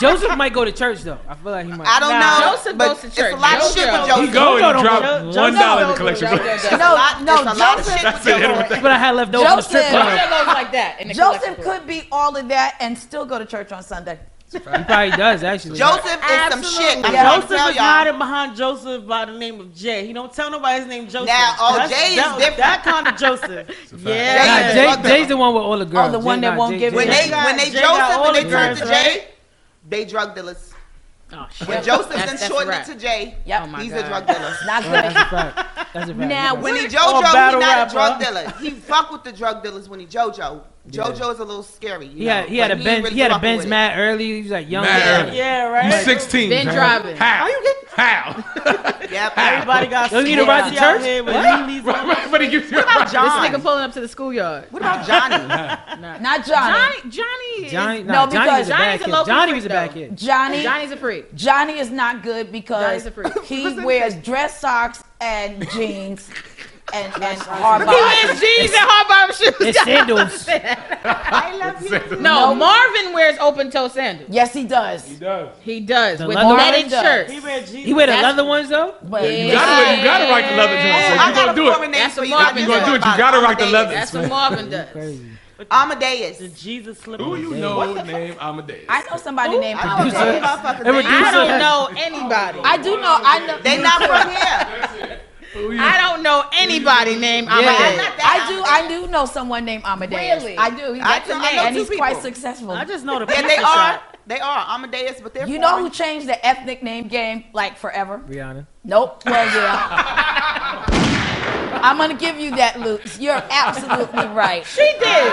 Speaker 4: Joseph might go to church though. I feel like he might.
Speaker 5: I don't
Speaker 3: Nah.
Speaker 5: know.
Speaker 2: Joseph
Speaker 5: but
Speaker 2: goes to
Speaker 5: It's
Speaker 2: church.
Speaker 5: a lot of shit with
Speaker 2: Joseph-
Speaker 6: He
Speaker 5: Joseph.
Speaker 6: go and
Speaker 4: Joseph-
Speaker 6: drop
Speaker 4: Joseph-
Speaker 6: one dollar in
Speaker 4: Joseph-
Speaker 6: the collection.
Speaker 5: It's a lot-
Speaker 1: no,
Speaker 5: it's a lot of
Speaker 1: Joseph-
Speaker 5: shit with
Speaker 6: Say that with
Speaker 5: Joseph.
Speaker 6: that.
Speaker 4: That's what I had left over from the strip
Speaker 1: Joseph-
Speaker 4: club.
Speaker 3: goes like that. In the
Speaker 1: Joseph
Speaker 3: collectible.
Speaker 1: could be all of that and still go to church on Sunday.
Speaker 4: He probably does actually.
Speaker 5: Joseph is some shit. I'm
Speaker 1: Yeah.
Speaker 5: trying to
Speaker 3: Joseph
Speaker 5: tell
Speaker 3: is
Speaker 5: y'all.
Speaker 3: hiding behind Joseph by the name of Jay. He don't tell nobody his name Joseph.
Speaker 5: Now, oh,
Speaker 3: That's-
Speaker 5: Jay is
Speaker 3: that-
Speaker 5: different.
Speaker 3: That kind
Speaker 5: (laughs)
Speaker 3: of Joseph.
Speaker 5: Jay
Speaker 4: Nah,
Speaker 5: is
Speaker 4: Jay-
Speaker 5: fucked up.
Speaker 4: Jay's the one with all the girls.
Speaker 1: the one
Speaker 4: Jay-
Speaker 1: that
Speaker 4: nah,
Speaker 1: won't
Speaker 4: Jay-
Speaker 1: give
Speaker 4: Jay-
Speaker 5: When
Speaker 1: it
Speaker 5: they
Speaker 1: got-
Speaker 5: when they
Speaker 3: Jay got
Speaker 5: Joseph
Speaker 3: all
Speaker 5: and
Speaker 3: the
Speaker 5: they turn to
Speaker 3: girls, right?
Speaker 5: Jay, they drug dealers.
Speaker 2: Oh, shit.
Speaker 5: When Joseph's
Speaker 2: That's-
Speaker 5: been
Speaker 2: that's
Speaker 5: shortened
Speaker 2: rap.
Speaker 5: to Jay,
Speaker 1: Yep.
Speaker 2: my
Speaker 5: he's a
Speaker 2: God.
Speaker 5: drug dealer.
Speaker 1: Not
Speaker 4: Oh,
Speaker 1: good.
Speaker 4: that's a fact. That's a fact.
Speaker 1: Now,
Speaker 4: That's a
Speaker 5: When he
Speaker 1: Or
Speaker 5: JoJo,
Speaker 3: battle
Speaker 5: he not
Speaker 3: rapper.
Speaker 5: a drug dealer. He fuck with the drug dealers when he JoJo.
Speaker 4: Yeah.
Speaker 5: JoJo is a little scary. You
Speaker 4: He had,
Speaker 5: know,
Speaker 4: he had a
Speaker 5: but ain't
Speaker 4: Benz,
Speaker 5: really
Speaker 4: he had a
Speaker 5: fucking
Speaker 4: Benz
Speaker 5: with it.
Speaker 4: mad early. He was like young.
Speaker 6: Mad
Speaker 4: Yeah.
Speaker 6: early.
Speaker 3: Yeah, right.
Speaker 6: You 16.
Speaker 2: Been
Speaker 6: man.
Speaker 2: driving.
Speaker 6: How?
Speaker 3: (laughs)
Speaker 6: How?
Speaker 5: Yep.
Speaker 6: (laughs)
Speaker 3: Everybody got
Speaker 4: Don't need to ride to
Speaker 3: security out
Speaker 4: church?
Speaker 3: here, but
Speaker 4: What?
Speaker 3: he leaves-
Speaker 6: Everybody gives you a ride.
Speaker 2: This
Speaker 5: John.
Speaker 2: nigga pulling up to the schoolyard.
Speaker 5: What about Johnny?
Speaker 1: Not Johnny.
Speaker 2: Johnny, Johnny, is-
Speaker 4: Johnny,
Speaker 1: No,
Speaker 4: nah, Johnny was
Speaker 1: because
Speaker 4: a bad
Speaker 2: Johnny's a
Speaker 4: kid.
Speaker 2: local
Speaker 4: Johnny
Speaker 2: freak,
Speaker 4: was a bad
Speaker 2: though.
Speaker 4: kid.
Speaker 1: Johnny. Johnny.
Speaker 2: Johnny's a freak.
Speaker 1: is not good because
Speaker 2: Johnny's a freak.
Speaker 5: (laughs)
Speaker 1: he wears dress socks and jeans and, and hard
Speaker 2: He
Speaker 1: bottoms.
Speaker 2: wears jeans and hard bottom shoes.
Speaker 4: It's sandals.
Speaker 2: No, Marvin wears open toe sandals.
Speaker 1: Yes, he does.
Speaker 2: He does
Speaker 4: The
Speaker 2: with
Speaker 4: leather
Speaker 2: netted
Speaker 1: ones?
Speaker 2: shirts.
Speaker 3: He read Jesus.
Speaker 4: He wear the
Speaker 2: That's-
Speaker 4: leather ones though.
Speaker 1: But
Speaker 6: You gotta, wear- you gotta rock the leather
Speaker 5: Oh,
Speaker 6: joint.
Speaker 5: I
Speaker 6: So
Speaker 5: got
Speaker 6: you
Speaker 5: a
Speaker 6: gonna do
Speaker 5: former
Speaker 6: it.
Speaker 5: name
Speaker 2: That's
Speaker 5: for
Speaker 2: a
Speaker 5: you.
Speaker 2: mark.
Speaker 5: I
Speaker 2: You
Speaker 5: just
Speaker 2: gonna
Speaker 6: do it. You
Speaker 5: forgot.
Speaker 6: gotta rock the
Speaker 5: Amadeus.
Speaker 6: leather.
Speaker 2: That's what Marvin does.
Speaker 4: Crazy.
Speaker 3: The
Speaker 5: Amadeus.
Speaker 3: Jesus slipper.
Speaker 6: Who you know named Amadeus?
Speaker 1: I know somebody named
Speaker 5: I don't know
Speaker 1: Amadeus.
Speaker 5: what motherfuckers
Speaker 4: They were
Speaker 5: name.
Speaker 2: I
Speaker 4: Jesus.
Speaker 2: don't know anybody.
Speaker 1: I do know. I know.
Speaker 5: They not from here.
Speaker 6: Who you-
Speaker 2: I don't know anybody named
Speaker 5: I'm
Speaker 2: Amadeus.
Speaker 5: not that
Speaker 1: I do. I do know someone named Amadeus.
Speaker 2: Really?
Speaker 1: I do. He
Speaker 5: I
Speaker 1: got
Speaker 5: do-
Speaker 1: the
Speaker 5: I
Speaker 1: name,
Speaker 5: know
Speaker 1: and
Speaker 5: two
Speaker 1: he's quite
Speaker 5: people.
Speaker 1: successful.
Speaker 3: I just know the
Speaker 5: Yeah,
Speaker 3: pizza
Speaker 5: they are.
Speaker 3: shop.
Speaker 5: They are Amadeus, but they're
Speaker 1: you know who
Speaker 5: foreign.
Speaker 1: changed the ethnic name game like forever?
Speaker 4: Rihanna.
Speaker 1: Nope. Well, yeah. I'm gonna give you that, Luke. You're absolutely right.
Speaker 2: She did.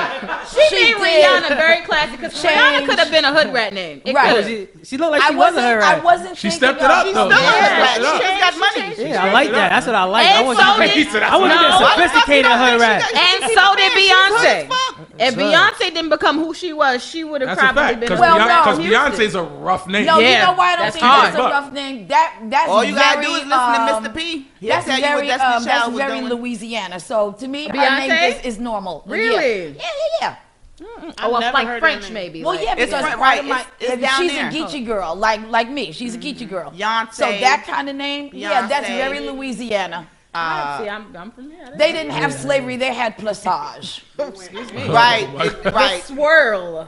Speaker 2: She,
Speaker 1: She
Speaker 2: named
Speaker 1: did.
Speaker 2: Rihanna very classic because Rihanna
Speaker 1: Change.
Speaker 2: could have been a hood rat name. It
Speaker 1: Right.
Speaker 2: right.
Speaker 4: Oh,
Speaker 2: Could.
Speaker 4: she, she looked like
Speaker 1: I
Speaker 4: she was
Speaker 1: wasn't.
Speaker 4: not her.
Speaker 1: I
Speaker 4: right?
Speaker 1: wasn't.
Speaker 6: She
Speaker 1: thinking
Speaker 6: stepped it
Speaker 1: of-
Speaker 6: up
Speaker 1: She's
Speaker 6: though.
Speaker 5: still
Speaker 6: She
Speaker 5: a
Speaker 6: stepped
Speaker 5: rat.
Speaker 6: it
Speaker 5: She
Speaker 6: up.
Speaker 5: just got money.
Speaker 4: Yeah, I like that. That's what I like. I
Speaker 2: And
Speaker 4: want
Speaker 2: so
Speaker 4: you to
Speaker 2: did-
Speaker 6: He said,
Speaker 4: I want you
Speaker 2: No.
Speaker 4: to sophisticated her
Speaker 5: Why the
Speaker 4: rap.
Speaker 5: fuck you
Speaker 2: And
Speaker 5: don't-
Speaker 2: so did
Speaker 5: She's hood as
Speaker 2: Beyonce.
Speaker 5: fuck.
Speaker 2: If
Speaker 4: Sure.
Speaker 2: Beyonce didn't become who she was, she would have
Speaker 6: That's a
Speaker 2: probably
Speaker 6: fact.
Speaker 2: been.
Speaker 6: Because
Speaker 2: a
Speaker 1: Well, no.
Speaker 6: Beyonce's a rough name.
Speaker 1: No, you
Speaker 2: Yeah,
Speaker 1: know why I don't
Speaker 2: that's
Speaker 1: think that's a
Speaker 6: hard.
Speaker 1: rough name. That that's
Speaker 5: All you gotta
Speaker 1: very,
Speaker 5: do is listen
Speaker 1: um,
Speaker 5: to Mr. P. He'll
Speaker 1: That's
Speaker 5: tell you what
Speaker 1: very,
Speaker 5: Destiny
Speaker 1: um, that's
Speaker 5: Child was
Speaker 1: very
Speaker 5: doing.
Speaker 1: Louisiana. So to me, her
Speaker 2: Beyonce?
Speaker 1: name is, is normal. Yeah.
Speaker 2: Really?
Speaker 1: Yeah, yeah,
Speaker 2: Oh,
Speaker 3: I've never
Speaker 2: like
Speaker 3: heard
Speaker 2: French
Speaker 3: that name.
Speaker 2: maybe.
Speaker 1: yeah. Well,
Speaker 2: like-
Speaker 1: yeah, because
Speaker 5: French,
Speaker 1: part
Speaker 5: right,
Speaker 1: of my,
Speaker 5: it's- it's down
Speaker 1: she's
Speaker 5: there. Mm-hmm.
Speaker 1: a geeky girl, like like me. She's a geeky girl.
Speaker 5: Beyonce.
Speaker 1: So that kind of name, yeah, that's
Speaker 5: Beyonce.
Speaker 1: very Louisiana.
Speaker 5: Uh,
Speaker 2: See, I'm, I'm from there.
Speaker 1: They didn't have slavery; they had plissage.
Speaker 5: right, it-
Speaker 2: The
Speaker 5: right.
Speaker 2: swirl.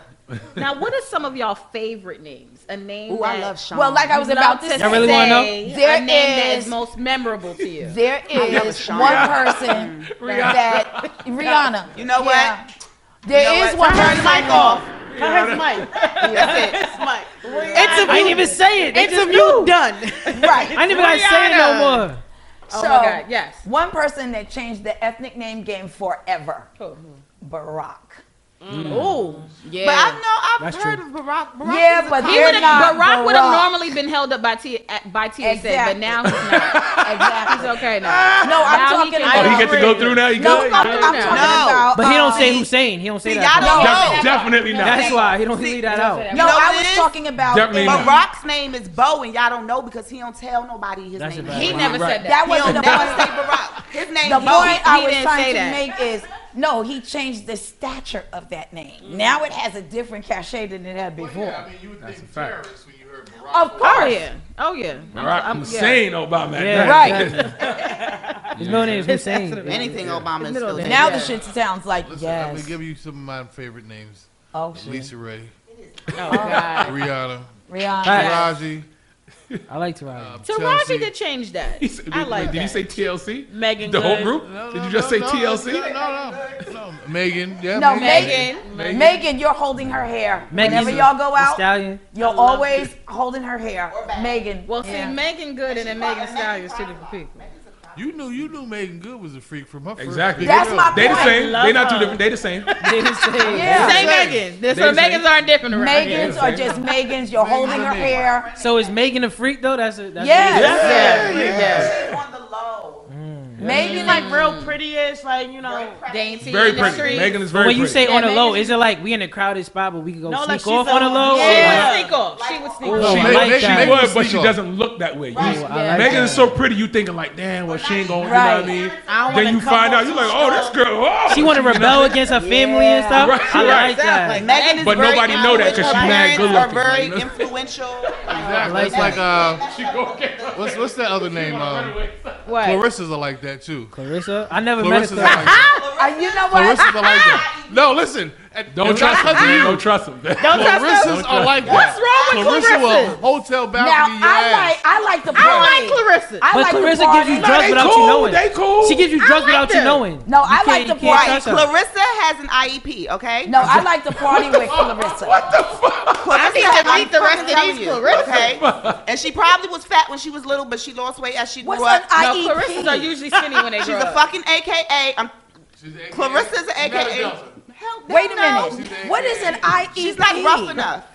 Speaker 2: Now, what are some of y'all favorite names? A name.
Speaker 5: Ooh,
Speaker 2: that
Speaker 5: I love Sean.
Speaker 1: Well, like I
Speaker 2: you
Speaker 1: was
Speaker 2: love
Speaker 1: about to
Speaker 2: to
Speaker 1: say,
Speaker 4: I really
Speaker 2: say,
Speaker 4: wanna know.
Speaker 1: There
Speaker 2: a name that is
Speaker 1: is-
Speaker 2: most memorable to you.
Speaker 1: there
Speaker 5: love
Speaker 1: is
Speaker 5: Sean.
Speaker 1: one
Speaker 5: (laughs)
Speaker 1: person that Rihanna.
Speaker 5: You know what?
Speaker 1: yeah. There
Speaker 5: You know
Speaker 1: is
Speaker 5: what?
Speaker 1: one
Speaker 5: Turn his
Speaker 1: person.
Speaker 5: mic off.
Speaker 3: Cut his mic.
Speaker 5: That's it.
Speaker 3: It's a
Speaker 4: I didn't even say it. They
Speaker 3: It's
Speaker 4: just
Speaker 3: a
Speaker 4: knew.
Speaker 3: you done.
Speaker 1: (laughs)
Speaker 5: Oh
Speaker 1: Right.
Speaker 4: I didn't even gotta say it no more.
Speaker 2: Oh
Speaker 1: so,
Speaker 2: my God, yes.
Speaker 1: One person that changed the ethnic name game forever. Barack.
Speaker 2: Ooh, yeah.
Speaker 5: But I know I've
Speaker 4: That's
Speaker 5: heard
Speaker 4: true.
Speaker 5: of Barack. Barack
Speaker 1: Yeah,
Speaker 5: is a
Speaker 1: but
Speaker 5: cop.
Speaker 2: He would
Speaker 1: they're not
Speaker 2: have Barack would have
Speaker 1: Barack.
Speaker 2: normally been held up by T by TSA, but
Speaker 1: Exactly.
Speaker 2: now he's not.
Speaker 1: Exactly. (laughs)
Speaker 5: (laughs)
Speaker 2: He's okay now.
Speaker 1: No, I'm
Speaker 2: Now he
Speaker 1: talking
Speaker 2: can
Speaker 1: about.
Speaker 6: Oh, he get to go through now. He
Speaker 1: no,
Speaker 6: good.
Speaker 1: I'm,
Speaker 6: He
Speaker 1: I'm
Speaker 6: good?
Speaker 1: talking about.
Speaker 4: But he don't
Speaker 1: um,
Speaker 4: say Hussein. He don't say
Speaker 5: See,
Speaker 4: that.
Speaker 5: y'all don't
Speaker 6: Def-
Speaker 5: know.
Speaker 6: Definitely not.
Speaker 4: That's why he don't
Speaker 5: See,
Speaker 4: leave that out.
Speaker 1: No,
Speaker 5: You know
Speaker 1: I
Speaker 5: what it
Speaker 1: was
Speaker 5: is?
Speaker 1: talking about.
Speaker 6: Definitely
Speaker 1: um,
Speaker 6: not.
Speaker 5: Barack's name is Bo, and y'all don't know because he don't tell nobody his
Speaker 4: That's
Speaker 5: name.
Speaker 4: a bad
Speaker 2: He
Speaker 5: He
Speaker 2: never
Speaker 6: Right.
Speaker 2: said
Speaker 1: That
Speaker 2: that.
Speaker 5: he don't
Speaker 1: wasn't the
Speaker 5: never
Speaker 1: point.
Speaker 5: say Barack. His name
Speaker 1: The
Speaker 5: is Bo.
Speaker 1: point I
Speaker 2: he
Speaker 1: was
Speaker 2: didn't say
Speaker 1: trying to
Speaker 2: that.
Speaker 1: make is no, he changed the stature of that name. Now it has a different cachet than it had before.
Speaker 7: I mean, you would
Speaker 6: That's a
Speaker 7: think
Speaker 6: fact.
Speaker 7: terrorists when you heard Barack.
Speaker 1: Of
Speaker 2: Oh
Speaker 1: course.
Speaker 2: yeah. Oh yeah.
Speaker 6: Barack
Speaker 2: I'm-
Speaker 6: Hussein Obama. at
Speaker 4: Yeah,
Speaker 6: that.
Speaker 1: Right.
Speaker 4: (laughs) His middle name is Hussein.
Speaker 5: Anything Obama is
Speaker 2: Middle
Speaker 5: still
Speaker 2: name.
Speaker 1: Now
Speaker 5: there.
Speaker 1: the shit sounds like
Speaker 7: Listen, I'm gonna
Speaker 1: yes.
Speaker 7: give you some of my favorite names:
Speaker 1: Oh shit.
Speaker 7: Lisa Ray,
Speaker 2: Oh god.
Speaker 7: Rihanna,
Speaker 1: Rihanna.
Speaker 4: Right.
Speaker 7: Taraji.
Speaker 4: I like Taraji. (laughs)
Speaker 7: um, Chelsea.
Speaker 2: Taraji did change that.
Speaker 6: He said-
Speaker 2: I
Speaker 6: wait,
Speaker 2: like
Speaker 6: Did you
Speaker 2: that.
Speaker 6: say TLC?
Speaker 3: Megan
Speaker 6: The whole
Speaker 3: Good.
Speaker 6: group?
Speaker 7: No,
Speaker 6: Did
Speaker 7: no,
Speaker 6: you just
Speaker 7: no,
Speaker 6: say
Speaker 7: no,
Speaker 6: TLC?
Speaker 7: No, no, no, no. Megan. Yeah,
Speaker 1: No,
Speaker 2: Megan.
Speaker 1: Megan, you're holding her hair.
Speaker 4: Megan,
Speaker 1: Whenever y'all go
Speaker 4: the
Speaker 1: out,
Speaker 4: stallion.
Speaker 1: you're always holding her hair. Megan.
Speaker 2: Well, see,
Speaker 1: Yeah.
Speaker 2: Megan Good and then Megan Stallion is two different people.
Speaker 7: You knew you knew Megan Good was a freak from her first
Speaker 6: Exactly.
Speaker 7: big
Speaker 1: That's
Speaker 7: show.
Speaker 1: my
Speaker 6: They the
Speaker 1: point.
Speaker 6: same.
Speaker 3: love
Speaker 6: They not
Speaker 3: her.
Speaker 6: two different. They the same.
Speaker 4: They didn't say it.
Speaker 1: Yeah.
Speaker 2: Say Megan. This- So
Speaker 6: They say-
Speaker 2: Megans aren't different around here.
Speaker 1: Megans are just Megans. You're holding her hair.
Speaker 4: So is Megan a freak though? That's a that's
Speaker 1: Yes.
Speaker 4: A,
Speaker 2: Yeah. Yeah.
Speaker 5: She's on the low.
Speaker 6: Yeah.
Speaker 1: Maybe
Speaker 3: She's
Speaker 1: like
Speaker 3: like real pretty-ish, like you know.
Speaker 2: Dainty
Speaker 6: Very
Speaker 2: in the
Speaker 6: pretty.
Speaker 2: streets.
Speaker 6: Megan is very
Speaker 4: when
Speaker 6: pretty.
Speaker 4: you say
Speaker 2: Yeah,
Speaker 4: on a
Speaker 2: maybe
Speaker 4: low,
Speaker 2: she-
Speaker 4: is it like we in a crowded spot but we can go
Speaker 3: No, like
Speaker 4: sneak
Speaker 3: she's
Speaker 4: off
Speaker 3: a-
Speaker 4: on a low?
Speaker 2: Yeah,
Speaker 4: Or
Speaker 2: sneak off. She would sneak
Speaker 4: Ooh,
Speaker 2: off.
Speaker 4: I
Speaker 6: she,
Speaker 4: like
Speaker 6: may-
Speaker 4: that.
Speaker 6: she would, but
Speaker 7: Sneak
Speaker 6: she
Speaker 7: off.
Speaker 6: doesn't look that way. You-
Speaker 4: like, Ooh, I like
Speaker 6: Megan is
Speaker 4: that.
Speaker 6: so pretty, you thinking like, damn, well, she ain't gonna, you
Speaker 1: Right.
Speaker 6: know what
Speaker 3: I
Speaker 6: I
Speaker 3: don't
Speaker 6: mean? Then
Speaker 3: wanna
Speaker 6: you
Speaker 3: come
Speaker 6: find
Speaker 3: on
Speaker 6: out, you're
Speaker 3: too
Speaker 6: like, oh, this girl, oh.
Speaker 4: She want to
Speaker 6: (laughs)
Speaker 4: rebel against her family and
Speaker 1: Yeah.
Speaker 4: stuff. I
Speaker 6: Right,
Speaker 4: like
Speaker 6: right.
Speaker 4: that.
Speaker 5: Megan is
Speaker 6: But
Speaker 5: very
Speaker 6: nobody know that 'cause she
Speaker 5: influential.
Speaker 6: mad good
Speaker 5: Her
Speaker 6: looking,
Speaker 5: parents are
Speaker 6: like,
Speaker 5: very influential.
Speaker 7: Exactly. It's like uh, what's what's that other name? Um,
Speaker 2: What?
Speaker 7: Clarissa's are like that too.
Speaker 4: Clarissa, I never
Speaker 7: Clarissa's are
Speaker 4: met her.
Speaker 7: like that.
Speaker 1: Uh, you know what?
Speaker 7: Clarissa's are like that. No, listen.
Speaker 6: Don't trust him. man. Don't trust him.
Speaker 2: Don't touch
Speaker 7: Clarissa's
Speaker 2: those.
Speaker 7: are like that.
Speaker 2: What's wrong with
Speaker 7: Clarissa will
Speaker 2: Clarissas?
Speaker 7: hotel
Speaker 1: Now
Speaker 7: balcony your
Speaker 1: I
Speaker 7: ass.
Speaker 1: like I like the party.
Speaker 2: I like Clarissa.
Speaker 1: I
Speaker 4: But
Speaker 1: like the
Speaker 4: Clarissa
Speaker 1: party.
Speaker 4: gives you
Speaker 1: No,
Speaker 4: drugs
Speaker 1: they
Speaker 4: without
Speaker 1: cool.
Speaker 4: you knowing.
Speaker 6: They cool.
Speaker 4: She
Speaker 6: (laughs)
Speaker 4: gives you drugs without you
Speaker 2: them.
Speaker 4: knowing.
Speaker 1: No, I
Speaker 4: You
Speaker 1: like
Speaker 4: can't-
Speaker 1: the
Speaker 4: you can't
Speaker 1: bright
Speaker 5: Right.
Speaker 4: touch her.
Speaker 5: Clarissa has an IEP, okay?
Speaker 1: No, I like the party
Speaker 6: (laughs)
Speaker 1: with Clarissa.
Speaker 2: I
Speaker 5: Clarissa
Speaker 2: need to
Speaker 5: has an
Speaker 2: meet the
Speaker 5: IEP,
Speaker 2: rest
Speaker 5: I'm
Speaker 2: of
Speaker 5: telling
Speaker 2: these
Speaker 5: you,
Speaker 2: Clarissas.
Speaker 4: (laughs)
Speaker 5: Okay? And she probably was fat when she was little, but she lost weight as she grew
Speaker 1: What's
Speaker 5: up.
Speaker 1: an E IEP?
Speaker 2: No, Clarissas are usually skinny when they
Speaker 5: She's
Speaker 2: grow
Speaker 5: a
Speaker 2: up.
Speaker 5: fucking AKA. I'm, Clarissa's an
Speaker 7: She's not a
Speaker 5: AKA.
Speaker 7: Delta.
Speaker 5: Hell,
Speaker 1: Wait a
Speaker 5: no.
Speaker 1: minute. What is an IEP?
Speaker 5: She's not rough enough.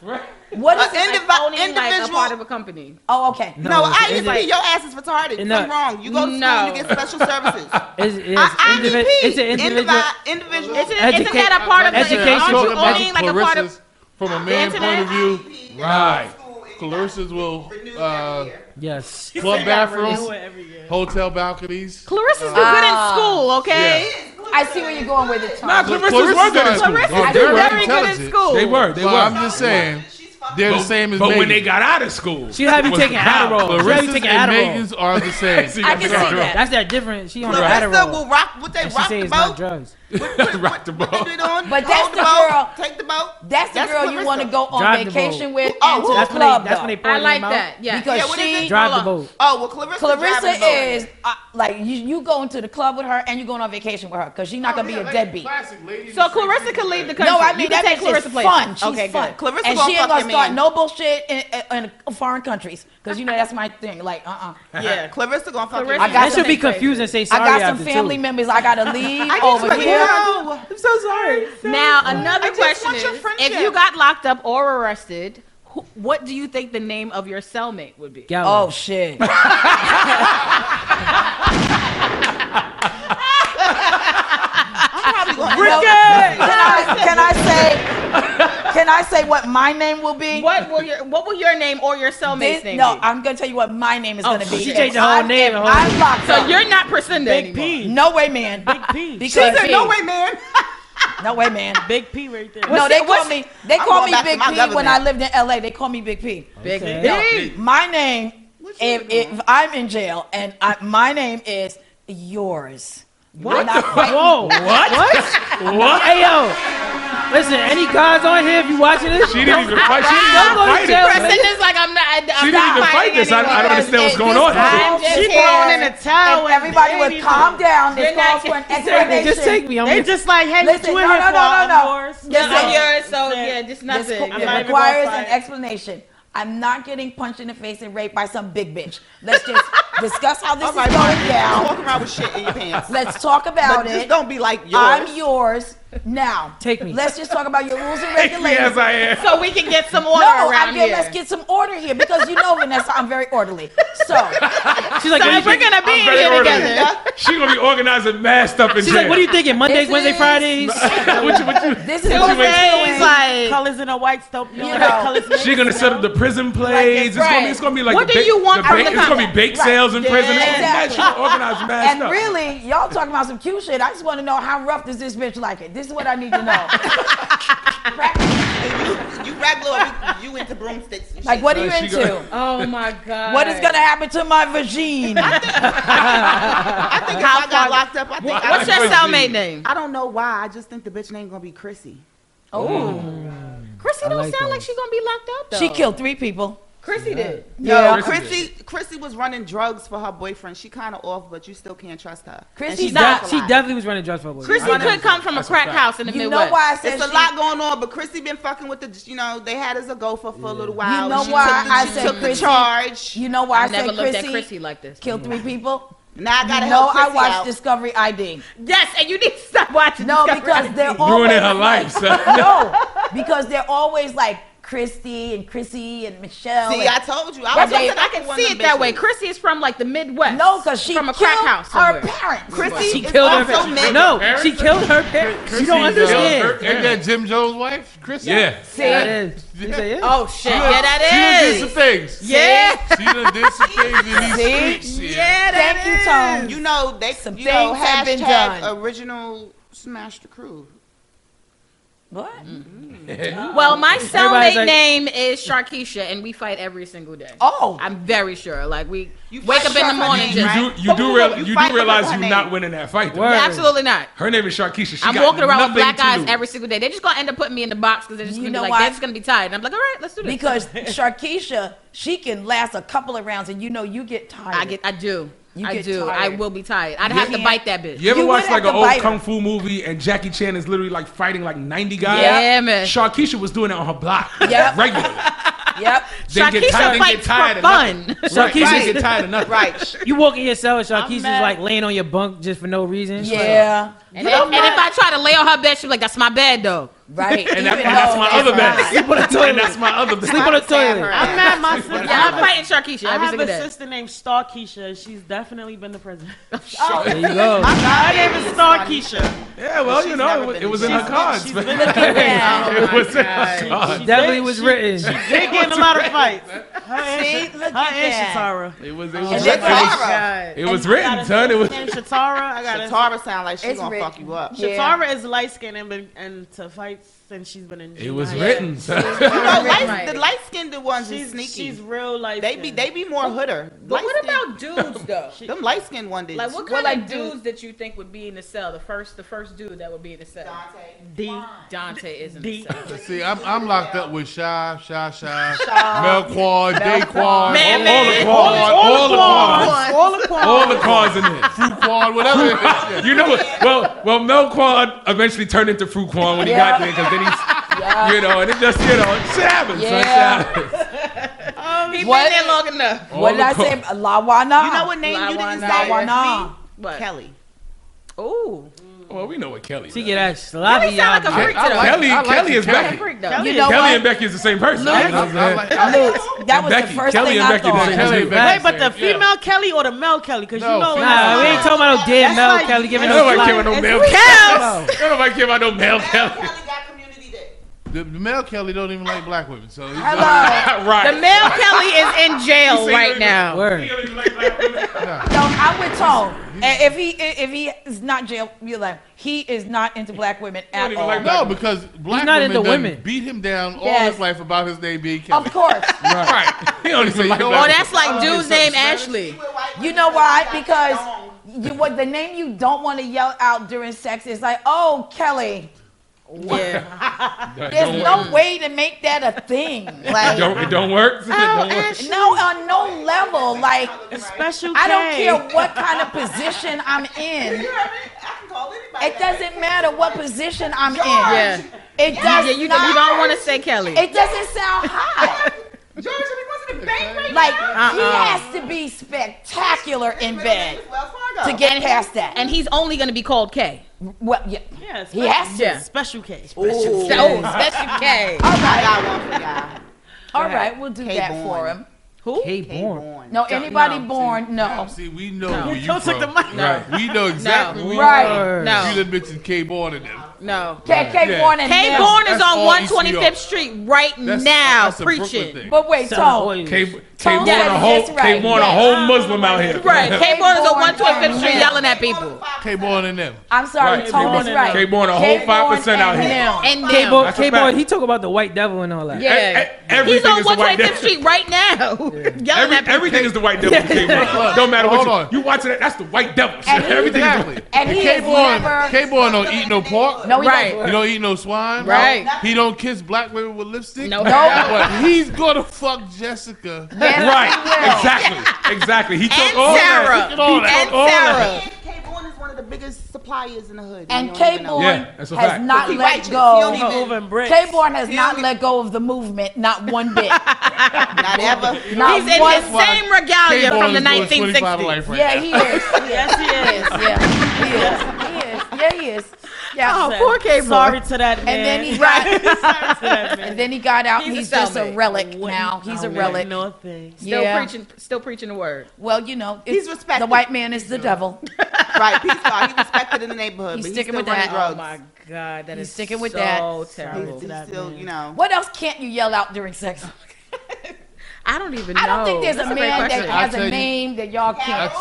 Speaker 1: What is
Speaker 5: An
Speaker 1: an E
Speaker 5: indivi-
Speaker 2: Only like a
Speaker 5: individual.
Speaker 2: part of a company.
Speaker 1: Oh, okay.
Speaker 5: no,
Speaker 4: it's-
Speaker 5: IEP,
Speaker 4: it's like-
Speaker 5: your ass is retarded.
Speaker 4: It's
Speaker 5: Something
Speaker 4: not-
Speaker 5: wrong. You go to school,
Speaker 2: No.
Speaker 5: you get special services.
Speaker 4: (laughs) It's, it's,
Speaker 5: I-
Speaker 4: individ-
Speaker 5: IEP.
Speaker 4: it's an individual.
Speaker 5: Indivi- individual.
Speaker 2: Isn't,
Speaker 4: Educate-
Speaker 2: isn't that a part of
Speaker 4: Education
Speaker 2: The, aren't you
Speaker 4: to-
Speaker 2: only like a part
Speaker 7: Clarissa's,
Speaker 2: of?
Speaker 7: from a man point of view,
Speaker 5: IEP.
Speaker 7: right.
Speaker 5: School, it
Speaker 7: Clarissa's will
Speaker 5: renews
Speaker 7: uh,
Speaker 5: every year.
Speaker 4: Yes.
Speaker 7: club bathrooms,
Speaker 3: every year.
Speaker 7: hotel balconies.
Speaker 2: Clarissa's were good in school, okay?
Speaker 1: I see where you're going with it, Tom.
Speaker 6: Nah,
Speaker 7: Cla-
Speaker 6: Clarissa's were good in
Speaker 7: Clarissa's
Speaker 6: school.
Speaker 7: are-
Speaker 2: Clarissa's
Speaker 7: they're
Speaker 2: were very good in
Speaker 7: intelligent.
Speaker 2: school.
Speaker 6: They were. They
Speaker 7: But
Speaker 6: were.
Speaker 7: I'm just saying,
Speaker 5: She's fucking
Speaker 7: they're the same as
Speaker 6: But
Speaker 7: Megan.
Speaker 6: when they got out of school,
Speaker 4: She had me
Speaker 6: was
Speaker 4: taking
Speaker 6: wild.
Speaker 4: Adderall. She had me
Speaker 7: Clarissa's
Speaker 4: taking
Speaker 7: and
Speaker 4: Adderall.
Speaker 7: Megan's are
Speaker 2: (laughs)
Speaker 7: the same.
Speaker 6: See,
Speaker 1: I can
Speaker 6: got
Speaker 1: see
Speaker 6: drunk.
Speaker 1: that.
Speaker 4: That's that different. She on her
Speaker 5: Clarissa will
Speaker 4: Adderall.
Speaker 5: rock. Would they
Speaker 4: And she
Speaker 5: rock
Speaker 4: say
Speaker 5: the
Speaker 4: it's not
Speaker 5: boat?
Speaker 4: drugs. (laughs)
Speaker 6: (laughs) Rock the ball.
Speaker 5: Put it on,
Speaker 1: But
Speaker 5: hold
Speaker 1: that's
Speaker 5: the
Speaker 1: the
Speaker 5: boat,
Speaker 1: girl-
Speaker 5: Take the boat.
Speaker 1: That's the girl you
Speaker 5: Clarissa.
Speaker 1: want to go on
Speaker 4: Drive the
Speaker 1: vacation
Speaker 4: boat.
Speaker 1: with
Speaker 5: Oh,
Speaker 1: into the
Speaker 4: That's when
Speaker 1: club.
Speaker 4: they. That's when
Speaker 1: though.
Speaker 4: they pour it
Speaker 2: I
Speaker 4: in
Speaker 2: like
Speaker 4: your
Speaker 2: that. Yeah.
Speaker 1: because
Speaker 5: Yeah, what is
Speaker 1: she
Speaker 5: it?
Speaker 4: Drive the
Speaker 5: Hold on.
Speaker 4: boat.
Speaker 5: Oh well, Clarissa.
Speaker 1: Clarissa
Speaker 5: driving the boat.
Speaker 1: is uh, like you, you going to the club with her and you going on vacation with her because she's not gonna be a deadbeat.
Speaker 2: So Clarissa can leave the country.
Speaker 1: No, I
Speaker 2: you
Speaker 1: mean that
Speaker 2: can take
Speaker 1: bitch
Speaker 2: Clarissa
Speaker 1: is
Speaker 2: places.
Speaker 1: fun. She's
Speaker 2: okay,
Speaker 1: fun.
Speaker 2: Good.
Speaker 5: Clarissa
Speaker 1: and
Speaker 5: gonna
Speaker 1: she ain't
Speaker 5: fuck
Speaker 1: gonna
Speaker 5: your
Speaker 1: start
Speaker 5: man.
Speaker 1: no bullshit in, in, in foreign countries because you know that's my thing. Like, uh, uh
Speaker 5: (laughs)
Speaker 3: Yeah.
Speaker 5: Clarissa gonna fuck
Speaker 2: Clarissa-
Speaker 5: Clarissa.
Speaker 1: I got
Speaker 4: That
Speaker 1: some.
Speaker 4: should be
Speaker 2: something
Speaker 4: confused and say
Speaker 1: I
Speaker 4: sorry
Speaker 1: got some
Speaker 4: after,
Speaker 1: family
Speaker 4: too.
Speaker 1: members I gotta leave over
Speaker 5: But
Speaker 1: here.
Speaker 5: no,
Speaker 4: I'm so sorry.
Speaker 2: Now another
Speaker 5: just want
Speaker 2: question
Speaker 5: your
Speaker 2: is:
Speaker 5: friendship.
Speaker 2: If you got locked up or arrested, who, what do you think the name of your cellmate would be?
Speaker 1: Oh
Speaker 4: Gallo.
Speaker 1: shit.
Speaker 5: probably gonna
Speaker 1: Well,
Speaker 5: end up-
Speaker 1: Can I, can I say? Can I say what my name will be?
Speaker 2: What will your What will your name or your cellmate's
Speaker 1: This,
Speaker 2: name?
Speaker 1: no,
Speaker 2: be?
Speaker 1: I'm gonna tell you what my name is
Speaker 2: Oh,
Speaker 1: gonna be.
Speaker 4: she
Speaker 1: If
Speaker 4: changed her whole
Speaker 1: I'm-
Speaker 4: name
Speaker 1: if
Speaker 4: and
Speaker 1: I'm
Speaker 4: whole-
Speaker 1: locked
Speaker 2: so
Speaker 1: up.
Speaker 2: you're not Priscinda
Speaker 3: Big
Speaker 2: anymore.
Speaker 3: P.
Speaker 1: No way, man.
Speaker 3: Big P.
Speaker 1: Because
Speaker 5: She said, "No way,
Speaker 1: (laughs)
Speaker 5: man."
Speaker 1: No way,
Speaker 5: (laughs)
Speaker 1: man.
Speaker 3: Big P right there.
Speaker 1: no, they call
Speaker 5: what's-
Speaker 1: me. They
Speaker 5: I'm
Speaker 1: call
Speaker 5: going
Speaker 1: me
Speaker 5: back to
Speaker 1: Big
Speaker 5: my
Speaker 1: P when
Speaker 5: government.
Speaker 1: I lived in L.A. They call me Big P.
Speaker 2: Big
Speaker 4: Okay.
Speaker 2: P.
Speaker 1: My name. If, if I'm in jail and I, my name is yours. What?
Speaker 4: Whoa. What? What? Hey yo. Listen, any guys on here? If you watching this,
Speaker 6: She didn't even fight. She didn't
Speaker 4: Don't
Speaker 6: even
Speaker 4: go to
Speaker 6: fight
Speaker 4: jail,
Speaker 6: it.
Speaker 4: man.
Speaker 2: Priscinda's like I'm not. I'm
Speaker 6: She didn't
Speaker 2: not
Speaker 6: even
Speaker 2: fighting
Speaker 6: fight this. I, I don't
Speaker 2: anyone.
Speaker 6: understand what's going on. here.
Speaker 2: I'm just
Speaker 1: She
Speaker 2: thrown
Speaker 1: here,
Speaker 2: in a towel.
Speaker 1: And everybody
Speaker 3: They
Speaker 1: would
Speaker 3: ain't
Speaker 1: calm
Speaker 3: even-
Speaker 1: down. This
Speaker 2: They're not
Speaker 1: calls for an
Speaker 2: gonna take
Speaker 4: Take me.
Speaker 1: explanation.
Speaker 4: Just take me. I'm
Speaker 3: They
Speaker 4: here.
Speaker 3: just like, hey,
Speaker 1: Listen,
Speaker 3: what you
Speaker 1: no,
Speaker 3: in
Speaker 1: no,
Speaker 3: here
Speaker 1: no, no,
Speaker 3: for?
Speaker 1: no.
Speaker 3: I'm yours.
Speaker 1: Yes,
Speaker 2: I'm
Speaker 1: No.
Speaker 2: yours, so
Speaker 3: That's
Speaker 2: yeah,
Speaker 3: it.
Speaker 2: just
Speaker 1: This
Speaker 2: nothing.
Speaker 1: co-
Speaker 3: I'm
Speaker 1: it
Speaker 3: not even
Speaker 1: requires
Speaker 3: gonna
Speaker 1: an
Speaker 3: fight.
Speaker 1: explanation. I'm not getting punched in the face and raped by some big bitch. Let's just discuss how this
Speaker 5: All
Speaker 1: is
Speaker 5: right,
Speaker 1: going
Speaker 5: Martin,
Speaker 1: down.
Speaker 5: walk around with shit in your pants.
Speaker 1: Let's talk about
Speaker 5: But
Speaker 1: it.
Speaker 5: just don't be like yours.
Speaker 1: I'm yours now.
Speaker 4: Take me.
Speaker 1: Let's just talk about your rules and
Speaker 6: (laughs) Take me
Speaker 1: regulations.
Speaker 6: as I am.
Speaker 2: so we can get some order
Speaker 1: no,
Speaker 2: around
Speaker 1: I get,
Speaker 2: here.
Speaker 1: let's get some order here because you know, Vanessa, I'm very orderly. So,
Speaker 4: She's like,
Speaker 2: so if
Speaker 4: what do you
Speaker 2: we're
Speaker 4: think-
Speaker 2: gonna be in
Speaker 6: I'm very
Speaker 2: here
Speaker 6: orderly.
Speaker 2: together.
Speaker 6: She gonna be organizing mad stuff in
Speaker 4: She's
Speaker 6: jail.
Speaker 4: like, what are you thinking? Mondays,
Speaker 1: This
Speaker 4: Wednesday,
Speaker 1: is-
Speaker 4: Fridays.
Speaker 6: (laughs) what you, what you,
Speaker 1: this is
Speaker 6: what
Speaker 1: what
Speaker 6: you waiting-
Speaker 2: Tuesdays, like,
Speaker 3: colors in a white soap. You
Speaker 1: You
Speaker 3: know,
Speaker 1: know.
Speaker 3: colors mixed,
Speaker 6: She gonna set up the prison plays. it's gonna be, it's gonna be like
Speaker 2: What
Speaker 6: the
Speaker 2: do
Speaker 6: bake-
Speaker 2: you want
Speaker 6: the
Speaker 2: from
Speaker 6: bake-
Speaker 2: the
Speaker 6: It's gonna be bake
Speaker 1: Right.
Speaker 6: sales in prison.
Speaker 1: Yeah.
Speaker 6: It's gonna be mad. She gonna organize mad
Speaker 1: And
Speaker 6: stuff.
Speaker 1: really, y'all talking about some cute shit. I just want to know how rough does this bitch like it. This is what I need to know.
Speaker 5: you raglo, you into broomsticks. and
Speaker 1: Like,
Speaker 5: shit.
Speaker 1: what are you
Speaker 6: She
Speaker 1: into?
Speaker 6: gonna-
Speaker 2: Oh my god.
Speaker 1: What is gonna happen to my vagina?
Speaker 5: I think if I got locked up, I think I,
Speaker 2: What's your cellmate name?
Speaker 5: I don't know why. I just think the bitch name gonna be
Speaker 3: (laughs)
Speaker 5: Chrissy.
Speaker 1: Oh,
Speaker 2: Chrissy don't
Speaker 4: like
Speaker 2: sound
Speaker 4: that.
Speaker 2: like she's gonna be locked up though.
Speaker 1: she killed three people.
Speaker 2: Chrissy did.
Speaker 5: No,
Speaker 6: Chrissy
Speaker 5: Chrissy. Chrissy was running drugs for her boyfriend. She kind of off, but you still can't trust her. And
Speaker 1: Chrissy's
Speaker 5: she
Speaker 4: She,
Speaker 5: does
Speaker 4: de-
Speaker 5: a
Speaker 4: she
Speaker 5: lot.
Speaker 4: definitely was running drugs for a boy.
Speaker 2: Chrissy could come from a crack house in the
Speaker 1: You
Speaker 2: Midwest.
Speaker 1: know why I said
Speaker 5: It's a
Speaker 1: she-
Speaker 5: lot going on, but Chrissy been fucking with the, you know, they had us a gopher for a little while.
Speaker 1: You know
Speaker 5: she
Speaker 1: why
Speaker 5: took the,
Speaker 1: I
Speaker 5: she
Speaker 1: said
Speaker 5: took
Speaker 1: Chrissy?
Speaker 5: the charge.
Speaker 1: You know why I,
Speaker 2: I never
Speaker 1: said
Speaker 2: looked
Speaker 1: Chrissy,
Speaker 2: at Chrissy like this.
Speaker 1: killed three people?
Speaker 5: Now I gotta
Speaker 1: you know
Speaker 5: help
Speaker 1: I
Speaker 5: Chrissy
Speaker 1: watched
Speaker 5: out.
Speaker 1: Discovery ID.
Speaker 2: Yes, and you need to stop
Speaker 1: (laughs)
Speaker 2: watching.
Speaker 1: No,
Speaker 2: Discovery
Speaker 1: because
Speaker 2: Island. (laughs)
Speaker 1: they're always
Speaker 6: (laughs) ruining her life. son.
Speaker 1: no, because they're always like Christy and Chrissy and Michelle.
Speaker 5: See,
Speaker 1: and-
Speaker 5: I told you. I
Speaker 2: That's what I'm
Speaker 5: was just
Speaker 2: saying. I can see it that way. Chrissy is from like the Midwest.
Speaker 1: no, because she
Speaker 2: from a crack
Speaker 1: killed
Speaker 2: house.
Speaker 1: her
Speaker 2: somewhere.
Speaker 1: parents.
Speaker 5: Chrissy
Speaker 4: She
Speaker 5: is
Speaker 4: killed her
Speaker 5: also
Speaker 4: parents.
Speaker 5: many.
Speaker 4: No, she killed her parents. You don't understand.
Speaker 7: Ain't that Jim Jones' wife, Chrissy?
Speaker 6: Yeah.
Speaker 4: That
Speaker 7: (laughs)
Speaker 4: is. You say it?
Speaker 2: Oh shit!
Speaker 7: She
Speaker 2: Yeah,
Speaker 7: done-
Speaker 2: that
Speaker 7: She done did
Speaker 2: is.
Speaker 7: some things.
Speaker 2: Yeah.
Speaker 7: She done did some things in these streets. Yeah.
Speaker 2: Yeah, that
Speaker 1: Thank you,
Speaker 2: is.
Speaker 1: Tony.
Speaker 5: Um, You know, they
Speaker 1: Some
Speaker 5: you know,
Speaker 1: things have been done.
Speaker 5: hashtag original Smash the Crew.
Speaker 1: What?
Speaker 2: Mm. Well, my
Speaker 4: Everybody's
Speaker 2: cellmate
Speaker 4: like-
Speaker 2: name is Sharkeisha, and we fight every single day.
Speaker 1: Oh,
Speaker 2: (laughs) I'm very sure. Like we
Speaker 5: You
Speaker 2: wake up
Speaker 5: fight
Speaker 2: in the
Speaker 5: Sharkeisha,
Speaker 2: morning.
Speaker 6: You
Speaker 2: Just,
Speaker 5: right?
Speaker 6: do, you do,
Speaker 5: But
Speaker 6: real,
Speaker 5: you
Speaker 6: you
Speaker 5: fight
Speaker 6: do
Speaker 5: with
Speaker 6: realize
Speaker 5: her
Speaker 6: you're
Speaker 5: name.
Speaker 6: not winning that fight. though.
Speaker 4: Word.
Speaker 2: absolutely not.
Speaker 6: Her name is Sharkeisha. She
Speaker 2: I'm
Speaker 6: got
Speaker 2: walking around with black
Speaker 6: nothing to
Speaker 2: eyes
Speaker 6: do.
Speaker 2: every single day. They're just gonna end up putting me in the box because they're just
Speaker 1: You
Speaker 2: gonna
Speaker 1: know
Speaker 2: be like,
Speaker 1: why?
Speaker 2: they're just gonna be tired. And I'm like, all right, let's do this.
Speaker 1: because Sharkeisha, she can last a couple of rounds, and you know you get tired.
Speaker 2: I get, I do,
Speaker 1: You
Speaker 2: I
Speaker 1: get
Speaker 2: do. I
Speaker 1: tired.
Speaker 2: will be tired. I'd
Speaker 1: You
Speaker 2: have to
Speaker 1: can't-
Speaker 2: bite that bitch.
Speaker 6: You ever
Speaker 1: You
Speaker 6: watch
Speaker 1: would
Speaker 6: like
Speaker 1: have
Speaker 6: an
Speaker 1: to
Speaker 6: old
Speaker 1: bite her.
Speaker 6: kung fu movie and Jackie Chan is literally like fighting like 90 guys?
Speaker 2: Yeah, man.
Speaker 6: Sharkeisha was doing it on her block.
Speaker 1: Yep.
Speaker 6: Regularly.
Speaker 1: Yep.
Speaker 6: They
Speaker 2: Sharkeisha
Speaker 6: get tired, they get
Speaker 2: fights
Speaker 6: tired
Speaker 2: for
Speaker 6: of nothing.
Speaker 2: fun.
Speaker 6: Right. They
Speaker 4: Sharkeisha-
Speaker 6: get tired of
Speaker 5: (laughs)
Speaker 6: nothing.
Speaker 5: Right.
Speaker 4: You walk in your cell and Sharkeisha's
Speaker 3: mad.
Speaker 4: like laying on your bunk just for no reason.
Speaker 1: Yeah.
Speaker 2: (laughs) And, if, and if I try to lay on her bed, she's like, that's my bed though.
Speaker 1: Right.
Speaker 6: And, that,
Speaker 1: Even
Speaker 6: and that's
Speaker 1: though
Speaker 6: my
Speaker 1: it's
Speaker 6: other
Speaker 1: not.
Speaker 6: bad. Sleep on the toilet. And that's my other bad.
Speaker 4: Sleep on the
Speaker 5: Stab her
Speaker 4: toilet.
Speaker 5: ass.
Speaker 3: I'm mad my sister. I
Speaker 2: Yeah,
Speaker 3: have
Speaker 2: I'm
Speaker 3: a-
Speaker 2: fighting Sharkeisha
Speaker 3: I
Speaker 2: every
Speaker 3: have
Speaker 2: single
Speaker 3: a
Speaker 2: day.
Speaker 3: sister named Star Keisha, and she's definitely been the president.
Speaker 4: There you go.
Speaker 3: Her name is Star Keisha.
Speaker 6: Yeah, well, you know, it was, it was in her cards.
Speaker 3: She's
Speaker 6: man. (laughs)
Speaker 3: been yeah.
Speaker 6: It was in her (laughs) cards.
Speaker 4: Definitely was written.
Speaker 3: They're getting a lot of fights. Her and,
Speaker 1: See,
Speaker 3: Sha-
Speaker 1: look
Speaker 3: her
Speaker 1: at
Speaker 3: and
Speaker 1: that.
Speaker 3: Shatara.
Speaker 6: It was, it
Speaker 1: And
Speaker 6: was
Speaker 1: that's
Speaker 6: written.
Speaker 1: Tara.
Speaker 6: It was
Speaker 3: I got
Speaker 6: written,
Speaker 3: a
Speaker 6: son. It was.
Speaker 3: sister named Shatara. I got a
Speaker 5: Tara sound like she's
Speaker 1: It's
Speaker 5: gonna
Speaker 1: written.
Speaker 5: fuck you up.
Speaker 1: Yeah.
Speaker 3: Shatara is light skinned and been and to fights since she's been in.
Speaker 6: It was
Speaker 3: juvie.
Speaker 6: written, son.
Speaker 5: You know,
Speaker 2: Right.
Speaker 5: light, the light skinned ones is
Speaker 3: She's
Speaker 5: sneaky.
Speaker 3: she's real light.
Speaker 5: they be they be more hooder.
Speaker 2: But what
Speaker 5: Light-skinned-
Speaker 2: about dudes though?
Speaker 5: them light skinned one did?
Speaker 2: Like what
Speaker 1: Well,
Speaker 2: kind
Speaker 1: like
Speaker 2: of dudes that you think would be in the cell? The first, the first dude that would be in the cell.
Speaker 3: D
Speaker 2: Dante is in the
Speaker 3: D. (laughs)
Speaker 2: cell.
Speaker 7: See, I'm, I'm locked up with Shy, Shy, Shy, Melquad, Dayquad, all, all
Speaker 2: Man,
Speaker 7: the
Speaker 2: man.
Speaker 7: quad,
Speaker 6: All the- all the quads.
Speaker 3: All the quads.
Speaker 6: All the quads in there.
Speaker 7: Fruit Quad, whatever.
Speaker 6: (laughs)
Speaker 7: it is.
Speaker 6: You know what? Well, well, Mel Quan eventually turned into Fruit Quan when he got there because then he's, you know, and it just, you know, shit happens. son, shit
Speaker 1: Yeah.
Speaker 6: happens.
Speaker 2: Oh, He
Speaker 1: What?
Speaker 2: been there long enough.
Speaker 6: All
Speaker 1: What did
Speaker 6: the
Speaker 1: I
Speaker 6: co-
Speaker 1: say? Lawana.
Speaker 5: You know what name you didn't say?
Speaker 1: Lawana.
Speaker 2: But
Speaker 5: Kelly.
Speaker 2: ooh,
Speaker 6: Well, we know what Kelly.
Speaker 4: She
Speaker 6: is.
Speaker 4: get that
Speaker 2: he
Speaker 4: sloppy.
Speaker 2: sound like a freak to them.
Speaker 6: Kelly,
Speaker 7: I like
Speaker 6: Kelly
Speaker 7: the
Speaker 6: is
Speaker 7: Kelly.
Speaker 6: Becky.
Speaker 2: freak though.
Speaker 3: Kelly
Speaker 1: You
Speaker 3: is
Speaker 1: know
Speaker 6: Kelly
Speaker 1: what?
Speaker 6: and Becky is the same person.
Speaker 1: Look.
Speaker 6: You know what I'm saying?
Speaker 7: I like, I like,
Speaker 1: Luke, that was
Speaker 6: Becky,
Speaker 1: the first
Speaker 6: Kelly
Speaker 1: thing
Speaker 6: and
Speaker 1: I
Speaker 6: Becky
Speaker 1: thought.
Speaker 6: did Kelly and
Speaker 3: Wait,
Speaker 6: Becky.
Speaker 3: but the
Speaker 7: Yeah.
Speaker 3: female Kelly or the male Kelly? Because
Speaker 7: No,
Speaker 3: you know,
Speaker 4: Nah, we ain't talking about no dead
Speaker 3: That's
Speaker 4: Mel
Speaker 3: like-
Speaker 4: Kelly giving
Speaker 3: That's
Speaker 4: us
Speaker 6: Nobody
Speaker 3: like-
Speaker 6: care about no
Speaker 3: it's
Speaker 6: male
Speaker 3: like-
Speaker 6: Kelly. (laughs) Nobody care about no
Speaker 2: (laughs)
Speaker 6: male Kelly.
Speaker 5: Kelly got community day.
Speaker 7: the, the male Kelly don't even like black women, so he's
Speaker 2: The
Speaker 6: (laughs) Right.
Speaker 2: male Kelly is in jail right now.
Speaker 4: Word.
Speaker 1: No, I'm with Tone. And if he if he is not jail, you're like he is not into black women
Speaker 6: don't
Speaker 1: at
Speaker 6: even
Speaker 1: all.
Speaker 6: like
Speaker 7: no, because black
Speaker 4: not
Speaker 7: women,
Speaker 4: into
Speaker 7: done
Speaker 4: women.
Speaker 7: beat him down all
Speaker 1: Yes.
Speaker 7: his life about his name being Kelly.
Speaker 1: Of course.
Speaker 6: (laughs) Right. He don't even like
Speaker 7: Oh,
Speaker 2: Oh,
Speaker 6: black
Speaker 2: that's like dude's name Ashley.
Speaker 1: You know
Speaker 6: (laughs)
Speaker 1: why? Because you what the name you don't want to yell out during sex is like, oh Kelly.
Speaker 2: Yeah.
Speaker 6: women.
Speaker 1: There's
Speaker 6: Don't
Speaker 1: no
Speaker 6: work.
Speaker 1: way to make that a
Speaker 2: (laughs)
Speaker 1: thing.
Speaker 6: It
Speaker 1: Like
Speaker 6: don't, it don't work. It don't work.
Speaker 1: (laughs) no on no level. Like
Speaker 3: special.
Speaker 1: I don't
Speaker 3: K.
Speaker 1: care what kind of position I'm in.
Speaker 5: I can call anybody.
Speaker 1: It doesn't matter what position I'm in.
Speaker 2: Yeah.
Speaker 1: It
Speaker 2: Yeah,
Speaker 1: does
Speaker 2: you, you
Speaker 1: not.
Speaker 2: don't want to say Kelly.
Speaker 1: It doesn't
Speaker 6: (laughs)
Speaker 1: sound hot.
Speaker 5: George, he wasn't a bank right
Speaker 1: Like he
Speaker 2: Uh-uh.
Speaker 1: has to be spectacular in bed
Speaker 5: Wells
Speaker 1: to
Speaker 5: Fargo.
Speaker 1: get past that.
Speaker 2: And he's only going to be called K.
Speaker 1: well, yeah.
Speaker 3: Yeah,
Speaker 1: He has to.
Speaker 2: Yeah.
Speaker 3: special K.
Speaker 2: So,
Speaker 1: (laughs)
Speaker 2: special K.
Speaker 1: All right,
Speaker 5: I got one for y'all.
Speaker 1: all right, we'll do
Speaker 5: Hey,
Speaker 1: that
Speaker 5: born.
Speaker 1: for him.
Speaker 4: Hey,
Speaker 5: Hey,
Speaker 4: born.
Speaker 5: born.
Speaker 1: No, anybody
Speaker 2: no.
Speaker 1: born, no.
Speaker 7: Oh, See, we know where you
Speaker 3: Don't
Speaker 7: from.
Speaker 3: take the mic.
Speaker 7: Right. We know exactly.
Speaker 2: No.
Speaker 7: where you
Speaker 1: Right.
Speaker 7: You
Speaker 2: No,
Speaker 7: done mentioned K Born in them.
Speaker 2: no.
Speaker 1: K. K.
Speaker 7: Yeah.
Speaker 1: Born and
Speaker 2: K.
Speaker 1: them.
Speaker 2: Born is
Speaker 7: That's
Speaker 2: on
Speaker 7: all
Speaker 2: 125th
Speaker 7: ECR.
Speaker 2: Street right
Speaker 7: That's,
Speaker 2: now,
Speaker 7: that's a Brooklyn
Speaker 2: preaching.
Speaker 7: thing.
Speaker 1: But wait, Tone.
Speaker 6: K, K
Speaker 1: Tone
Speaker 6: born
Speaker 1: said
Speaker 6: a whole,
Speaker 1: that's
Speaker 6: K
Speaker 1: right.
Speaker 6: born a
Speaker 1: Yeah.
Speaker 6: whole Muslim out here.
Speaker 2: Right. K.
Speaker 1: K.
Speaker 2: Born is on
Speaker 1: Born
Speaker 2: 125th Street
Speaker 1: and
Speaker 2: yelling at people.
Speaker 7: K Born in them.
Speaker 1: I'm sorry, Tone
Speaker 6: Right.
Speaker 1: is
Speaker 3: Born and
Speaker 1: right.
Speaker 6: K born a whole
Speaker 1: K.
Speaker 6: 5% out
Speaker 1: and
Speaker 6: here.
Speaker 1: them.
Speaker 2: And
Speaker 4: K
Speaker 2: now.
Speaker 4: boy,
Speaker 6: That's a
Speaker 4: K boy,
Speaker 6: fact.
Speaker 4: he talk about the white devil and all that.
Speaker 2: Yeah.
Speaker 6: E- e-
Speaker 2: He's
Speaker 6: everything
Speaker 2: on
Speaker 6: is the
Speaker 2: 125th
Speaker 6: white devil.
Speaker 2: Street right now. (laughs) Yelling
Speaker 6: Every,
Speaker 2: at people.
Speaker 6: everything is the white devil. K born. Don't matter what
Speaker 7: Hold on.
Speaker 6: you, you watching. That, that's the white devil. shit.
Speaker 1: And he-
Speaker 6: Everything is
Speaker 7: Exactly.
Speaker 1: And he
Speaker 7: K
Speaker 1: is
Speaker 7: Born.
Speaker 1: never-
Speaker 7: K Born don't eat no pork.
Speaker 1: No, he
Speaker 2: Right.
Speaker 1: don't.
Speaker 7: He don't eat no swine.
Speaker 2: Right.
Speaker 7: He don't kiss black women with lipstick.
Speaker 2: No.
Speaker 7: But he's gonna fuck Jessica.
Speaker 1: Yes, he will.
Speaker 6: Right. Exactly. Exactly. He took
Speaker 2: And
Speaker 6: all
Speaker 2: Sarah.
Speaker 6: that. He took all
Speaker 2: And
Speaker 6: that.
Speaker 2: Sarah.
Speaker 5: K Born is one of the biggest suppliers in the hood.
Speaker 1: And
Speaker 5: You don't
Speaker 1: K.
Speaker 5: even know.
Speaker 1: Born
Speaker 6: Yeah, that's a
Speaker 1: has
Speaker 6: fact.
Speaker 1: not
Speaker 5: He
Speaker 1: let
Speaker 5: righteous. He don't
Speaker 1: go.
Speaker 5: even-
Speaker 3: Moving bricks.
Speaker 1: K. Born has
Speaker 5: He
Speaker 1: not
Speaker 5: only-
Speaker 1: let go of the movement, not one
Speaker 5: (laughs)
Speaker 1: bit.
Speaker 5: Not ever.
Speaker 1: Not
Speaker 2: He's in
Speaker 1: one.
Speaker 2: the same regalia
Speaker 7: K-Born
Speaker 2: from the
Speaker 7: is doing 25
Speaker 2: 1960s.
Speaker 7: life
Speaker 2: (laughs)
Speaker 7: right
Speaker 1: yeah,
Speaker 7: now.
Speaker 1: he is.
Speaker 3: Yes, he is.
Speaker 1: Yeah, he is. Yeah, he is. Yeah, he is. Yeah.
Speaker 2: Oh, poor K.
Speaker 3: Sorry to that man.
Speaker 1: and then he
Speaker 2: Right.
Speaker 1: got, (laughs) and then he got out.
Speaker 2: He's
Speaker 1: He's,
Speaker 2: a
Speaker 1: just a
Speaker 2: cellmate.
Speaker 1: relic now. He's a relic.
Speaker 3: No thing.
Speaker 2: Still
Speaker 1: yeah.
Speaker 2: preaching, still preaching the word.
Speaker 1: Well, you know, it's-
Speaker 5: He's respected.
Speaker 1: The white man is the devil.
Speaker 5: right, peace God. He respected in the neighborhood,
Speaker 1: He's
Speaker 5: but
Speaker 1: sticking
Speaker 5: he's still
Speaker 1: with that.
Speaker 5: running drugs.
Speaker 2: Oh my God, that is
Speaker 1: He's sticking with
Speaker 2: so
Speaker 1: that.
Speaker 2: terrible.
Speaker 5: He's, he's still, you know.
Speaker 1: What else can't you yell out during
Speaker 2: (laughs)
Speaker 1: sex?
Speaker 2: I don't even. know.
Speaker 1: I don't think there's
Speaker 2: That's
Speaker 1: a
Speaker 2: great
Speaker 1: man
Speaker 2: question.
Speaker 1: that has
Speaker 7: I'll tell
Speaker 1: a
Speaker 7: you-
Speaker 1: name that y'all
Speaker 7: I,
Speaker 1: can't.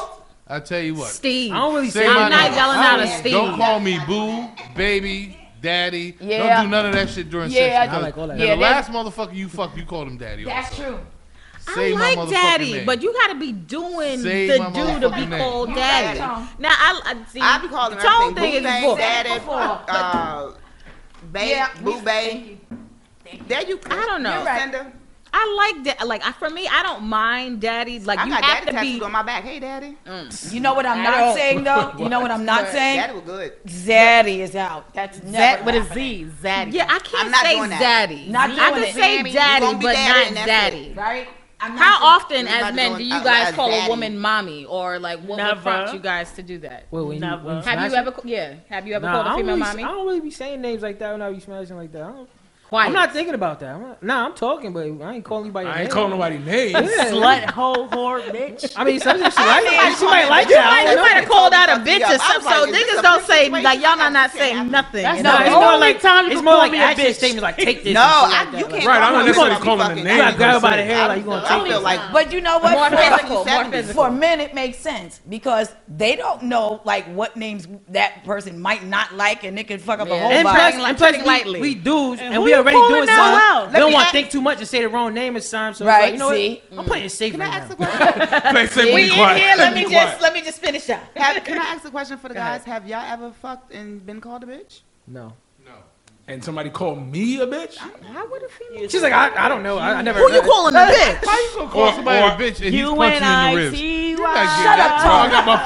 Speaker 7: I tell you what.
Speaker 2: Steve.
Speaker 4: I don't really
Speaker 7: Say
Speaker 4: say
Speaker 7: my
Speaker 2: I'm not
Speaker 7: name.
Speaker 2: yelling out a Steve.
Speaker 7: Don't call me boo, baby, daddy.
Speaker 1: Yeah.
Speaker 7: Don't do none of that shit during
Speaker 1: Yeah,
Speaker 7: sex.
Speaker 1: I do.
Speaker 7: because
Speaker 4: I like all that.
Speaker 7: The
Speaker 1: Yeah,
Speaker 7: last motherfucker you fucked, you called him daddy.
Speaker 1: That's
Speaker 7: also.
Speaker 1: true.
Speaker 2: I
Speaker 7: Say my
Speaker 2: like
Speaker 7: motherfucking
Speaker 2: daddy,
Speaker 7: name.
Speaker 2: but you got to be doing
Speaker 7: Say
Speaker 2: the
Speaker 7: my
Speaker 2: do to be
Speaker 7: motherfucking name.
Speaker 2: called
Speaker 1: You
Speaker 2: daddy.
Speaker 1: got it.
Speaker 2: Now I, I see.
Speaker 5: I be calling
Speaker 2: the
Speaker 5: him
Speaker 2: tone
Speaker 5: everything.
Speaker 2: thing is
Speaker 5: Boo
Speaker 2: book.
Speaker 5: thing, daddy,
Speaker 2: Before, but
Speaker 5: uh, babe,
Speaker 1: Yeah,
Speaker 5: boo
Speaker 1: thank
Speaker 5: babe. There you
Speaker 2: I don't know.
Speaker 1: You're right.
Speaker 5: Send her.
Speaker 2: I like that. Like I, for me, I don't mind daddy. Like
Speaker 5: I
Speaker 2: you
Speaker 5: got
Speaker 2: have
Speaker 5: daddy
Speaker 2: to be.
Speaker 5: tattooed on my back. Hey, daddy.
Speaker 1: You know what I'm
Speaker 2: At
Speaker 1: not
Speaker 2: all.
Speaker 1: saying though. You know what I'm not saying.
Speaker 5: Daddy was good.
Speaker 1: Zaddy is out. That's never
Speaker 3: Zat with a
Speaker 1: happening.
Speaker 3: Z. Zaddy.
Speaker 2: Yeah, I can't
Speaker 5: I'm not
Speaker 2: say
Speaker 5: doing that.
Speaker 2: daddy.
Speaker 1: Not
Speaker 2: I
Speaker 1: doing
Speaker 2: can
Speaker 1: it.
Speaker 2: say
Speaker 5: Sammy, you
Speaker 2: daddy,
Speaker 5: gonna be
Speaker 2: but
Speaker 5: daddy
Speaker 2: not
Speaker 5: and that's
Speaker 2: daddy.
Speaker 1: right? I'm
Speaker 2: How
Speaker 1: doing-
Speaker 2: often,
Speaker 5: You're
Speaker 2: as
Speaker 5: not
Speaker 2: men,
Speaker 5: doing-
Speaker 2: do you
Speaker 5: uh,
Speaker 2: guys
Speaker 5: as
Speaker 2: call a
Speaker 5: daddy.
Speaker 2: woman mommy, or like what
Speaker 3: Never.
Speaker 2: would prompt you guys to do that?
Speaker 4: Wait, when you,
Speaker 3: Never.
Speaker 4: when you
Speaker 2: Have you
Speaker 4: smash-
Speaker 2: ever? ca- Yeah. Have you ever
Speaker 4: Nah,
Speaker 2: called
Speaker 4: I
Speaker 2: a
Speaker 4: don't
Speaker 2: female
Speaker 4: really,
Speaker 2: mommy?
Speaker 4: I don't really be saying names like that when I be smashing like that. I don't,
Speaker 2: Quiet.
Speaker 4: I'm not thinking about that. I'm not, nah, I'm talking, but I ain't calling you by your
Speaker 6: I
Speaker 4: name.
Speaker 6: ain't calling nobody names.
Speaker 4: Yeah.
Speaker 3: Slut, hoe, whore, bitch.
Speaker 4: I mean, sometimes she like it. She might like
Speaker 2: You
Speaker 4: it.
Speaker 2: might,
Speaker 4: I
Speaker 2: you
Speaker 4: don't
Speaker 2: might
Speaker 4: know.
Speaker 2: have called out a bitch
Speaker 5: Yeah,
Speaker 2: or
Speaker 5: I was
Speaker 2: something. So
Speaker 5: like, is this
Speaker 2: niggas
Speaker 5: a
Speaker 2: don't say
Speaker 5: situation?
Speaker 2: like y'all not not
Speaker 5: That's
Speaker 2: saying
Speaker 5: happening.
Speaker 2: nothing.
Speaker 3: That's
Speaker 2: It's
Speaker 4: No,
Speaker 3: not
Speaker 2: not-
Speaker 4: it's
Speaker 3: the
Speaker 4: more
Speaker 3: only
Speaker 4: like
Speaker 3: time you
Speaker 4: It's
Speaker 3: can
Speaker 4: more
Speaker 3: call
Speaker 4: like
Speaker 3: me a
Speaker 4: action
Speaker 3: bitch.
Speaker 4: statements, like take this. and
Speaker 5: No,
Speaker 4: shit
Speaker 5: I,
Speaker 4: like
Speaker 5: you
Speaker 4: that.
Speaker 5: can't.
Speaker 6: Right, I
Speaker 5: call
Speaker 6: don't
Speaker 5: me
Speaker 6: necessarily
Speaker 5: motherfucking
Speaker 6: call him a
Speaker 5: fucking
Speaker 6: name.
Speaker 4: You gotta grab her by the hair, like you
Speaker 5: I
Speaker 4: gonna
Speaker 5: feel
Speaker 4: take it.
Speaker 5: like
Speaker 1: But you know what?
Speaker 2: More
Speaker 1: For-
Speaker 2: physical, more
Speaker 5: seventy.
Speaker 2: physical.
Speaker 1: For men, it makes sense because they don't know like what names that person might not like, and it could fuck up a
Speaker 2: Yeah.
Speaker 1: whole
Speaker 4: And
Speaker 1: lot.
Speaker 2: Like,
Speaker 4: plus, and plus
Speaker 2: treading
Speaker 4: we-
Speaker 2: lightly.
Speaker 4: we dudes, and,
Speaker 3: who
Speaker 4: we
Speaker 3: you
Speaker 4: already do
Speaker 3: calling
Speaker 4: it, so
Speaker 3: out
Speaker 4: I
Speaker 3: loud?
Speaker 5: Let
Speaker 4: don't
Speaker 5: me
Speaker 4: want
Speaker 5: ask-
Speaker 4: to think too much and say the wrong name at times. So it's
Speaker 1: Right,
Speaker 4: like, you know
Speaker 1: see?
Speaker 4: what? I'm playing it safe
Speaker 5: Can
Speaker 4: right
Speaker 5: I ask
Speaker 4: now.
Speaker 5: a question?
Speaker 6: They say
Speaker 2: We
Speaker 6: be
Speaker 2: in
Speaker 6: quiet.
Speaker 2: here. Let me
Speaker 6: Be quiet.
Speaker 2: just let me just finish up.
Speaker 5: Have, can I ask a question for the guys? Have y'all ever fucked and been called a bitch?
Speaker 4: No.
Speaker 6: And somebody called me a bitch?
Speaker 2: Why would a female?
Speaker 4: She's like, I, I don't know. I, I never.
Speaker 2: Who you calling a bitch?
Speaker 7: How you gonna call
Speaker 6: Or-
Speaker 7: somebody
Speaker 6: or-
Speaker 7: a bitch and he's
Speaker 3: U
Speaker 7: punching you
Speaker 3: N
Speaker 7: in the
Speaker 3: I
Speaker 7: ribs?
Speaker 3: T
Speaker 7: You gotta get
Speaker 3: Y.
Speaker 1: Shut
Speaker 7: that
Speaker 1: up,
Speaker 7: tongue.
Speaker 1: Tom.
Speaker 6: I got my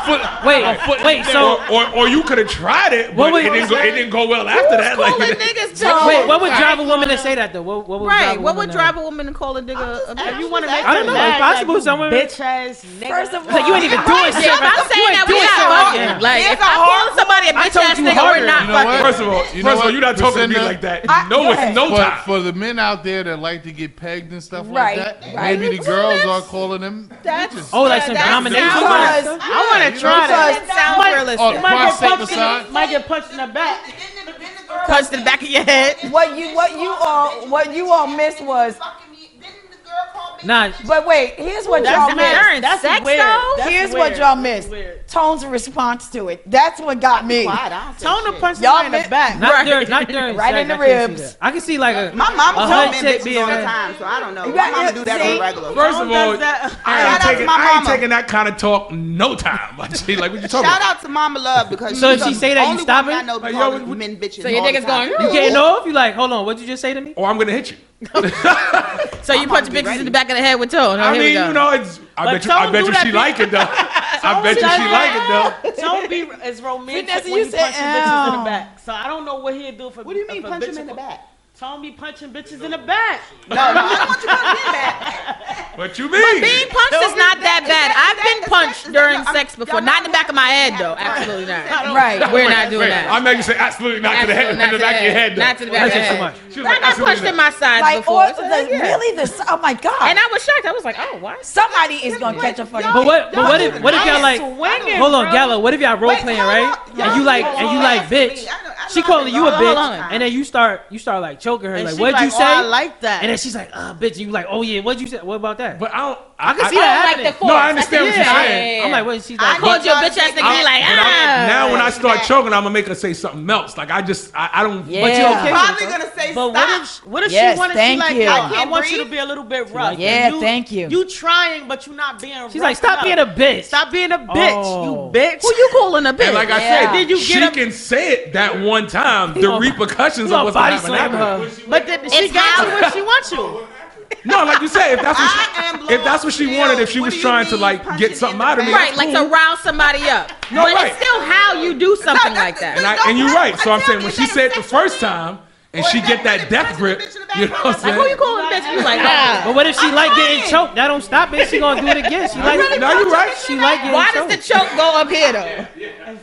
Speaker 4: Wait,
Speaker 6: foot.
Speaker 4: wait. So
Speaker 6: or, or, or you could have tried it, but
Speaker 4: What was-
Speaker 6: it, didn't go, it didn't go well after that. Like, (laughs)
Speaker 2: Calling niggas
Speaker 4: wait,
Speaker 2: bitch.
Speaker 4: what would drive a woman to say that though? What, what would drive
Speaker 2: Right.
Speaker 4: a
Speaker 2: What
Speaker 4: woman
Speaker 2: would
Speaker 4: to-
Speaker 2: drive a woman to call a nigga? a bitch?
Speaker 5: If you want to make
Speaker 4: I don't know. It's possible some women.
Speaker 3: Bitch ass nigga.
Speaker 1: First of all,
Speaker 4: Like you ain't even doing
Speaker 2: See,
Speaker 4: shit.
Speaker 2: I'm
Speaker 4: right?
Speaker 2: not saying
Speaker 4: You
Speaker 2: that
Speaker 4: ain't
Speaker 2: we
Speaker 4: doing shit
Speaker 2: not
Speaker 4: right
Speaker 2: fucking.
Speaker 4: now.
Speaker 2: Like,
Speaker 1: Here's
Speaker 2: if
Speaker 1: a
Speaker 2: I
Speaker 1: hard-
Speaker 2: call somebody a
Speaker 4: I
Speaker 2: bitch
Speaker 4: told
Speaker 2: ass
Speaker 4: you
Speaker 2: nigga,
Speaker 4: harder.
Speaker 2: we're not
Speaker 7: You know
Speaker 2: fucking.
Speaker 7: what?
Speaker 6: First of all,
Speaker 7: You
Speaker 6: first of
Speaker 7: know
Speaker 6: all,
Speaker 7: what?
Speaker 6: you're not talking to me
Speaker 7: Lucinda,
Speaker 6: like that.
Speaker 1: I-
Speaker 6: no,
Speaker 1: go
Speaker 6: it's
Speaker 1: ahead.
Speaker 6: no
Speaker 7: For,
Speaker 6: time.
Speaker 7: for the men out there that like to get pegged and stuff
Speaker 1: Right,
Speaker 7: like that,
Speaker 1: right.
Speaker 7: maybe the girls are calling them
Speaker 2: That's-
Speaker 7: bitches.
Speaker 4: Oh, like
Speaker 2: Yeah,
Speaker 4: some
Speaker 2: that's
Speaker 4: domination.
Speaker 2: sounds-
Speaker 4: like-
Speaker 1: Because-
Speaker 3: I want to try that.
Speaker 2: That sounds
Speaker 3: Might-
Speaker 7: Oh, the
Speaker 2: realistic.
Speaker 3: Might get,
Speaker 7: prostate
Speaker 3: punched in
Speaker 7: massage.
Speaker 3: the, might get punched in the back.
Speaker 2: Punch the back of your head.
Speaker 1: What you what you all what you all missed was
Speaker 4: Nah,
Speaker 1: but wait, here's what y'all missed.
Speaker 2: During sex
Speaker 3: weird.
Speaker 2: though.
Speaker 3: That's
Speaker 1: Here's
Speaker 3: weird.
Speaker 1: what y'all missed.
Speaker 3: weird.
Speaker 1: Tone's response to it. That's what got me.
Speaker 5: Why? I don't say
Speaker 3: Tone
Speaker 5: shit.
Speaker 3: to punch
Speaker 1: Y'all
Speaker 3: somebody in the
Speaker 1: bit-
Speaker 3: back.
Speaker 4: not during, not during.
Speaker 1: Right
Speaker 4: sex,
Speaker 1: in the
Speaker 4: I can't see
Speaker 1: ribs.
Speaker 4: that. I can see like a.
Speaker 5: My mama
Speaker 4: A
Speaker 5: told
Speaker 4: hot
Speaker 5: me
Speaker 4: chick
Speaker 5: bitches
Speaker 4: being
Speaker 5: all the
Speaker 4: a-
Speaker 5: time, so I don't know.
Speaker 1: You
Speaker 5: My
Speaker 1: got-
Speaker 5: mama do that
Speaker 1: see?
Speaker 5: on the regular.
Speaker 6: First of
Speaker 3: Don't
Speaker 6: all,
Speaker 3: does that-
Speaker 6: I
Speaker 5: Shout out
Speaker 6: ain't,
Speaker 5: to
Speaker 6: taking,
Speaker 5: my
Speaker 6: I ain't
Speaker 5: mama.
Speaker 6: taking that kind of talk no time. (laughs) Like, she like, what you talking
Speaker 5: Shout
Speaker 6: about?
Speaker 5: out to Mama Love because
Speaker 4: So
Speaker 5: she's
Speaker 4: if she
Speaker 5: the
Speaker 4: say that, you
Speaker 5: only
Speaker 4: stop
Speaker 5: woman
Speaker 4: it?
Speaker 5: I know
Speaker 6: Like,
Speaker 5: like,
Speaker 6: yo,
Speaker 5: calling
Speaker 6: what-
Speaker 5: men bitches.
Speaker 2: So your
Speaker 5: all the
Speaker 2: nigga's
Speaker 5: time.
Speaker 2: going. "Ooh."
Speaker 4: You can't know if you like. Hold on, what'd you just say to me?
Speaker 6: Or I'm going to hit you. (laughs)
Speaker 2: So you punch bitches
Speaker 5: gonna be
Speaker 2: in
Speaker 5: ready.
Speaker 2: the back of the head with tone. Oh,
Speaker 6: I
Speaker 2: here we
Speaker 6: mean,
Speaker 2: go.
Speaker 6: you know, it's. I
Speaker 3: But
Speaker 6: bet you, I
Speaker 3: don't
Speaker 6: bet
Speaker 3: do
Speaker 6: you
Speaker 3: that
Speaker 6: she
Speaker 3: be-
Speaker 6: like it, though. I
Speaker 3: Don't
Speaker 6: bet you she
Speaker 3: do
Speaker 6: like it,
Speaker 3: that.
Speaker 6: though.
Speaker 3: Don't (laughs) be as romantic
Speaker 1: Vanessa,
Speaker 3: when
Speaker 1: you
Speaker 3: you
Speaker 1: said,
Speaker 3: punching bitches in
Speaker 1: "Ow."
Speaker 3: the back. So I don't know what he'd do for.
Speaker 5: What do you mean punch him in the back?
Speaker 3: Don't be punching bitches in the back.
Speaker 5: No, no, I don't want you punching in the back.
Speaker 6: What you mean?
Speaker 2: Being punched is not that bad. I've been punched during sex before. Not in the back of my head though. Absolutely not.
Speaker 3: (laughs)
Speaker 1: Right.
Speaker 2: We're not doing
Speaker 6: Wait, I
Speaker 2: that.
Speaker 6: know you say absolutely not to the head,
Speaker 2: Absolutely
Speaker 6: in the back of your head, though.
Speaker 2: Not to the back of
Speaker 4: That's
Speaker 2: your
Speaker 4: just too
Speaker 2: head.
Speaker 4: much.
Speaker 6: She was
Speaker 2: I
Speaker 6: like,
Speaker 2: got punched
Speaker 6: absolutely
Speaker 2: in
Speaker 6: not.
Speaker 2: my sides
Speaker 1: Like
Speaker 2: before.
Speaker 1: or
Speaker 2: so,
Speaker 1: the,
Speaker 2: yeah.
Speaker 1: really the oh my god.
Speaker 2: And I was shocked. I was like, oh, why?
Speaker 1: Somebody is gonna catch a fucking
Speaker 4: But what? But what if? What if
Speaker 3: I'm
Speaker 4: y'all like?
Speaker 3: swinging,
Speaker 4: Hold on,
Speaker 3: bro.
Speaker 4: Gallo. What if y'all role
Speaker 5: Wait,
Speaker 4: playing,
Speaker 5: hold
Speaker 4: right?
Speaker 5: on.
Speaker 4: And you
Speaker 5: Y'all
Speaker 4: like,
Speaker 5: people
Speaker 4: and you
Speaker 5: all
Speaker 4: like,
Speaker 5: ask me. I
Speaker 4: bitch.
Speaker 5: know- I know
Speaker 4: She
Speaker 5: I've
Speaker 4: calling
Speaker 5: been
Speaker 4: you a
Speaker 5: called all the
Speaker 4: bitch,
Speaker 5: time.
Speaker 4: and then you start, you start like choking her.
Speaker 3: And
Speaker 4: like,
Speaker 3: she
Speaker 4: what'd you
Speaker 3: like,
Speaker 4: say?
Speaker 3: Oh, I like that.
Speaker 4: And then she's like, uh, bitch. And you like, oh yeah, what'd you say? What about that?
Speaker 6: But I don't.
Speaker 4: I can see
Speaker 2: I
Speaker 4: that
Speaker 2: don't like
Speaker 4: happening.
Speaker 2: the
Speaker 6: No, I understand what you're
Speaker 2: Yeah,
Speaker 6: saying.
Speaker 2: yeah, yeah.
Speaker 4: I'm like, what? She's
Speaker 5: I
Speaker 4: like,
Speaker 5: know-
Speaker 2: called you a bitch ass nigga. You like,
Speaker 6: But I- now when
Speaker 2: ah.
Speaker 6: I start choking, I'm gonna make her say something else. Like I just, I, I don't.
Speaker 1: Yeah. But you okay?
Speaker 5: Probably gonna say
Speaker 3: But
Speaker 5: stop.
Speaker 3: what if what if
Speaker 1: Yes,
Speaker 3: she wanted
Speaker 1: thank
Speaker 3: she like
Speaker 1: you.
Speaker 3: oh,
Speaker 1: I
Speaker 3: I,
Speaker 5: can't
Speaker 3: want you
Speaker 5: breathe.
Speaker 3: to be a little bit rough.
Speaker 1: that. Yeah, thank you.
Speaker 3: You trying, but you're not being rough
Speaker 4: she's like, stop
Speaker 3: enough.
Speaker 4: being a bitch.
Speaker 3: stop being a bitch,
Speaker 4: Oh.
Speaker 3: you bitch.
Speaker 2: Who you calling a bitch?
Speaker 6: And like I
Speaker 1: Yeah.
Speaker 6: said,
Speaker 3: Did you
Speaker 6: she
Speaker 3: get a-
Speaker 6: can say it that one time. The
Speaker 4: gonna-
Speaker 6: repercussions
Speaker 4: You gonna
Speaker 6: of what's
Speaker 4: body
Speaker 6: gonna happen.
Speaker 4: slam
Speaker 6: happen.
Speaker 4: her?
Speaker 3: but then she
Speaker 2: It's
Speaker 3: got
Speaker 2: how-
Speaker 3: you when she wants you.
Speaker 6: No, like you said, if that's what
Speaker 5: I am
Speaker 6: she, if
Speaker 5: Lord
Speaker 6: that's what she
Speaker 5: Shield.
Speaker 6: wanted, if she
Speaker 5: What
Speaker 6: was
Speaker 5: do you
Speaker 6: trying to
Speaker 5: mean
Speaker 6: like
Speaker 5: punching
Speaker 6: get something
Speaker 5: in the
Speaker 6: out of me,
Speaker 5: back?
Speaker 6: that's
Speaker 2: right, like
Speaker 6: cool.
Speaker 2: to rouse somebody up.
Speaker 6: No,
Speaker 2: but
Speaker 6: right.
Speaker 2: it's still how you do something like that.
Speaker 6: And, I,
Speaker 5: Don't
Speaker 6: and you're
Speaker 5: have-
Speaker 6: right.
Speaker 5: I
Speaker 6: So I'm
Speaker 5: tell
Speaker 6: saying
Speaker 5: you that
Speaker 6: when she
Speaker 5: it's
Speaker 6: said it the
Speaker 5: sexual
Speaker 6: first time, and she get that death grip. You know what I'm
Speaker 2: Like, (laughs) who you
Speaker 6: saying?
Speaker 2: calling bitch? You like, ah.
Speaker 3: But what if she like getting choked? That don't stop it. She gonna do it again. She like
Speaker 6: No, you right.
Speaker 3: she like getting
Speaker 2: Why does
Speaker 3: choked.
Speaker 2: the choke go up here though?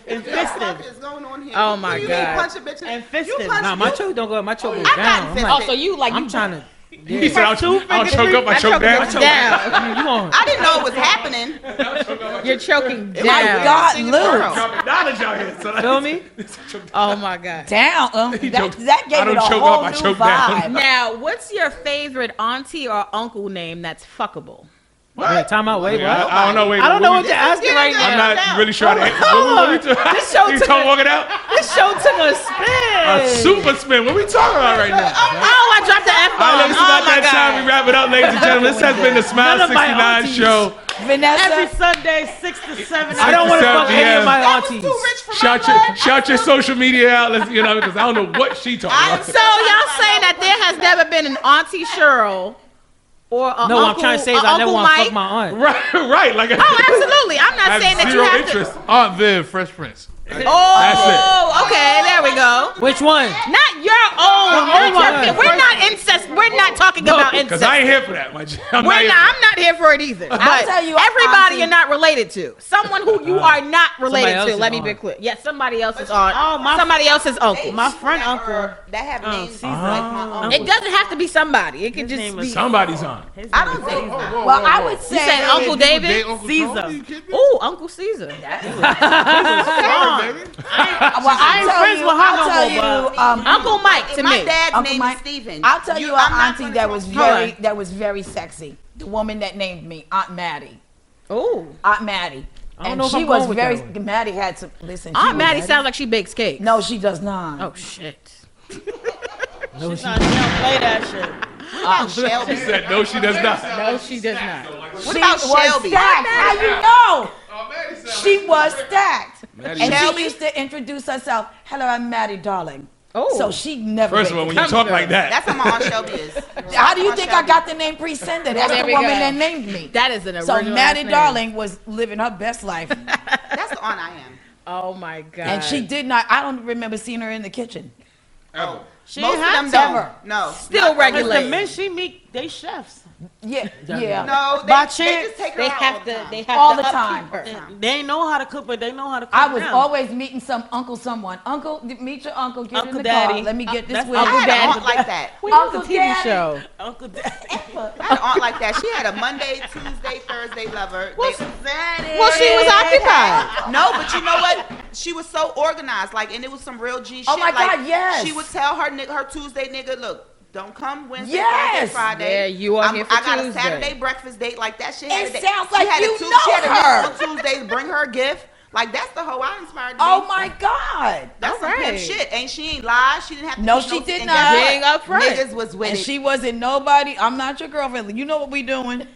Speaker 3: and
Speaker 5: Stuff
Speaker 3: fisted.
Speaker 5: is going on here.
Speaker 2: Oh, my
Speaker 5: What do you
Speaker 2: God.
Speaker 5: Mean punch a bitch in
Speaker 3: And
Speaker 5: You
Speaker 3: fisted.
Speaker 5: punch
Speaker 4: Nah, my choke don't go. up. My choke goes
Speaker 5: I got
Speaker 4: down. I'm,
Speaker 5: fisted.
Speaker 4: like,
Speaker 1: Oh, so you like
Speaker 4: I'm
Speaker 1: you
Speaker 4: trying to.
Speaker 6: He said, I'll, choke- I'll choke up, I choke down.
Speaker 2: down.
Speaker 4: You on?
Speaker 5: I didn't know it was happening.
Speaker 2: You're choking down.
Speaker 1: My God,
Speaker 5: Sing it,
Speaker 1: Luke.
Speaker 5: girl.
Speaker 6: Dropping knowledge out here. So
Speaker 4: Feel me?
Speaker 2: Oh my God.
Speaker 1: Down. Um, that,
Speaker 6: choked-
Speaker 1: that
Speaker 6: I
Speaker 1: gave
Speaker 6: don't
Speaker 1: it a
Speaker 6: choke
Speaker 1: whole
Speaker 6: up, I
Speaker 1: new
Speaker 6: choke
Speaker 2: (laughs)
Speaker 6: down.
Speaker 1: vibe.
Speaker 2: Now, what's your favorite auntie or uncle name that's fuckable?
Speaker 4: Wait, time out. Wait,
Speaker 6: I,
Speaker 4: what?
Speaker 6: I don't know. Wait,
Speaker 3: I don't know
Speaker 6: we-
Speaker 3: what you're asking right now.
Speaker 6: I'm not really sure. how to answer. What we- what we
Speaker 3: This show
Speaker 6: You
Speaker 3: took
Speaker 6: talking
Speaker 3: a-
Speaker 6: walking out?
Speaker 3: This show took a spin.
Speaker 6: A super spin. What we talking about right now?
Speaker 2: Oh, I dropped the F
Speaker 6: All right,
Speaker 2: bomb.
Speaker 6: ladies, it's about
Speaker 2: Oh my
Speaker 6: that time we
Speaker 2: God.
Speaker 6: wrap it up, ladies and gentlemen. This has been the Smile
Speaker 3: None of my
Speaker 6: 69
Speaker 3: aunties.
Speaker 6: show.
Speaker 1: Vanessa,
Speaker 3: Every Sunday, six to seven.
Speaker 6: Six
Speaker 3: I don't
Speaker 6: to
Speaker 3: want to
Speaker 6: seven
Speaker 3: fuck any
Speaker 6: PM.
Speaker 3: of my
Speaker 5: That was
Speaker 3: aunties.
Speaker 5: too rich for my
Speaker 6: Shout your, shout your social media outlets, you know, because I don't know what she talking
Speaker 2: I'm
Speaker 6: about.
Speaker 2: so y'all saying that there has never been an auntie Cheryl or a uncle,
Speaker 3: No, what I'm trying to say
Speaker 2: a
Speaker 3: is I never
Speaker 2: Uncle
Speaker 3: want to
Speaker 2: Mike.
Speaker 3: fuck my aunt.
Speaker 6: (laughs) Right, right. Like,
Speaker 2: Oh, absolutely. I'm not
Speaker 6: I have
Speaker 2: saying that you
Speaker 6: zero
Speaker 2: have
Speaker 6: interest.
Speaker 2: to.
Speaker 7: Aunt Viv, Fresh Prince.
Speaker 2: Oh, okay. There we go.
Speaker 3: Which one?
Speaker 2: Not your own.
Speaker 3: my
Speaker 2: not
Speaker 3: God.
Speaker 2: your- we're not incest. We're not talking about
Speaker 6: Because
Speaker 2: incest.
Speaker 6: I ain't here for that. my G. I'm not
Speaker 2: We're
Speaker 6: here
Speaker 2: not,
Speaker 6: for
Speaker 2: I'm not here for it either. But
Speaker 1: tell you,
Speaker 2: everybody
Speaker 1: auntie-
Speaker 2: you're not related to. Someone who you are not related to.
Speaker 3: else's
Speaker 2: Let me be
Speaker 3: aunt.
Speaker 2: clear. Yes, somebody else's aunt.
Speaker 3: Oh, my-
Speaker 2: somebody else's uncle.
Speaker 3: My friend
Speaker 5: That
Speaker 3: uncle.
Speaker 5: are- That have names like my uncle.
Speaker 2: It doesn't have to be somebody. It could
Speaker 3: His
Speaker 2: just
Speaker 3: name
Speaker 2: be.
Speaker 3: was-
Speaker 6: Somebody's on.
Speaker 5: I don't think.
Speaker 1: well, I would say,
Speaker 2: you saying
Speaker 7: "Oh,
Speaker 2: Uncle David?
Speaker 3: Caesar.
Speaker 2: Ooh, Uncle Caesar.
Speaker 1: well, I'll
Speaker 3: ain't
Speaker 1: tell
Speaker 3: friends
Speaker 1: you,
Speaker 3: with her no
Speaker 1: I'll
Speaker 3: more,
Speaker 1: tell you, um,
Speaker 2: Uncle Mike to
Speaker 5: my
Speaker 2: me.
Speaker 5: dad's
Speaker 1: Uncle
Speaker 5: name
Speaker 1: Mike.
Speaker 5: is Steven.
Speaker 1: I'll tell you,
Speaker 5: I'm
Speaker 1: an
Speaker 5: not
Speaker 1: auntie
Speaker 5: gonna
Speaker 1: that was
Speaker 5: cross-
Speaker 1: very
Speaker 2: on.
Speaker 1: that was very sexy. The woman that named me Aunt Maddie.
Speaker 2: Ooh,
Speaker 1: Aunt Maddie.
Speaker 3: don't
Speaker 1: And
Speaker 3: know if
Speaker 1: she
Speaker 3: I'm
Speaker 1: was
Speaker 3: going with
Speaker 1: very
Speaker 3: that one.
Speaker 1: Maddie had to listen. she
Speaker 2: Aunt
Speaker 1: was
Speaker 2: Maddie sounds like she bakes cake.
Speaker 1: No, she does not.
Speaker 2: Oh shit.
Speaker 3: No, she don't play that shit.
Speaker 5: What about Shelby?
Speaker 6: She said, no, she does not.
Speaker 2: No, she does not.
Speaker 1: She
Speaker 5: about
Speaker 1: was
Speaker 5: Shelby?
Speaker 1: stacked. How you know?
Speaker 7: Oh,
Speaker 1: She was stacked. And she used to introduce herself. Hello, I'm Maddie, darling.
Speaker 2: Oh.
Speaker 1: So she never.
Speaker 6: First of all, when you talk like that,
Speaker 5: That's how my aunt Shelby is.
Speaker 1: how do you think I got the name Presenda? That's
Speaker 2: there
Speaker 1: the
Speaker 2: we
Speaker 1: woman
Speaker 2: go.
Speaker 1: that named me.
Speaker 2: That is an original.
Speaker 1: so Maddie,
Speaker 2: last name.
Speaker 1: darling, was living her best life,
Speaker 5: That's the aunt I am.
Speaker 2: Oh my god.
Speaker 1: and she did not. I don't remember seeing her in the kitchen.
Speaker 3: She
Speaker 5: Most of them
Speaker 3: has
Speaker 1: ever.
Speaker 5: don't. No.
Speaker 2: still
Speaker 3: the
Speaker 2: regulate.
Speaker 3: men she meet, they chefs.
Speaker 1: Yeah, yeah.
Speaker 5: No. They,
Speaker 3: By
Speaker 5: they
Speaker 3: chance,
Speaker 5: just take her
Speaker 2: They
Speaker 5: out
Speaker 2: have
Speaker 5: all the
Speaker 2: to.
Speaker 5: time.
Speaker 2: They have
Speaker 1: All
Speaker 2: to
Speaker 1: the time.
Speaker 2: upkeep her.
Speaker 3: They know how to cook, but they know how to cook.
Speaker 1: I was
Speaker 3: them.
Speaker 1: always meeting some uncle, someone. Uncle, meet your uncle. Get in
Speaker 3: Uncle
Speaker 1: the car.
Speaker 3: Daddy.
Speaker 1: Let me get this
Speaker 3: That's
Speaker 1: wig.
Speaker 5: I
Speaker 3: Uncle
Speaker 5: had an
Speaker 3: Daddy.
Speaker 5: aunt
Speaker 1: (laughs)
Speaker 5: like that.
Speaker 3: We
Speaker 1: Uncle
Speaker 3: Uncle a TV
Speaker 1: Daddy.
Speaker 3: show. Uncle Daddy.
Speaker 5: I had an aunt like that. She had a Monday, Tuesday, Thursday lover. Well, they,
Speaker 2: Well, she was occupied.
Speaker 5: no, but you know what? She was so organized, like, and it was some real G shit.
Speaker 1: Oh my
Speaker 5: like,
Speaker 1: God, yes.
Speaker 5: She would tell her nigga, her Tuesday nigga, look, don't come Wednesday,
Speaker 1: Yes.
Speaker 5: Thursday, Friday.
Speaker 2: Yeah, you are here for
Speaker 5: I got
Speaker 2: Tuesday.
Speaker 5: a Saturday breakfast date, like that shit. had
Speaker 1: It
Speaker 5: a date.
Speaker 1: sounds
Speaker 5: she
Speaker 1: like
Speaker 5: had
Speaker 1: you
Speaker 5: a Tu-
Speaker 1: know
Speaker 5: she had
Speaker 1: her.
Speaker 5: a nigga on Tuesdays, bring her a gift. Like that's the hoe I inspired. To
Speaker 1: Oh
Speaker 5: be.
Speaker 1: my God!
Speaker 5: That's some pimp
Speaker 2: Alright.
Speaker 5: shit. Ain't she ain't lie. She didn't have to.
Speaker 1: No,
Speaker 5: keep
Speaker 1: she did
Speaker 5: and
Speaker 1: not.
Speaker 5: guess
Speaker 2: Being
Speaker 5: what?
Speaker 2: upfront.
Speaker 5: Niggas was with
Speaker 1: And
Speaker 5: it.
Speaker 1: she wasn't nobody. I'm not your girlfriend. You know what we
Speaker 5: (laughs)
Speaker 1: doing.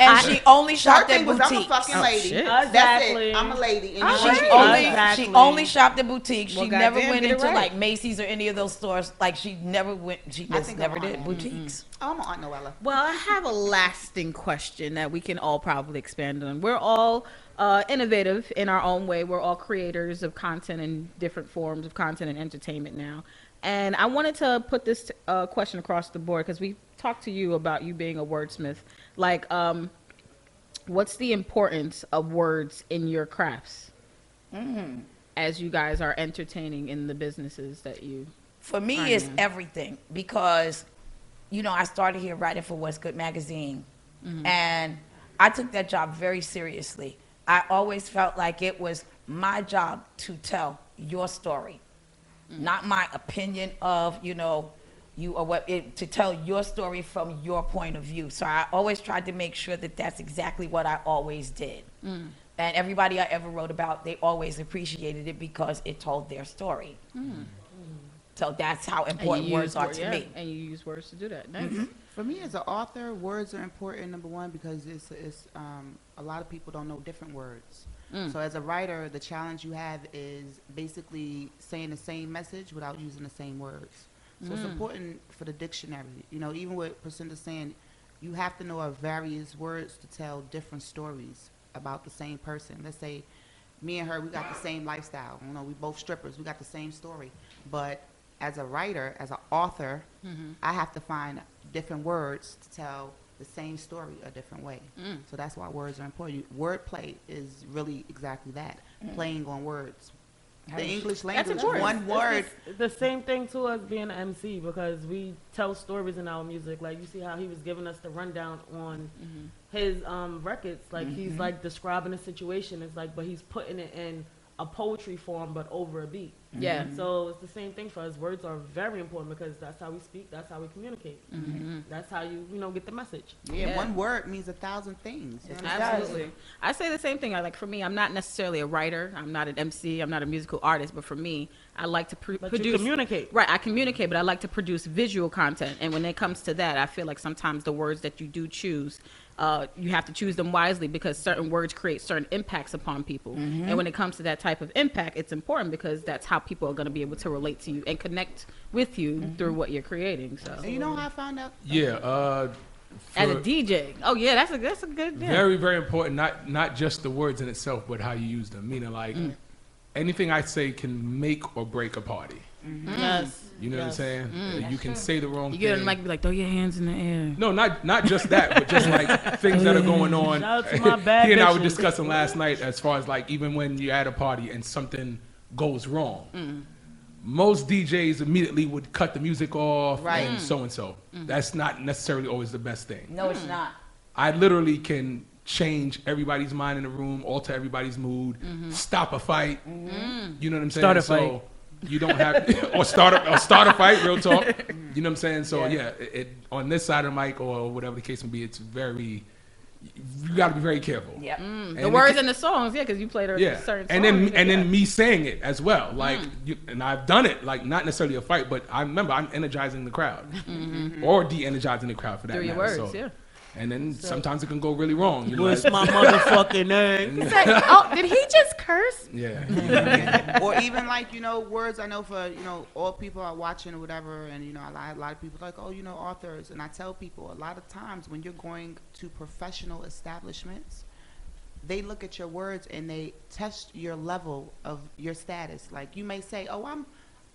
Speaker 1: And she only
Speaker 5: her
Speaker 1: shopped at
Speaker 5: thing was I'm a
Speaker 1: boutiques.
Speaker 5: fucking lady.
Speaker 2: shit.
Speaker 5: That's
Speaker 3: Exactly.
Speaker 5: it. I'm a lady. And
Speaker 2: All
Speaker 5: you
Speaker 1: She
Speaker 5: ain't
Speaker 2: right.
Speaker 1: only
Speaker 3: Exactly.
Speaker 1: she only shopped at boutiques.
Speaker 2: Well,
Speaker 1: she never
Speaker 2: goddamn,
Speaker 1: went
Speaker 2: get it
Speaker 1: into
Speaker 2: right.
Speaker 1: like Macy's or any of those stores. Like she never went. She just
Speaker 5: think
Speaker 1: never
Speaker 5: I'm
Speaker 1: did
Speaker 5: lying.
Speaker 1: boutiques.
Speaker 5: Oh, I'm an Aunt Noella.
Speaker 2: Well, I have a lasting question that we can all probably expand on. We're all uh, innovative in our own way. We're all creators of content and different forms of content and entertainment now. And I wanted to put this uh, question across the board because we talked to you about you being a wordsmith. Like, um, what's the importance of words in your crafts
Speaker 1: Mm-hmm.
Speaker 2: as you guys are entertaining in the businesses that you?
Speaker 1: For me,
Speaker 2: I
Speaker 1: it's
Speaker 2: know.
Speaker 1: everything because, you know, I started here writing for What's Good magazine,
Speaker 2: Mm-hmm.
Speaker 1: and I took that job very seriously. I always felt like it was my job to tell your story, not my opinion of, you know, you or what it, to tell your story from your point of view. So I always tried to make sure that that's exactly what I always did.
Speaker 2: Mm.
Speaker 1: And everybody I ever wrote about, they always appreciated it because it told their story. So that's how
Speaker 2: and
Speaker 1: important
Speaker 2: Mm. you
Speaker 1: words
Speaker 2: use
Speaker 1: are
Speaker 2: wor-
Speaker 1: to
Speaker 2: yeah,
Speaker 1: me. Mm-hmm.
Speaker 2: And you use words to do that. Nice.
Speaker 5: For me as an author, words are important. Number one, because it's it's um, a lot of people don't know different words. So as a writer, the challenge you have is basically saying the same message without using the same words. So it's important for the dictionary. You know, even with Priscilla saying, you have to know of various words to tell different stories about the same person. Let's say me and her, we got the same lifestyle. You know, we both strippers. We got the same story, but as a writer, as an author,
Speaker 2: Mm-hmm.
Speaker 5: I have to find different words to tell the same story a different way.
Speaker 2: Mm.
Speaker 5: So that's why words are important. Wordplay is really exactly that, playing on words. The English
Speaker 2: Mm. That's
Speaker 5: language,
Speaker 2: important.
Speaker 5: one word.
Speaker 3: The same thing to us being an MC because we tell stories in our music. Like you see how he was giving us the rundown on
Speaker 2: Mm-hmm.
Speaker 3: his um, records. Like he's like describing a situation. It's like, but he's putting it in a poetry form, but over a beat.
Speaker 2: Yeah.
Speaker 3: So it's the same thing for us. Words are very important because that's how we speak. That's how we communicate. That's how you you know get the message.
Speaker 5: Yeah,
Speaker 2: Mm-hmm. Yeah.
Speaker 5: one word means a thousand things. You know what I'm saying?
Speaker 2: Absolutely. I say the same thing. I like for me, I'm not necessarily a writer. I'm not an MC. I'm not a musical artist. But for me, I like to pr-
Speaker 3: But
Speaker 2: produce.
Speaker 3: you communicate.
Speaker 2: Right, I communicate, but I like to produce visual content. And when it comes to that, I feel like sometimes the words that you do choose, uh, you have to choose them wisely because certain words create certain impacts upon people.
Speaker 5: Mm-hmm.
Speaker 2: And when it comes to that type of impact, it's important because that's how people are going to be able to relate to you and connect with you through what you're creating. So,
Speaker 5: Mm-hmm. And you know how I found out?
Speaker 6: Yeah. Uh,
Speaker 2: as a
Speaker 6: for-
Speaker 2: DJ, oh yeah, that's a that's a good. Yeah.
Speaker 6: very very important not not just the words in itself but how you use them meaning like
Speaker 2: Mm.
Speaker 6: anything i say can make or break a party
Speaker 2: Mm.
Speaker 3: Yes.
Speaker 6: you know what i'm
Speaker 3: Yes.
Speaker 6: saying you can say the wrong
Speaker 2: you
Speaker 6: thing
Speaker 2: get on the mic, and be like, throw your hands in the air.
Speaker 6: no not not just that but just
Speaker 3: (laughs)
Speaker 6: like things that are going on
Speaker 3: Mm. Shout out to my
Speaker 6: (laughs)
Speaker 3: bad
Speaker 6: he and i were
Speaker 3: bitches.
Speaker 6: discussing last night as far as like even when you're at a party and something goes wrong
Speaker 3: Mm.
Speaker 6: most djs immediately would cut the music off
Speaker 5: Right.
Speaker 6: and so and so
Speaker 3: Mm.
Speaker 6: that's not necessarily always the best thing
Speaker 1: No,
Speaker 2: Mm.
Speaker 1: it's not.
Speaker 6: I literally can change everybody's mind in the room, alter everybody's mood,
Speaker 2: Mm-hmm.
Speaker 6: stop a fight. You know what I'm saying?
Speaker 4: Start a
Speaker 6: So you don't have (laughs) or start a or start a fight. Real talk.
Speaker 4: (laughs)
Speaker 6: You know what I'm saying? So yeah, it, it on this side of the mic or whatever the case may be, it's very. You got to be very careful.
Speaker 1: Yep.
Speaker 6: And
Speaker 2: Mm. the
Speaker 6: it
Speaker 2: words
Speaker 6: ca-
Speaker 2: and the songs, yeah, because you played a
Speaker 6: yeah,
Speaker 2: certain song,
Speaker 6: and then
Speaker 2: you
Speaker 6: and
Speaker 2: can-
Speaker 6: then me saying it as
Speaker 2: Mm.
Speaker 6: well, like, you, and I've done it, like not necessarily a fight, but I remember I'm energizing the crowd, or de-energizing the crowd for that
Speaker 2: Mm-hmm. Through your
Speaker 6: matter.
Speaker 2: words,
Speaker 6: So-
Speaker 2: yeah.
Speaker 6: And then sometimes it can go really wrong. you know,
Speaker 3: What's
Speaker 2: (laughs)
Speaker 3: my motherfucking name?
Speaker 2: oh, did he just curse?
Speaker 6: Yeah.
Speaker 5: or even like you know words I know for you know all people are watching or whatever, and you know a lot, a lot of people like oh you know authors, and I tell people a lot of times when you're going to professional establishments, they look at your words and they test your level of your status. Like you may say oh I'm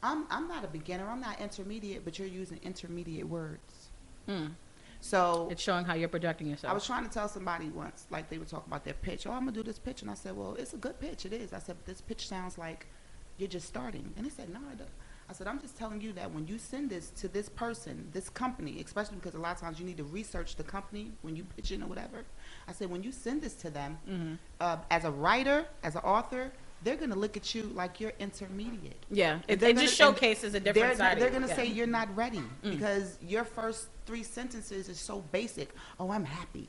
Speaker 5: I'm I'm not a beginner, I'm not intermediate, but you're using intermediate words. So
Speaker 2: Hmm. It's showing how you're projecting yourself.
Speaker 5: I was trying to tell somebody once, like they were talking about their pitch. Oh, I'm gonna do this pitch, and I said, well, it's a good pitch, it is. I said, but this pitch sounds like you're just starting, and they said, no, I don't. I said, I'm just telling you that when you send this to this person, this company, especially because a lot of times you need to research the company when you pitch in or whatever. I said, when you send this to them, uh, as a writer, as an author, they're gonna look at you like you're intermediate.
Speaker 2: yeah, it,
Speaker 5: They're
Speaker 2: it just
Speaker 5: gonna-
Speaker 2: showcases a
Speaker 5: They're,
Speaker 2: different side.
Speaker 5: not-
Speaker 2: of
Speaker 5: they're
Speaker 2: you,
Speaker 5: gonna
Speaker 2: yeah. Mm.
Speaker 5: say you're not ready because your first three sentences is so basic. Oh, I'm happy.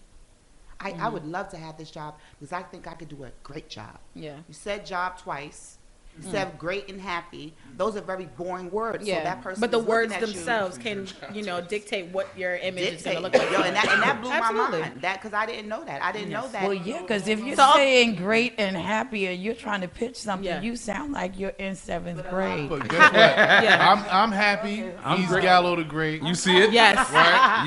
Speaker 5: I,
Speaker 2: Mm.
Speaker 5: I would love to have this job because I think I could do a great job.
Speaker 2: yeah.
Speaker 5: You said job twice. You said great and happy. Those are very boring words.
Speaker 2: Mm. Yeah,
Speaker 5: So that person
Speaker 2: but the
Speaker 5: is looking
Speaker 2: words
Speaker 5: at you
Speaker 2: themselves can, you know, dictate what your image is going
Speaker 5: dictate.
Speaker 2: to look like.
Speaker 5: Yo, and that, and that blew
Speaker 2: Absolutely.
Speaker 5: my mind. That because I didn't know that. I didn't know that.
Speaker 1: Well, yeah, because if you're
Speaker 2: So-
Speaker 1: saying great and happy and you're trying to pitch something,
Speaker 2: Yeah.
Speaker 1: you sound like you're in seventh grade.
Speaker 7: But guess what?
Speaker 2: Yeah.
Speaker 7: I'm I'm happy.
Speaker 6: I'm
Speaker 7: He's
Speaker 6: great.
Speaker 7: Gallo the Great.
Speaker 6: You see it?
Speaker 2: Yes,
Speaker 7: right?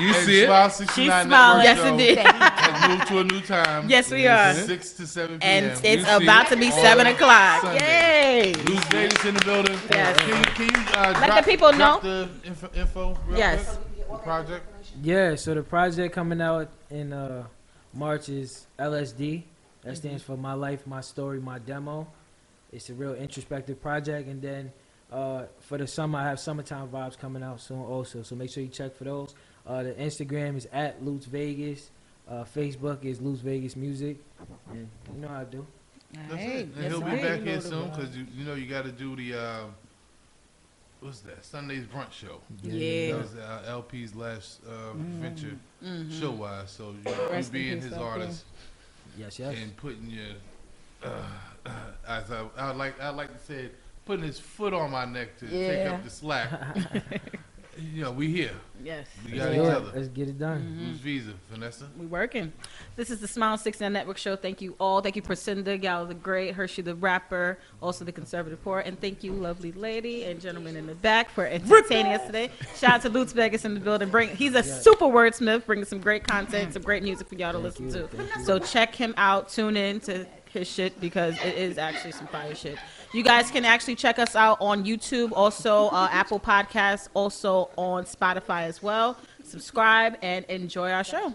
Speaker 6: (laughs) You see it?
Speaker 3: She's smiling.
Speaker 2: yes, indeed.
Speaker 7: Has moved to a new time.
Speaker 2: Yes, we are.
Speaker 7: Six to seven p.m.
Speaker 2: And it's
Speaker 7: You see
Speaker 2: about
Speaker 7: it
Speaker 2: to be
Speaker 7: on
Speaker 2: seven o'clock.
Speaker 7: Sunday.
Speaker 2: Yay!
Speaker 7: Luis Davis in the building.
Speaker 2: Yes.
Speaker 7: Can you, can you uh,
Speaker 2: the
Speaker 7: drop,
Speaker 2: people
Speaker 7: drop the info, info real
Speaker 2: Yes.
Speaker 7: quick? The project.
Speaker 4: Yeah, so the project coming out in uh, March is LSD. That stands for My Life, My Story, My Demo. It's a real introspective project. And then uh, for the summer, I have Summertime Vibes coming out soon also. So make sure you check for those. Uh, the Instagram is at Lutz Vegas. Uh, Facebook is Lutz Vegas Music. And you know how I do.
Speaker 7: That's
Speaker 1: Hey,
Speaker 7: it. And
Speaker 1: that's
Speaker 7: he'll
Speaker 1: right.
Speaker 7: be back
Speaker 4: You know
Speaker 7: here
Speaker 4: the
Speaker 7: soon
Speaker 4: vibe.
Speaker 7: because you you know you got to do the uh, what's that Sunday's brunch show.
Speaker 2: Yeah. Mm-hmm.
Speaker 7: That was uh, LP's last uh, venture show wise. So you, you
Speaker 2: Rest in
Speaker 7: being
Speaker 2: peace,
Speaker 7: his
Speaker 2: LP.
Speaker 7: artist
Speaker 4: Yes, yes.
Speaker 7: and putting your uh, as I, I would like I like to say it, putting his foot on my neck to take
Speaker 1: Yeah.
Speaker 7: up the slack. you know we here.
Speaker 2: Yes.
Speaker 7: We
Speaker 4: Let's
Speaker 7: got each
Speaker 4: do it.
Speaker 7: other.
Speaker 4: Let's get it done.
Speaker 7: Who's Visa, Vanessa?
Speaker 2: We working. This is the Smile Six Nine Network Show. Thank you all. Thank you, Priscinda, Gal the Great, Hershey the Rapper, also the Conservative Poor, and thank you, lovely lady and gentlemen in the back for entertaining us today. Shout out to Lutz Vegas in the building. Bring he's a super wordsmith, bringing some great content, some great music for y'all to listen to. So check him out. Tune in to his shit because it is actually some fire shit. You guys can actually check us out on YouTube, also uh, Apple Podcasts, also on Spotify as well. Subscribe and enjoy our show.